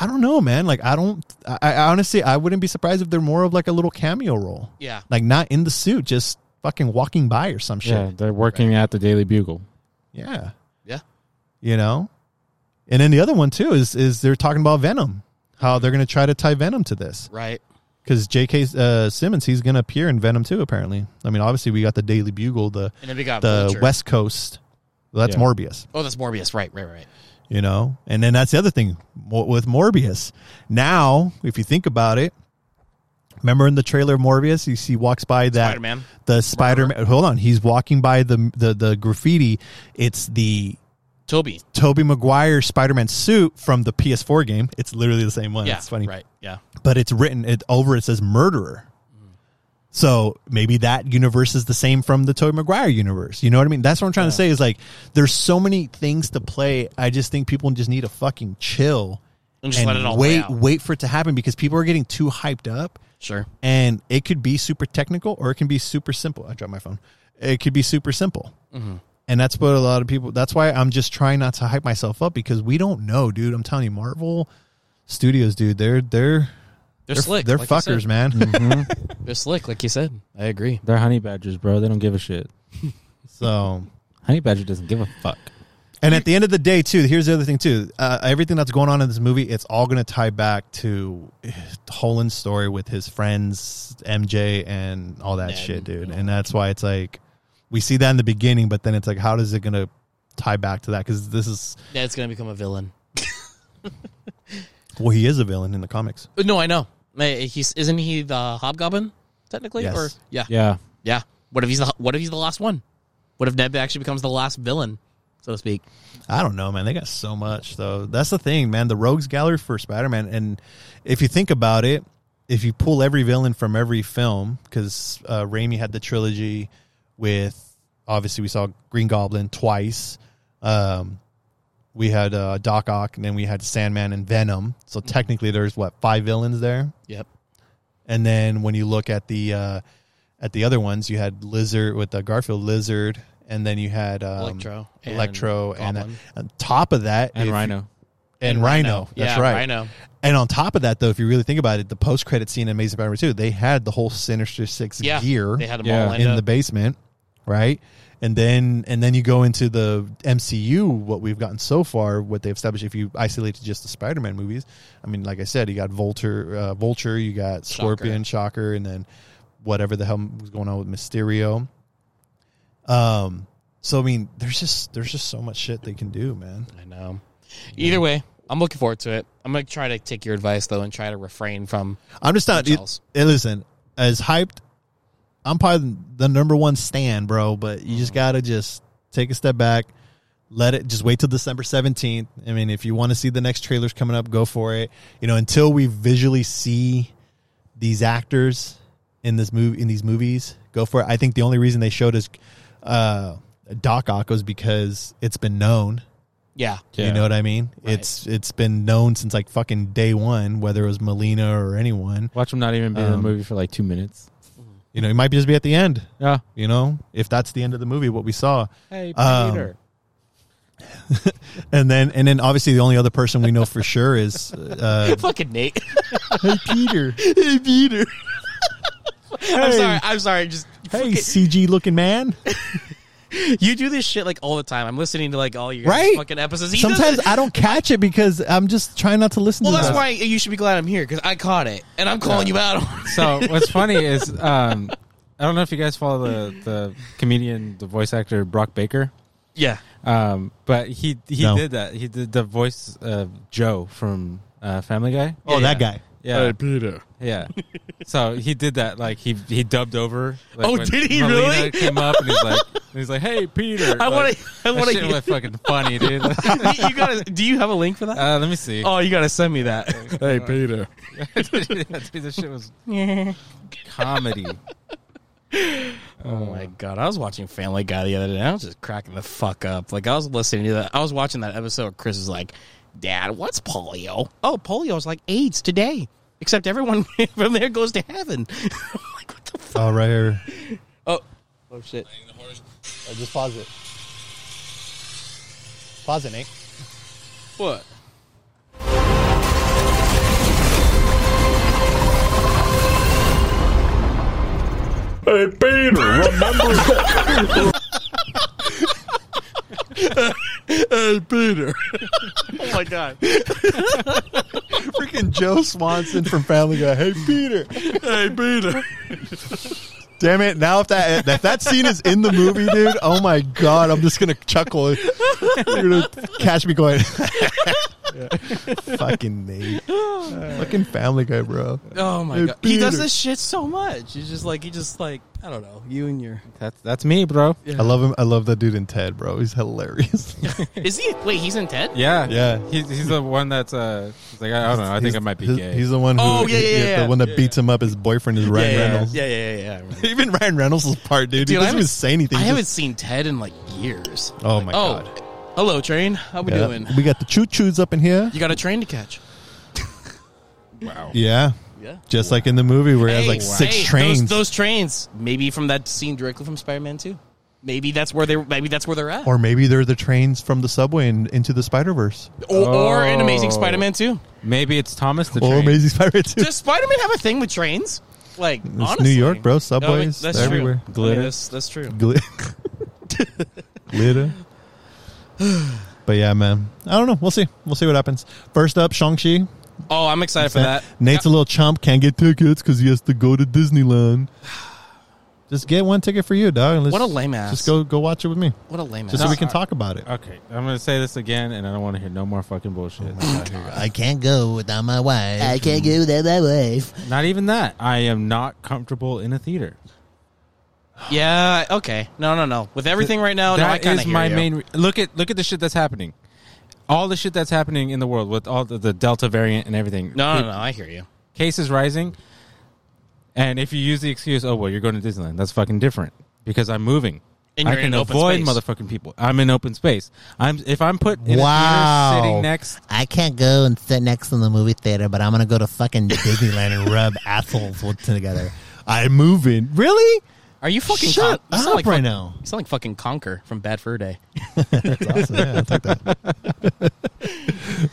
I don't know, man. Like, I don't. I, I honestly, I wouldn't be surprised if they're more of like a little cameo role. Yeah. like not in the suit, just fucking walking by or some shit. Yeah, they're working at the Daily Bugle. Yeah. Yeah. You know? And then the other one too is is they're talking about Venom. How they're going to try to tie Venom to this. Right. Cuz JK uh, Simmons he's going to appear in Venom too apparently. I mean obviously we got the Daily Bugle, the And then we got the Vulture. West Coast. Well, that's Yeah. Morbius, Oh, that's Morbius. Right. Right. Right. you know? And then that's the other thing Mo- with Morbius. Now, if you think about it, remember in the trailer of Morbius, you see walks by that Spider-Man. the Spider-Man. Hold on, he's walking by the the the graffiti. It's the Toby. Toby Maguire Spider-Man suit from the PS4 game. It's literally the same one. Yeah. it's funny, Right. Yeah. but it's written it over. It says murderer. So maybe that universe is the same from the Toby Maguire universe. You know what I mean? That's what I'm trying to say. Is like there's so many things to play. I just think people just need to fucking chill And just let it all play wait out. wait for it to happen because people are getting too hyped up Sure. and it could be super technical or it can be super simple. I dropped my phone. It could be super simple. Mm-hmm. And that's what a lot of people, that's why I'm just trying not to hype myself up because we don't know, dude. I'm telling you, Marvel Studios, dude, they're, they're, They're, slick. They're like you fuckers, said. Mm-hmm. man. They're slick, like you said. I agree. They're honey badgers, bro. They don't give a shit. so, Honey badger doesn't give a fuck. and at the end of the day, too, here's the other thing, too. Uh, everything that's going on in this movie, it's all going to tie back to uh, Holland's story with his friends, MJ, and all that Ned. Mm-hmm. shit, dude. And that's why it's like, we see that in the beginning, but then it's like, how does it going to tie back to that? Because this is, That's gonna become a villain. well, he is a villain in the comics. Uh, But no, I know. Hey, He's isn't he the Hobgoblin technically? Yes. Or yeah. Yeah, Yeah. What if he's the What if he's the last one? What if Ned actually becomes the last villain, so to speak? I don't know, man. They got so much though. That's the thing, man. The Rogues Gallery for Spider Man, and if you think about it, if you pull every villain from every film, because uh, Raimi had the trilogy with obviously we saw Green Goblin twice. Um, we had uh, Doc Ock, and then we had Sandman and Venom. So technically, there's what five villains there. Yep. And then when you look at the uh, at the other ones, you had Lizard with the Garfield Lizard, and then you had um, Electro and Electro, and, Goblin. uh, on top of that, and if- Rhino. and, Rhino. That's yeah, right. Rhino. And on top of that, though, if you really think about it, the post credit scene in Amazing Spider-Man Two, they had the whole Sinister Six Yeah, gear they had them Yeah. all lined in up. the basement, right? And then and then you go into the MCU. What we've gotten so far, what they've established. If you isolate to just the Spider-Man movies, I mean, like I said, you got Vulture, uh, Vulture, you got Scorpion, Shocker, and then whatever the hell was going on with Mysterio. Um. So I mean, there's just there's just so much shit they can do, man. I know. Either way, I'm looking forward to it. I'm gonna try to take your advice though and try to refrain from. I'm just not. Which else? Hey, listen, as hyped, I'm probably the number one stand, bro. But you just gotta just take a step back, let it. Just wait till December 17th. I mean, if you want to see the next trailers coming up, go for it. You know, until we visually see these actors in this movie in these movies, go for it. I think the only reason they showed us uh, Doc Ock was because it's been known. Yeah, You know what I mean? It's it's been known since like fucking day one, whether it was Molina or anyone. Watch him not even be in the Um, movie for like two minutes. You know, it might just be at the end. Yeah. You know, if that's the end of the movie, what we saw, Hey, Um, Peter. and then and then obviously the only other person we know for sure is uh, fucking Nate. hey Peter, hey Peter, I'm sorry. I'm sorry. Just hey CG looking man. you do this shit like all the time. I'm listening to like all your Right? fucking episodes. He does Sometimes it- I don't catch it because I'm just trying not to listen. Well, to that's that. why you should be glad I'm here because I caught it and I'm calling you out. on it. so what's funny is um, I don't know if you guys follow the, the comedian, the voice actor Brock Baker. yeah. Um, but he he No. did that. He did the voice of Joe from uh, Family Guy. Oh, Yeah, that yeah. guy. Yeah, Peter. yeah. so he did that. Like he he dubbed over. Like, Oh, when did he Melina really? Came up and he's like, and he's like, hey Peter. I wanna- Like, I that wanna shit hear- was fucking funny, dude. you you gotta. Do you have a link for that? uh, let me see. oh, you gotta send me that. hey Peter. this shit was comedy. Oh my god, I was watching Family Guy the other day. And I was just cracking the fuck up. Like I was listening to that. I was watching that episode. Where Chris was like, "Dad, what's polio? Oh, polio is like AIDS today, except everyone from there goes to heaven." I'm like what the fuck? Oh, right here. Oh, oh shit. Uh, just pause it. Pause it, Nate. What? Hey Peter, Oh my god. freaking Joe Swanson from Family Guy. Hey Peter. hey Peter. Damn it! Now if that if that scene is in the movie, dude, oh my god, I'm just gonna chuckle. You're gonna catch me going. Fucking Nate, fucking Family Guy, bro. Oh my Hey, god. He does Peter. this shit so much. He's just like he just like I don't know. You and your That's that's me, bro. I love him. I love that dude in Ted, bro. He's hilarious. Is he wait, he's in Ted? Yeah, Yeah. He's, he's the one that's uh, he's like I, I don't know. I think I might be he's, gay. He's the one. Who, Oh, yeah, yeah, yeah. The one that beats him up. His boyfriend is Ryan Reynolds. yeah, yeah, yeah, yeah. Even Ryan Reynolds' part, dude. he Dude, I doesn't even haven't- say anything. I He haven't just- seen Ted in like years. Oh Like, my god. Hello, train. How we Yeah. doing? We got the choo choos up in here. You got a train to catch. Yeah. Yeah. Just like in the movie where he has Hey, like six hey, those- trains. Those, trains, maybe from that scene directly from Spider-Man Two. Maybe that's where they. Maybe that's where they're at. Or Or maybe they're the trains from the subway and into the Spider Verse. or, in Amazing Oh. Spider-Man Two. Maybe it's Thomas the Or Train. Oh, Amazing Spider Man 2. Does Spider-Man have a thing with trains? Like It's honestly, New York, bro. No, I mean, Subways. that's they're true. everywhere. I mean, Glitter. that's, that's true. Gl- Glitter. But yeah, man. I don't know. We'll see. We'll see what happens. First up, Shang-Chi. Oh, I'm excited for that. Nate's a little chump. Can't get tickets because he has to go to Disneyland. Just get one ticket for you, dog. and let's- What a lame ass. Just go, go watch it with me. What a lame Just so ass. we can talk about it. Okay, I'm gonna say this again, and I don't want to hear no more fucking bullshit. I can't go without my wife. I can't go without my wife. not even that. I am not comfortable in a theater. Yeah. Okay. No. No. No. With everything right now, no, I That kind is of hear my you. main. Re- look at look at the shit that's happening. All the shit that's happening in the world with all the, the Delta variant and everything. No. No. No. I hear you. cases rising. And if you use the excuse, oh well, you're going to Disneyland, that's fucking different because I'm moving. And I you're can in open avoid space. motherfucking people. I'm in open space. I'm if I'm put in a Wow. theater sitting next. I can't go and sit next to the movie theater, but I'm gonna go to fucking Disneyland and rub assholes with- together. I'm moving. Really? Are you fucking Shut con- you sound up like right fuck- now. You sound like fucking Conker from Bad Fur Day. That's awesome. Yeah, I'll take that. uh,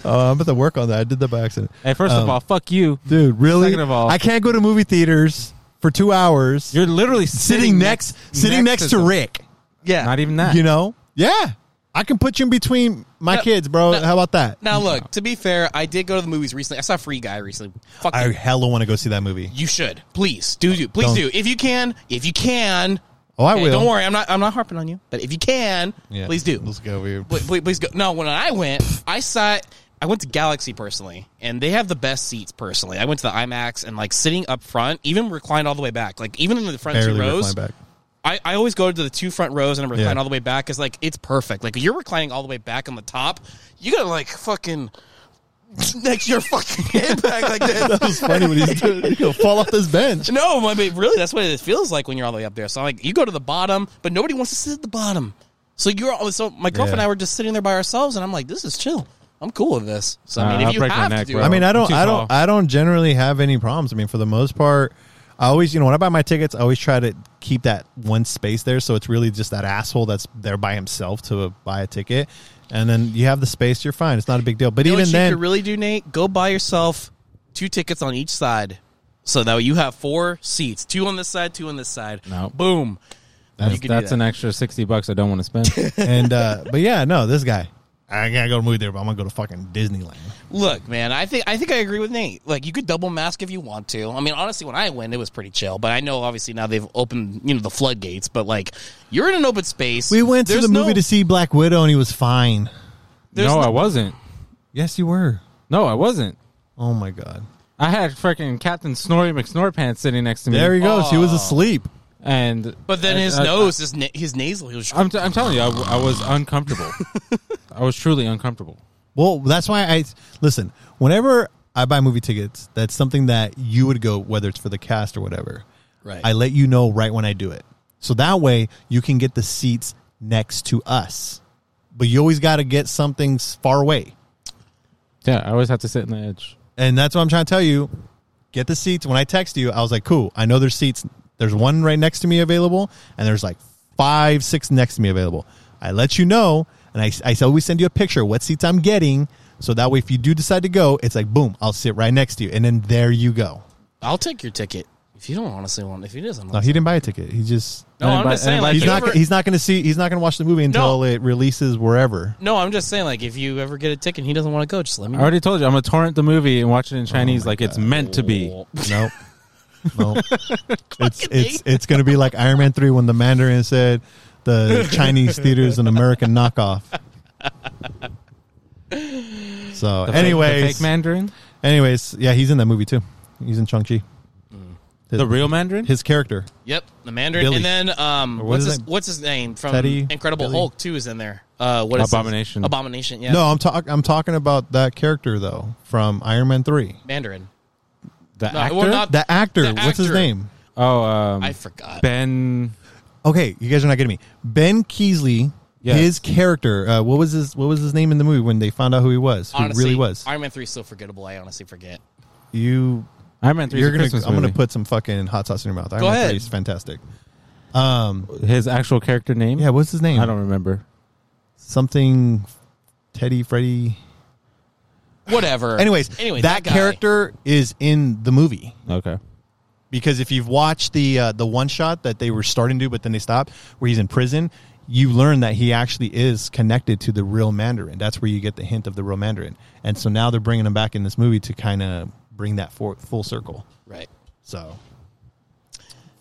I'm about to work on that. I did that by accident, Hey, first of Um, all, fuck you. dude. Really? Second of all- I can't go to movie theaters for two hours. You're literally sitting, next, sitting next, to them. Rick. Yeah, Not even that. You know? Yeah, I can put you in between my No, kids, bro. no. How about that? Now, look. To be fair, I did go to the movies recently. I saw Free Guy recently. Fuck. I you. hella want to go see that movie. you should please do do please Don't. do if you can if you can. Oh, I Okay, will. Don't worry. I'm not. I'm not harping on you. But if you can, Yeah. please do. Let's go over here. Please, please, please go. No, when I went, I saw it. I went to Galaxy personally, and they have the best seats personally. I went to the IMAX and like sitting up front, even reclined all the way back, like even in the front Barely two recline rows. back. I, I always go to the two front rows and I'm reclining Yeah. all the way back. It's like it's perfect. Like you're reclining all the way back on the top. You gotta like fucking like your fucking head back like this. It's funny when he's doing. He'll fall off this bench. No, I mean, really, that's what it feels like when you're all the way up there. So like, you go to the bottom, but nobody wants to sit at the bottom. So you're all, so my girlfriend and Yeah. I were just sitting there by ourselves, and I'm like, this is chill. I'm cool with this. So I Nah, mean, I'll if you break my have neck, to do, bro. it- I mean, I don't, too I tall. don't, I don't generally have any problems. I mean, for the most part, I always, you know, when I buy my tickets, I always try to keep that one space there, so it's really just that asshole that's there by himself to buy a ticket, and then you have the space, you're fine. It's not a big deal. But you know what even you then, could really do, Nate? Go buy yourself two tickets on each side, so that way you have four seats: two on this side, two on this side. No. boom. That's, You could do that's that. an extra sixty bucks I don't want to spend. and uh, but yeah, no, this guy, I gotta go to the movie theater, but I'm gonna go to fucking Disneyland. Look, man, I think I think I agree with Nate. Like, you could double mask if you want to. I mean, honestly, when I went, it was pretty chill. But I know, obviously, now they've opened you know the floodgates. But like, you're in an open space. We went to There's the movie no- to see Black Widow, and he was fine. there's no, no- I wasn't. Yes, you were. No, I wasn't. Oh my god. I had freaking Captain Snorri McSnorpants sitting next to me. There he goes. He was asleep. And Oh. But then I- his I- nose, his na- his nasal, he was I'm, t- I'm telling you, I, w- I was uncomfortable. I was truly uncomfortable. Well, that's why I listen. Whenever I buy movie tickets, that's something that you would go, whether it's for the cast or whatever. Right. I let you know right when I do it, so that way you can get the seats next to us. But you always got to get something s- far away, Yeah, I always have to sit in the edge. and that's what I'm trying to tell you. Get the seats. When I text you, I was like, "Cool, I know there's seats. There's one right next to me available, and there's like five, six next to me available." I let you know, and I, I always send you a picture of what seats I'm getting, so that way if you do decide to go, it's like, boom, I'll sit right next to you, and then there you go. I'll take your ticket if you don't honestly want. If he doesn't, No, want he didn't buy a ticket. He just no, I'm Anybody- just saying like he's if you not ever- he's not going to see he's not going to watch the movie until it releases wherever. no, I'm just saying like if you ever get a ticket and he doesn't want to go, just let me. I know. already told you, I'm going to torrent the movie and Oh watch it in Chinese like it's meant to be. Nope. nope. It's it's it's gonna be like Iron Man three when the Mandarin said the Chinese theater is an American knockoff. So The fake- anyways, the fake Mandarin? anyways, yeah, he's in that movie too. He's in Chung Chi. The real Mandarin? His character. Yep, the Mandarin, Billy. and then um, Or what what's is his that? what's his name from Teddy? Incredible Billy? Hulk too is in there. Uh, what is his- Abomination. Abomination, yeah. No, I'm talk I'm talking about that character though from Iron Man three. Mandarin. the No, actor? well, not- The actor, The what's his actor. name? oh, um, I forgot. Ben. Okay, you guys are not getting me. Ben Keasley, Yes. his character. Uh, what was his What was his name in the movie when they found out who he was? Who honestly, really was? Iron Man three is so forgettable. I honestly forget. you Iron Man 3 you're gonna. Christmas I'm gonna movie. put some fucking hot sauce in your mouth. Iron Go Man ahead. Three is fantastic. His actual character name? Yeah, what's his name? I don't remember. Something. Teddy, Freddy. Whatever. Anyways, anyway, that, guy. character is in the movie Okay. because if you've watched the uh, the one shot that they were starting to, do, but then they stopped, where he's in prison, you learn that he actually is connected to the real Mandarin. That's where you get the hint of the real Mandarin, and so now they're bringing him back in this movie to kind of bring that for, full circle. right? So,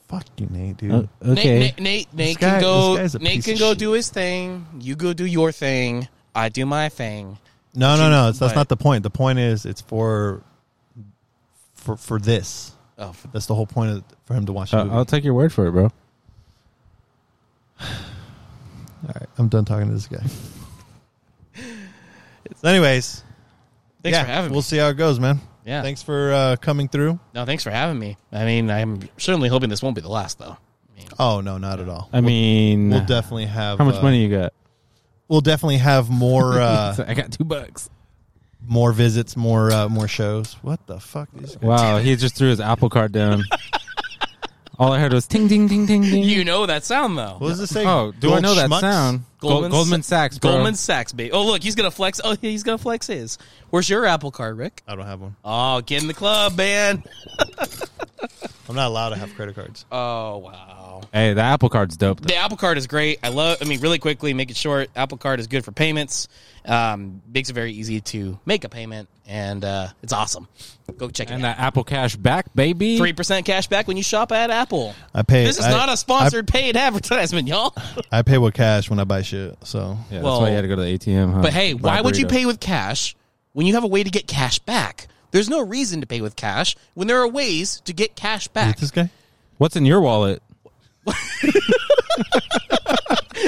fuck you, Nate, dude. Uh, okay. Nate, Nate, Nate, Nate guy- can go. this guy's a Nate piece can of go shit. do his thing. You go do your thing. I do my thing. no, no, no. That's But- not the point. The point is, it's for for for this. Oh, f- Oh, That's the whole point of, for him to watch the Uh, movie. I'll take your word for it, bro. I'm done talking to this guy. so anyways, Thanks yeah, for having me. We'll see how it goes, man. Yeah. Thanks for uh, coming through. No, thanks for having me. I mean, I'm certainly hoping this won't be the last though. Oh no, not at all. I mean, we'll definitely have how much uh, money you got? We'll definitely have more uh, I got two bucks. more visits, more uh, more shows. What the fuck? These guys- Wow, he just threw his Apple card down. All I heard was ting, ting, ting, ting, ting. You know that sound though. What does it say? oh, do I Gold know that schmucks? sound? Goldman, Goldman Goldman Sachs, bro. Goldman Sachs, baby. Oh, look, he's gonna flex. Oh, he's gonna flex his. Where's your Apple card, Rick? I don't have one. Oh, get in the club, man. I'm not allowed to have credit cards. Uh, Oh wow. Hey, the Apple card's dope. Though. The Apple Card is great. I love. I mean, really quickly, make it short. Apple Card is good for payments. Um, makes it very easy to make a payment, and uh, it's awesome. Go check And it out. that Apple Cash back, baby. Three percent cash back when you shop at Apple. I pay. This is I- not a sponsored paid advertisement, y'all. I, I pay with cash when I buy shit. So Yeah, that's Well, why you had to go to the ATM. Huh? But hey, Buy why would you burrito. pay with cash when you have a way to get cash back? There's no reason to pay with cash when there are ways to get cash Is it back. this guy. What's in your wallet? I'll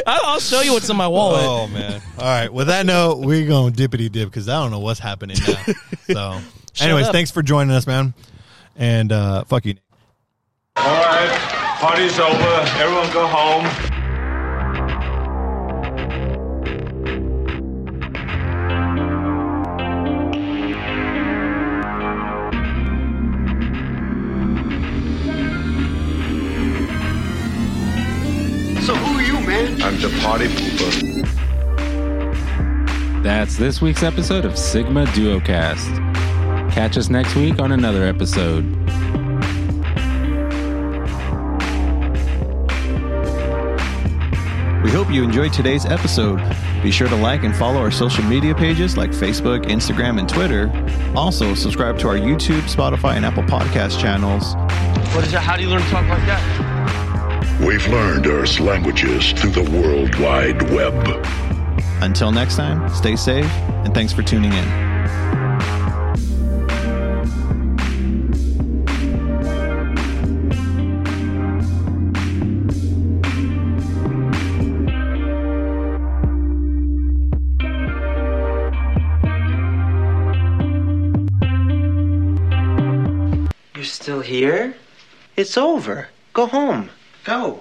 I'll show you what's in my wallet. Oh man! All right. With that note, we're going dippity dip because I don't know what's happening now. So, anyways, up. thanks for joining us, man. And uh, fuck you. All right, party's over. Everyone go home. So who are you, man? I'm the party pooper. That's this week's episode of Sigma Duocast. Catch us next week on another episode. We hope you enjoyed today's episode. Be sure to like and follow our social media pages like Facebook, Instagram, and Twitter. Also, subscribe to our YouTube, Spotify, and Apple Podcast channels. What is that? How do you learn to talk like that? We've learned Earth's languages through the World Wide Web. Until next time, stay safe, and thanks for tuning in. You're still here? It's over. Go home. Go.